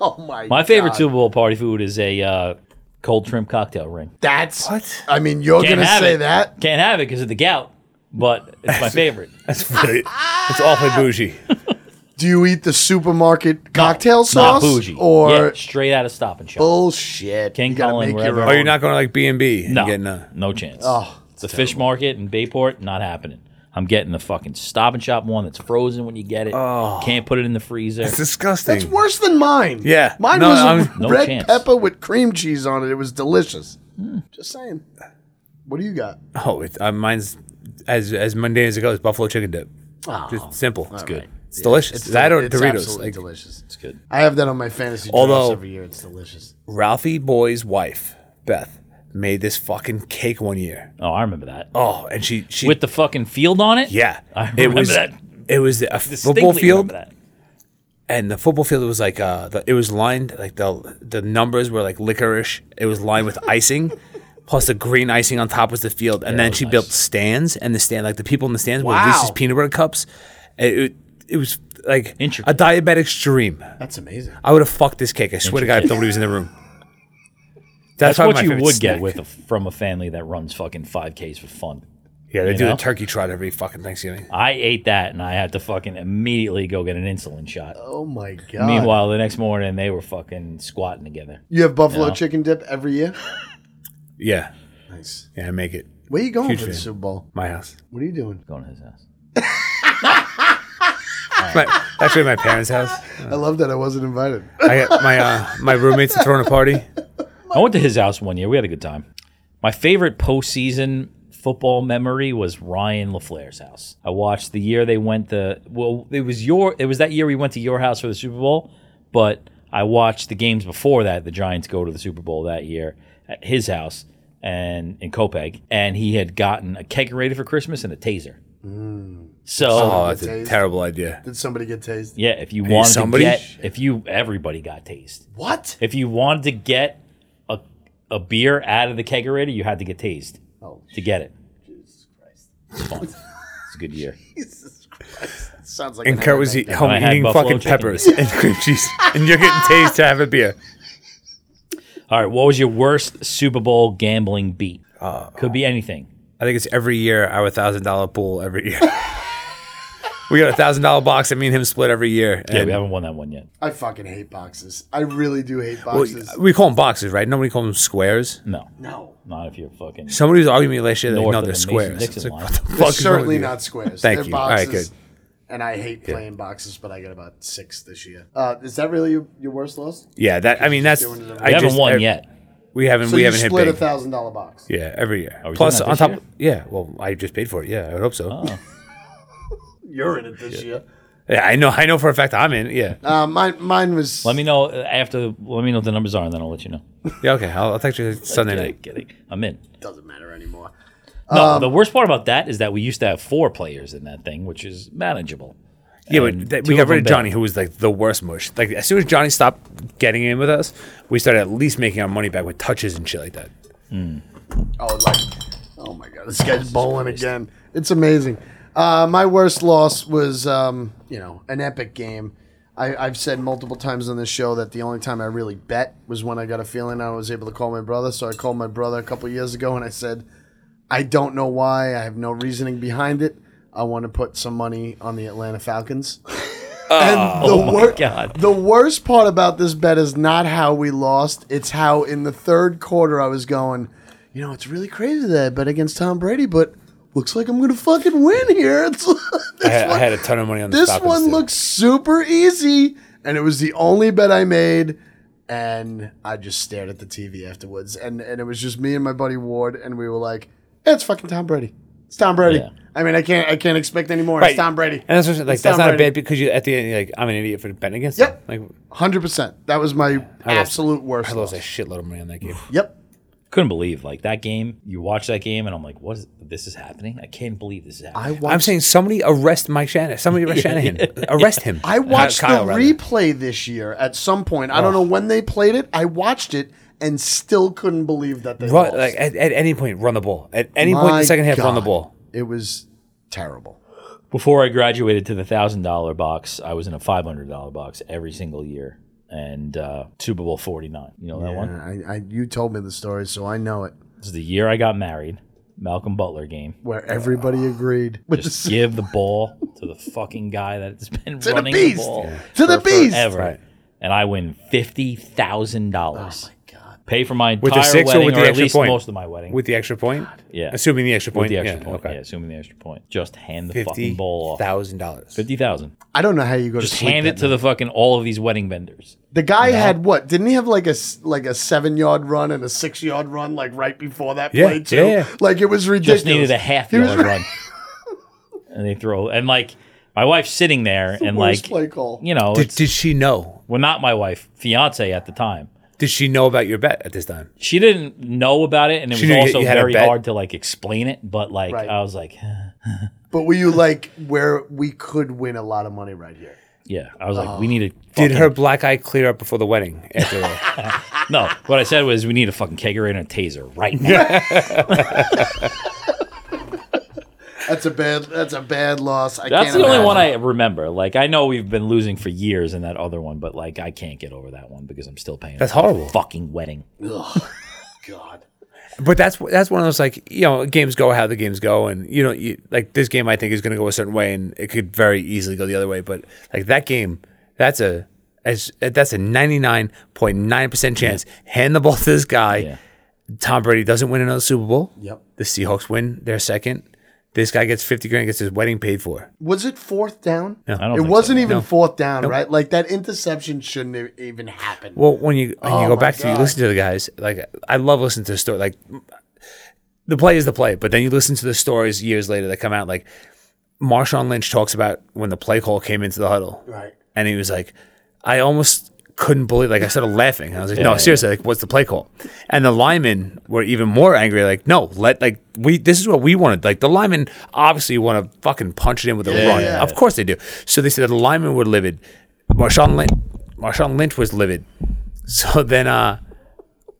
S3: Oh my!
S2: My favorite
S3: God.
S2: Super Bowl party food is a uh, cold shrimp cocktail ring.
S3: That's
S4: What?
S3: I mean, you're
S2: Can't
S3: gonna
S2: have
S3: say
S2: it.
S3: that.
S2: Can't have it because of the gout, but it's my favorite.
S4: That's really. That's awfully bougie.
S3: Do you eat the supermarket cocktail
S2: Not
S3: sauce
S2: bougie.
S3: or
S2: yeah, straight out of Stop and Shop.
S3: bullshit?
S2: King
S3: You gotta
S2: Cullen,
S3: make your
S2: wherever.
S4: Oh,
S3: own.
S4: you're not going to like B and B and
S2: no,
S4: getting a.
S2: no chance.
S3: Oh,
S2: the fish market in Bayport, not happening. I'm getting the fucking Stop and Shop one that's frozen when you get it.
S3: Oh.
S2: Can't put it in the freezer.
S4: It's disgusting.
S3: That's worse than mine.
S4: Yeah.
S3: mine
S4: No,
S3: was
S4: I'm-
S3: a
S2: No
S3: red
S2: chance. Hmm.
S3: pepper with cream cheese on it. It was delicious. Just saying. What do you got?
S4: Oh, it, uh, mine's as as mundane as it goes. Buffalo chicken dip. Just simple. It's good. It's delicious. that or
S3: Oh. it's
S4: Doritos.
S3: absolutely
S4: Like
S3: delicious.
S2: it's good.
S3: I have that on my fantasy
S4: Although-
S3: drafts every year. It's delicious.
S4: Ralphie Boy's wife, Beth, made this fucking cake one year.
S2: Oh, I remember that.
S4: Oh, and she she
S2: With the fucking field on it?
S4: yeah.
S2: I
S4: it
S2: remember
S4: was
S2: that.
S4: it was a
S2: Distinctly
S4: football field,
S2: remember that.
S4: and the football field was like uh, the, it was lined like the the numbers were like licorice. It was lined with icing. Plus the green icing on top was the field, and then she built stands, and the stand like the people in the stands
S3: Wow.
S4: were Reese's peanut butter cups. It it, it was like
S2: Intricate.
S4: a diabetic's dream.
S3: That's amazing.
S4: I would have fucked this cake. I swear to God, if nobody was in the room.
S2: That's,
S4: probably
S2: what
S4: my
S2: you
S4: favorite
S2: would
S4: snack.
S2: get with a, from a family that runs fucking 5Ks for fun.
S4: Yeah, they
S2: you
S4: do
S2: know?
S4: the turkey trot every fucking Thanksgiving.
S2: I ate that and I had to fucking immediately go get an insulin shot.
S3: Oh my god.
S2: Meanwhile, the next morning they were fucking squatting together.
S3: you have buffalo
S2: Yeah.
S3: chicken dip every year.
S4: Yeah,
S3: Nice.
S4: yeah, I make it.
S3: Where you going
S4: Huge
S3: for the
S4: fan.
S3: Super Bowl?
S4: My house.
S3: What are you doing?
S2: Going to his house.
S4: My, actually, my parents' house.
S3: I love that I wasn't invited.
S4: I got my uh, my roommates are throwing a party.
S2: I went to his house one year. We had a good time. My favorite postseason football memory was Ryan LaFleur's house. I watched the year they went the well, it was your it was that year we went to your house for the Super Bowl, but I watched the games before that. The Giants go to the Super Bowl that year at his house and in Copeg, and he had gotten a kegerator for Christmas and a taser. So
S4: Oh, that's a
S3: Taste.
S4: terrible idea.
S3: Did somebody get tased?
S2: yeah, if you wanted
S4: somebody-
S2: to get if you everybody got tased.
S3: What?
S2: If you wanted to get a a beer out of the kegerator, you had to get tased
S3: Oh,
S2: to get it. Jesus Christ. It's a good year.
S3: Jesus Christ. That sounds like
S4: And
S3: an
S4: Kurt was eat,
S3: anecdote.
S4: home
S2: I had
S4: eating
S2: buffalo
S4: fucking
S2: chicken.
S4: peppers and cream cheese, and you're getting tased to have a beer.
S2: All right, what was your worst Super Bowl gambling beat? Could be anything.
S4: I think it's every year our thousand dollar pool every year. we got a thousand dollar box that me and him split every year.
S2: Yeah,
S4: and-
S2: we haven't won that one yet.
S3: I fucking hate boxes. I really do hate
S4: Well,
S3: boxes.
S4: we call them boxes, right? Nobody calls them squares.
S2: No,
S3: no.
S2: not if you're fucking.
S4: Somebody was arguing with me last year that
S2: North
S4: no,
S2: of
S4: they're
S2: the
S4: squares.
S2: Mason-Dixon
S4: It's like,
S2: line.
S4: what the fuck
S3: They're
S4: is wrong
S3: certainly
S4: with you?
S3: not squares.
S4: Thank
S3: They're
S4: you. All right,
S3: boxes.
S4: good.
S3: And I hate playing boxes, but I got about six this year. Uh, is that really your, your worst loss?
S4: Yeah, that I mean that's
S3: doing it every-
S4: I
S2: We haven't
S4: just-
S2: won
S4: I-
S2: yet.
S4: We haven't
S3: So
S4: we
S3: you
S4: haven't hit
S3: split a
S4: big.
S3: thousand dollar box.
S4: Yeah, every year.
S2: we doing
S4: Plus
S2: that
S4: on
S2: this
S4: top
S2: year?
S4: yeah, well I just paid for it. Yeah, I would hope so.
S2: Oh.
S3: You're in it this year.
S4: Yeah, I know. I know for a fact I'm in. it, Yeah.
S3: Uh, mine, mine was.
S2: Let me know uh, after. Let me know what the numbers are, and then I'll let you know.
S4: Yeah. Okay. I'll, I'll text you Sunday
S2: Kidding,
S4: night.
S2: kidding. I'm in.
S3: Doesn't matter anymore.
S2: No,
S3: Um,
S2: the worst part about that is that we used to have four players in that thing, which is manageable.
S4: Yeah,
S2: And
S4: but th-
S2: two
S4: we got
S2: of them
S4: rid of
S2: bail.
S4: Johnny, who was like the worst mush. Like as soon as Johnny stopped getting in with us, we started at least making our money back with touches and shit like that.
S3: Oh, like, oh my god, this guy's bowling again. It's amazing. Uh, my worst loss was, um, you know, an epic game. I, I've said multiple times on this show that the only time I really bet was when I got a feeling I was able to call my brother. So I called my brother a couple years ago and I said, I don't know why. I have no reasoning behind it. I want to put some money on the Atlanta Falcons. and the,
S2: Oh my
S3: wor-
S2: God.
S3: the worst part about this bet is not how we lost, it's how in the third quarter I was going, you know, it's really crazy that I bet against Tom Brady, but looks like I'm going to fucking win here. It's, this
S4: I had, I
S3: one-
S4: had a ton of money on the
S3: this
S4: Falcons,
S3: one
S4: too.
S3: looks super easy, and it was the only bet I made. And I just stared at the TV afterwards, and and it was just me and my buddy Ward, and we were like, "It's fucking Tom Brady. It's Tom Brady."
S2: Yeah.
S3: I mean, I can't I can't expect any more. It's Tom Brady.
S4: And that's what I'm saying, like
S3: It's
S4: that's
S3: Tom
S4: not a
S3: Brady.
S4: bad because you at the end you're like I'm an idiot for betting against.
S3: Yep.
S4: Them. Like
S3: Hundred percent. That was my absolute worst.
S4: I lost a
S3: loss.
S4: shitload of money on that game.
S3: Yep.
S2: Couldn't believe like that game. You watch that game, and I'm like, what is this is happening? I can't believe this is happening.
S3: I watched.
S4: I'm saying somebody arrest Mike Shannon. Somebody arrest Shanahan. Arrest him.
S3: I watched
S4: Kyle,
S3: the
S4: rather.
S3: replay this year at some point. I don't know when they played it. I watched it and still couldn't believe that they
S4: Run,
S3: lost.
S4: like at, at any point, run the ball. At any point in
S3: My
S4: the second half, run the
S3: God.
S4: ball.
S3: It was terrible.
S2: Before I graduated to the thousand dollar box, I was in a five hundred dollar box every single year, and uh, Super Bowl forty nine. You know that one.
S3: Yeah, I, I, you told me the story, so I know it.
S2: This is the year I got married. Malcolm Butler game.
S3: Where everybody agreed. With
S2: Just
S3: the,
S2: give the ball to the fucking guy that's been
S3: the
S2: running
S3: beast.
S2: the ball
S3: To the
S2: for
S3: beast.
S2: forever,
S4: Right.
S2: and I win fifty thousand dollars. Oh my god! Pay for my entire
S4: With the six or
S2: wedding,
S4: with the
S2: at
S4: extra
S2: least
S4: point?
S2: most of my wedding.
S4: With the extra point?
S2: Yeah.
S4: Assuming the extra
S2: With
S4: point.
S2: the extra
S4: yeah,
S2: point, yeah,
S4: Okay.
S2: assuming the extra point. Just hand the
S4: Fifty
S2: fucking ball off.
S4: thousand dollars.
S2: Fifty thousand.
S3: I don't know how you go to
S2: Just
S3: sleep
S2: hand
S3: that
S2: it to
S3: night.
S2: the fucking all of these wedding vendors.
S3: The guy had what? Didn't he have like a s- like a seven yard run and a six yard run like right before that
S4: Yeah,
S3: play too?
S4: yeah, yeah.
S3: Like it was ridiculous.
S2: Just needed a half
S3: He was
S2: yard
S3: re-
S2: run, and they throw and like my wife's sitting there and
S3: Worst
S2: like
S3: play call.
S2: you know
S4: Did,
S2: it's-
S4: did she know?
S2: well not my wife fiance at the time.
S4: Did she know about your bet at this time?
S2: She didn't know about it, and it
S4: She
S2: was
S4: knew you-
S2: also
S4: you had a
S2: very
S4: bet?
S2: hard to like explain it. But like
S3: Right.
S2: I was like,
S3: But were you like where we could win a lot of money right here?
S2: yeah, I was like, we need to.
S4: Did her black eye clear up before the wedding? After all?
S2: No, what I said was we need a fucking kegerator and a taser right now.
S3: That's a bad. That's a bad loss. I
S2: That's
S3: can't
S2: the only
S3: imagine.
S2: one I remember. Like I know we've been losing for years in that other one, but like I can't get over that one because I'm still paying.
S4: That's
S2: for the
S4: horrible.
S2: Fucking wedding.
S3: God.
S4: but that's that's one of those like you know games go how the games go, and you know you, like this game I think is going to go a certain way, and it could very easily go the other way. But like that game, that's a as that's a ninety nine point nine percent chance. Hand the ball to this guy.
S2: Yeah.
S4: Tom Brady doesn't win another Super Bowl.
S3: Yep.
S4: The Seahawks win their second. This guy gets fifty grand, gets his wedding paid for.
S3: Was it fourth down?
S4: No.
S2: I don't.
S3: It
S2: think
S3: wasn't even
S4: No.
S3: fourth down, right? Like that interception shouldn't have even happened.
S4: Well, when you when
S3: Oh
S4: you go
S3: my
S4: back to you
S3: God.
S4: listen to the guys, like I love listening to the story. Like the play is the play, but then you listen to the stories years later that come out. Like Marshawn Lynch talks about when the play call came into the huddle,
S3: right.
S4: and he was like, I almost couldn't believe. Like I started laughing. I was like, No,
S2: yeah.
S4: seriously. Like, what's the play call? And the linemen were even more angry. Like, no, let like we. This is what we wanted. Like the linemen obviously want to fucking punch it in with a run.
S3: yeah.
S4: Of course they do. So they said the linemen were livid. Marshawn Lynch, Marshawn Lynch was livid. So then, uh.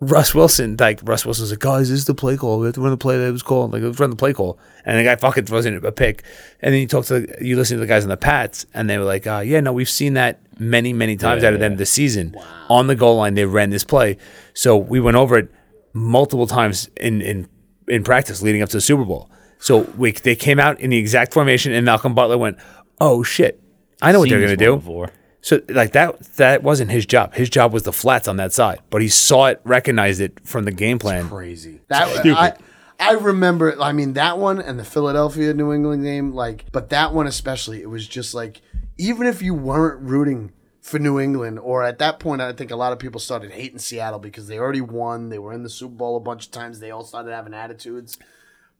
S4: Russ Wilson, like Russ Wilson's like, guys, this is the play call. We have to run the play that was called. Like, let's run the play call. And the guy fucking throws in a pick. And then you talk to the, you listen to the guys on the Pats, and they were like, uh, yeah, no, we've seen that many, many times out of them this season. On the goal line, they ran this play. So we went over it multiple times in in in practice leading up to the Super Bowl. So we, they came out in the exact formation, and Malcolm Butler went, oh shit, I know what they're
S2: Seen
S4: gonna
S2: this
S4: do.
S2: one before.
S4: So like that that wasn't his job. His job was the flats on that side. But he saw it, recognized it from the game plan.
S3: Crazy. That I, I remember. I mean, that one and the Philadelphia New England game, like, but that one especially, it was just like, even if you weren't rooting for New England, or at that point, I think a lot of people started hating Seattle because they already won. They were in the Super Bowl a bunch of times. They all started having attitudes,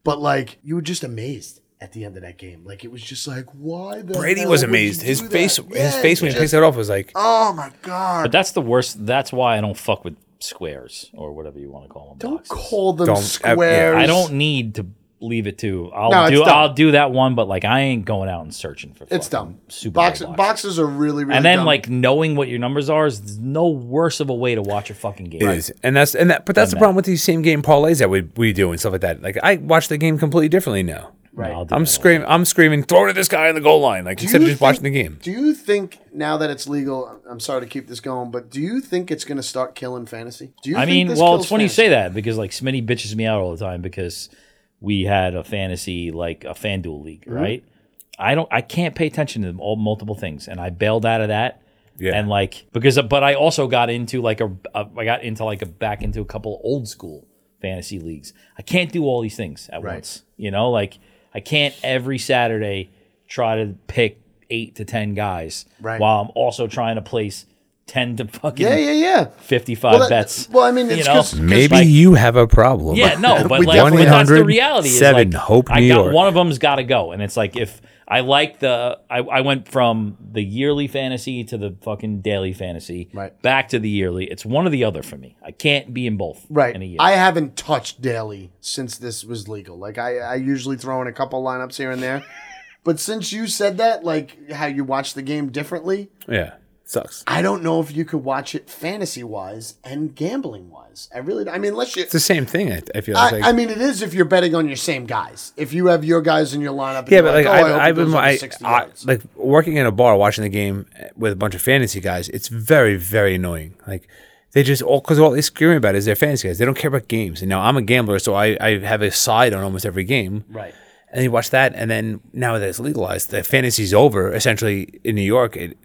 S3: but like, you were just amazed at the end of that game. Like it was just like, why the
S4: Brady
S3: hell
S4: was
S3: would
S4: amazed.
S3: you
S4: His
S3: do that?
S4: face, his
S3: Yeah,
S4: face when he
S3: just-
S4: picks it off was like,
S3: Oh my god!
S2: But that's the worst. That's why I don't fuck with squares or whatever you want to call them.
S3: don't
S2: boxes.
S3: call them
S4: Don't- uh, yeah,
S3: squares.
S2: I don't need to leave it to. I'll
S3: No, it's
S2: do.
S3: dumb.
S2: I'll do that one, but like I ain't going out and searching for.
S3: It's
S2: fucking
S3: dumb.
S2: Super Bowl
S3: Box,
S2: boxes.
S3: boxes are really really.
S2: and then
S3: dumb.
S2: like knowing what your numbers are is no worse of a way to watch a fucking game.
S4: It is, and that's and that, but that's the problem with these same game parlays that we we do and stuff like that. Like I watch the game completely differently now.
S2: Right. I'll do
S4: I'm
S2: that
S4: screaming, I'm screaming, throw to this guy on the goal line, like
S3: Do
S4: instead of
S3: you
S4: just watching the
S3: think-
S4: game.
S3: Do you think now that it's legal? I'm sorry to keep this going, but do you think it's going to start killing fantasy? Do you?
S2: I
S3: think
S2: mean,
S3: this
S2: well,
S3: kills
S2: it's funny you
S3: fantasy?
S2: say that because like Smitty bitches me out all the time because we had a fantasy like a FanDuel league,
S3: Mm-hmm.
S2: right? I don't, I can't pay attention to all multiple things, and I bailed out of that.
S4: Yeah.
S2: And like because, but I also got into like a, a, I got into like a back into a couple old school fantasy leagues. I can't do all these things at
S3: Right.
S2: once, you know. Like I can't every Saturday try to pick eight to ten guys
S3: Right.
S2: while I'm also trying to place ten to fucking
S3: Yeah, yeah, yeah.
S2: 55
S3: Well, that-
S2: bets.
S3: well, I mean, it's 'cause-
S4: Maybe
S2: like-
S4: you have a problem.
S2: Yeah, no, but
S3: We
S2: like but
S3: definitely-
S2: that's the reality. Is
S4: 7,
S2: like,
S4: Hope,
S2: I
S4: New
S2: got
S4: York.
S2: one of them's got to go, and it's like if I like the I, I went from the yearly fantasy to the fucking daily fantasy,
S3: Right.
S2: Back to the yearly. It's one or the other for me. I can't be in both.
S3: Right.
S2: In a year.
S3: I haven't touched daily since this was legal. Like I, I usually throw in a couple lineups here and there. But since you said that, like how you watch the game differently,
S4: yeah, sucks.
S3: I don't know if you could watch it fantasy wise and gambling wise. I really, I mean, unless you,
S4: It's the same thing. I, I feel
S3: I,
S4: like.
S3: I mean, it is if you're betting on your same guys. If you have your guys in your lineup, and
S4: yeah,
S3: you're
S4: but like
S3: oh, hope
S4: I,
S3: it
S4: I've
S3: goes
S4: been
S3: over
S4: I,
S3: 60
S4: I,
S3: yards.
S4: like working in a bar, watching the game with a bunch of fantasy guys. It's very, very annoying. Like they just all because all they scream about is their fantasy guys. They don't care about games. And now I'm a gambler, so I, I have a side on almost every game.
S3: right.
S4: and you watch that, and then now that it's legalized, the fantasy's over. Essentially, in New York, it,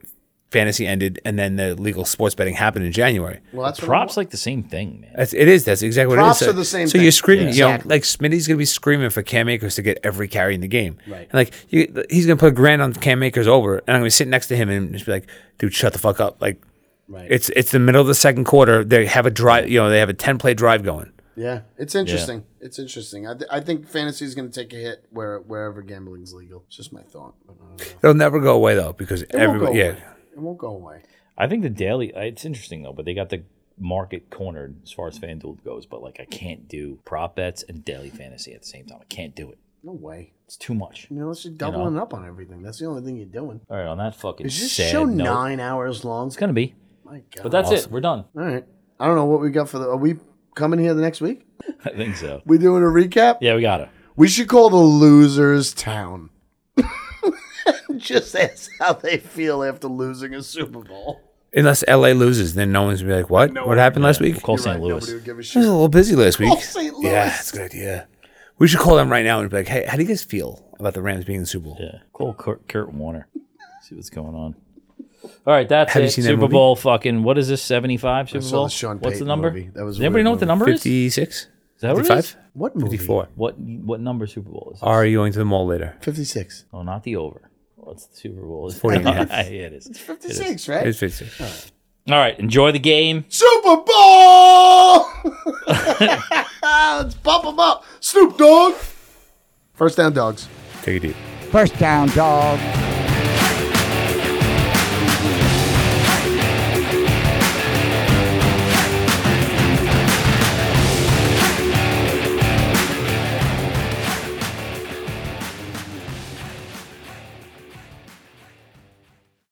S4: fantasy ended, and then the legal sports betting happened in January.
S3: Well, that's what
S2: Props
S3: I'm-
S2: like the same thing, man.
S4: That's, it is. That's exactly what
S3: Props
S4: it is.
S3: are the same
S4: So
S3: thing.
S4: you're screaming, you know,
S3: Exactly.
S4: like Smitty's gonna be screaming for Cam Akers to get every carry in the game.
S3: Right.
S4: And like you, he's gonna put a grand on Cam Akers over, and I'm gonna sit next to him and just be like, dude, shut the fuck up. Like,
S3: Right.
S4: it's it's the middle of the second quarter. They have a drive. You know, they have a ten play drive going.
S3: Yeah, it's interesting. It's interesting. I, th- I think fantasy is going to take a hit where wherever gambling's legal. It's just my thought. But I don't know.
S4: They'll never go away though because
S3: It won't go
S4: everybody. Yeah.
S3: away. It won't go away.
S2: I think the daily. uh, It's interesting though, but they got the market cornered as far as FanDuel goes. But like, I can't do prop bets and daily fantasy at the same time. I can't do it.
S3: No way.
S2: It's too much.
S3: I mean, unless you're doubling up on everything. That's the only thing you're doing.
S2: All right, on that fucking
S3: Is this
S2: sad
S3: show
S2: note,
S3: nine hours long?
S2: it's gonna be.
S3: My God.
S2: But that's it. We're done.
S3: All right. I don't know what we got for the. Are we coming here the next week?
S2: I think so.
S3: We doing a recap?
S2: Yeah, we got it.
S3: We should call the losers town. Just ask how they feel after losing a Super Bowl.
S4: Unless LA loses, then no one's gonna be like, what? what happened last week?
S2: We'll call
S3: You're
S2: St.
S3: right,
S2: Louis.
S3: Nobody would give a
S4: I was a
S3: shit.
S4: little busy last week.
S3: Call St. Louis.
S4: Yeah, that's a good idea. We should call them right now and be like, hey, how do you guys feel about the Rams being in the Super Bowl?
S2: Yeah. Call Kurt, Kurt Warner. See what's going on. All right, that's
S4: Have
S2: it.
S4: you seen that
S2: Super
S4: movie?
S2: Bowl fucking what is this? Seventy five Super
S3: saw
S2: Bowl?
S3: the Sean
S2: What's the
S3: Payton
S2: number?
S3: movie. That was a
S2: Does anybody
S3: weird
S2: know what the
S3: movie.
S2: number is? Is
S4: 56?
S2: that what it
S4: 55?
S2: is?
S3: What movie?
S4: 54.
S2: What what number Super Bowl is? This?
S4: Are you going to the mall later?
S3: 56.
S2: Oh, not the over. What's the Super Bowl? It's
S4: 49.
S2: yeah, it is. It is.
S3: 56, right?
S4: It's 56.
S2: All right, enjoy the game.
S3: Super Bowl! Let's bump them up. Snoop Dogg. First down, dogs.
S4: Take it deep.
S10: First down, dog.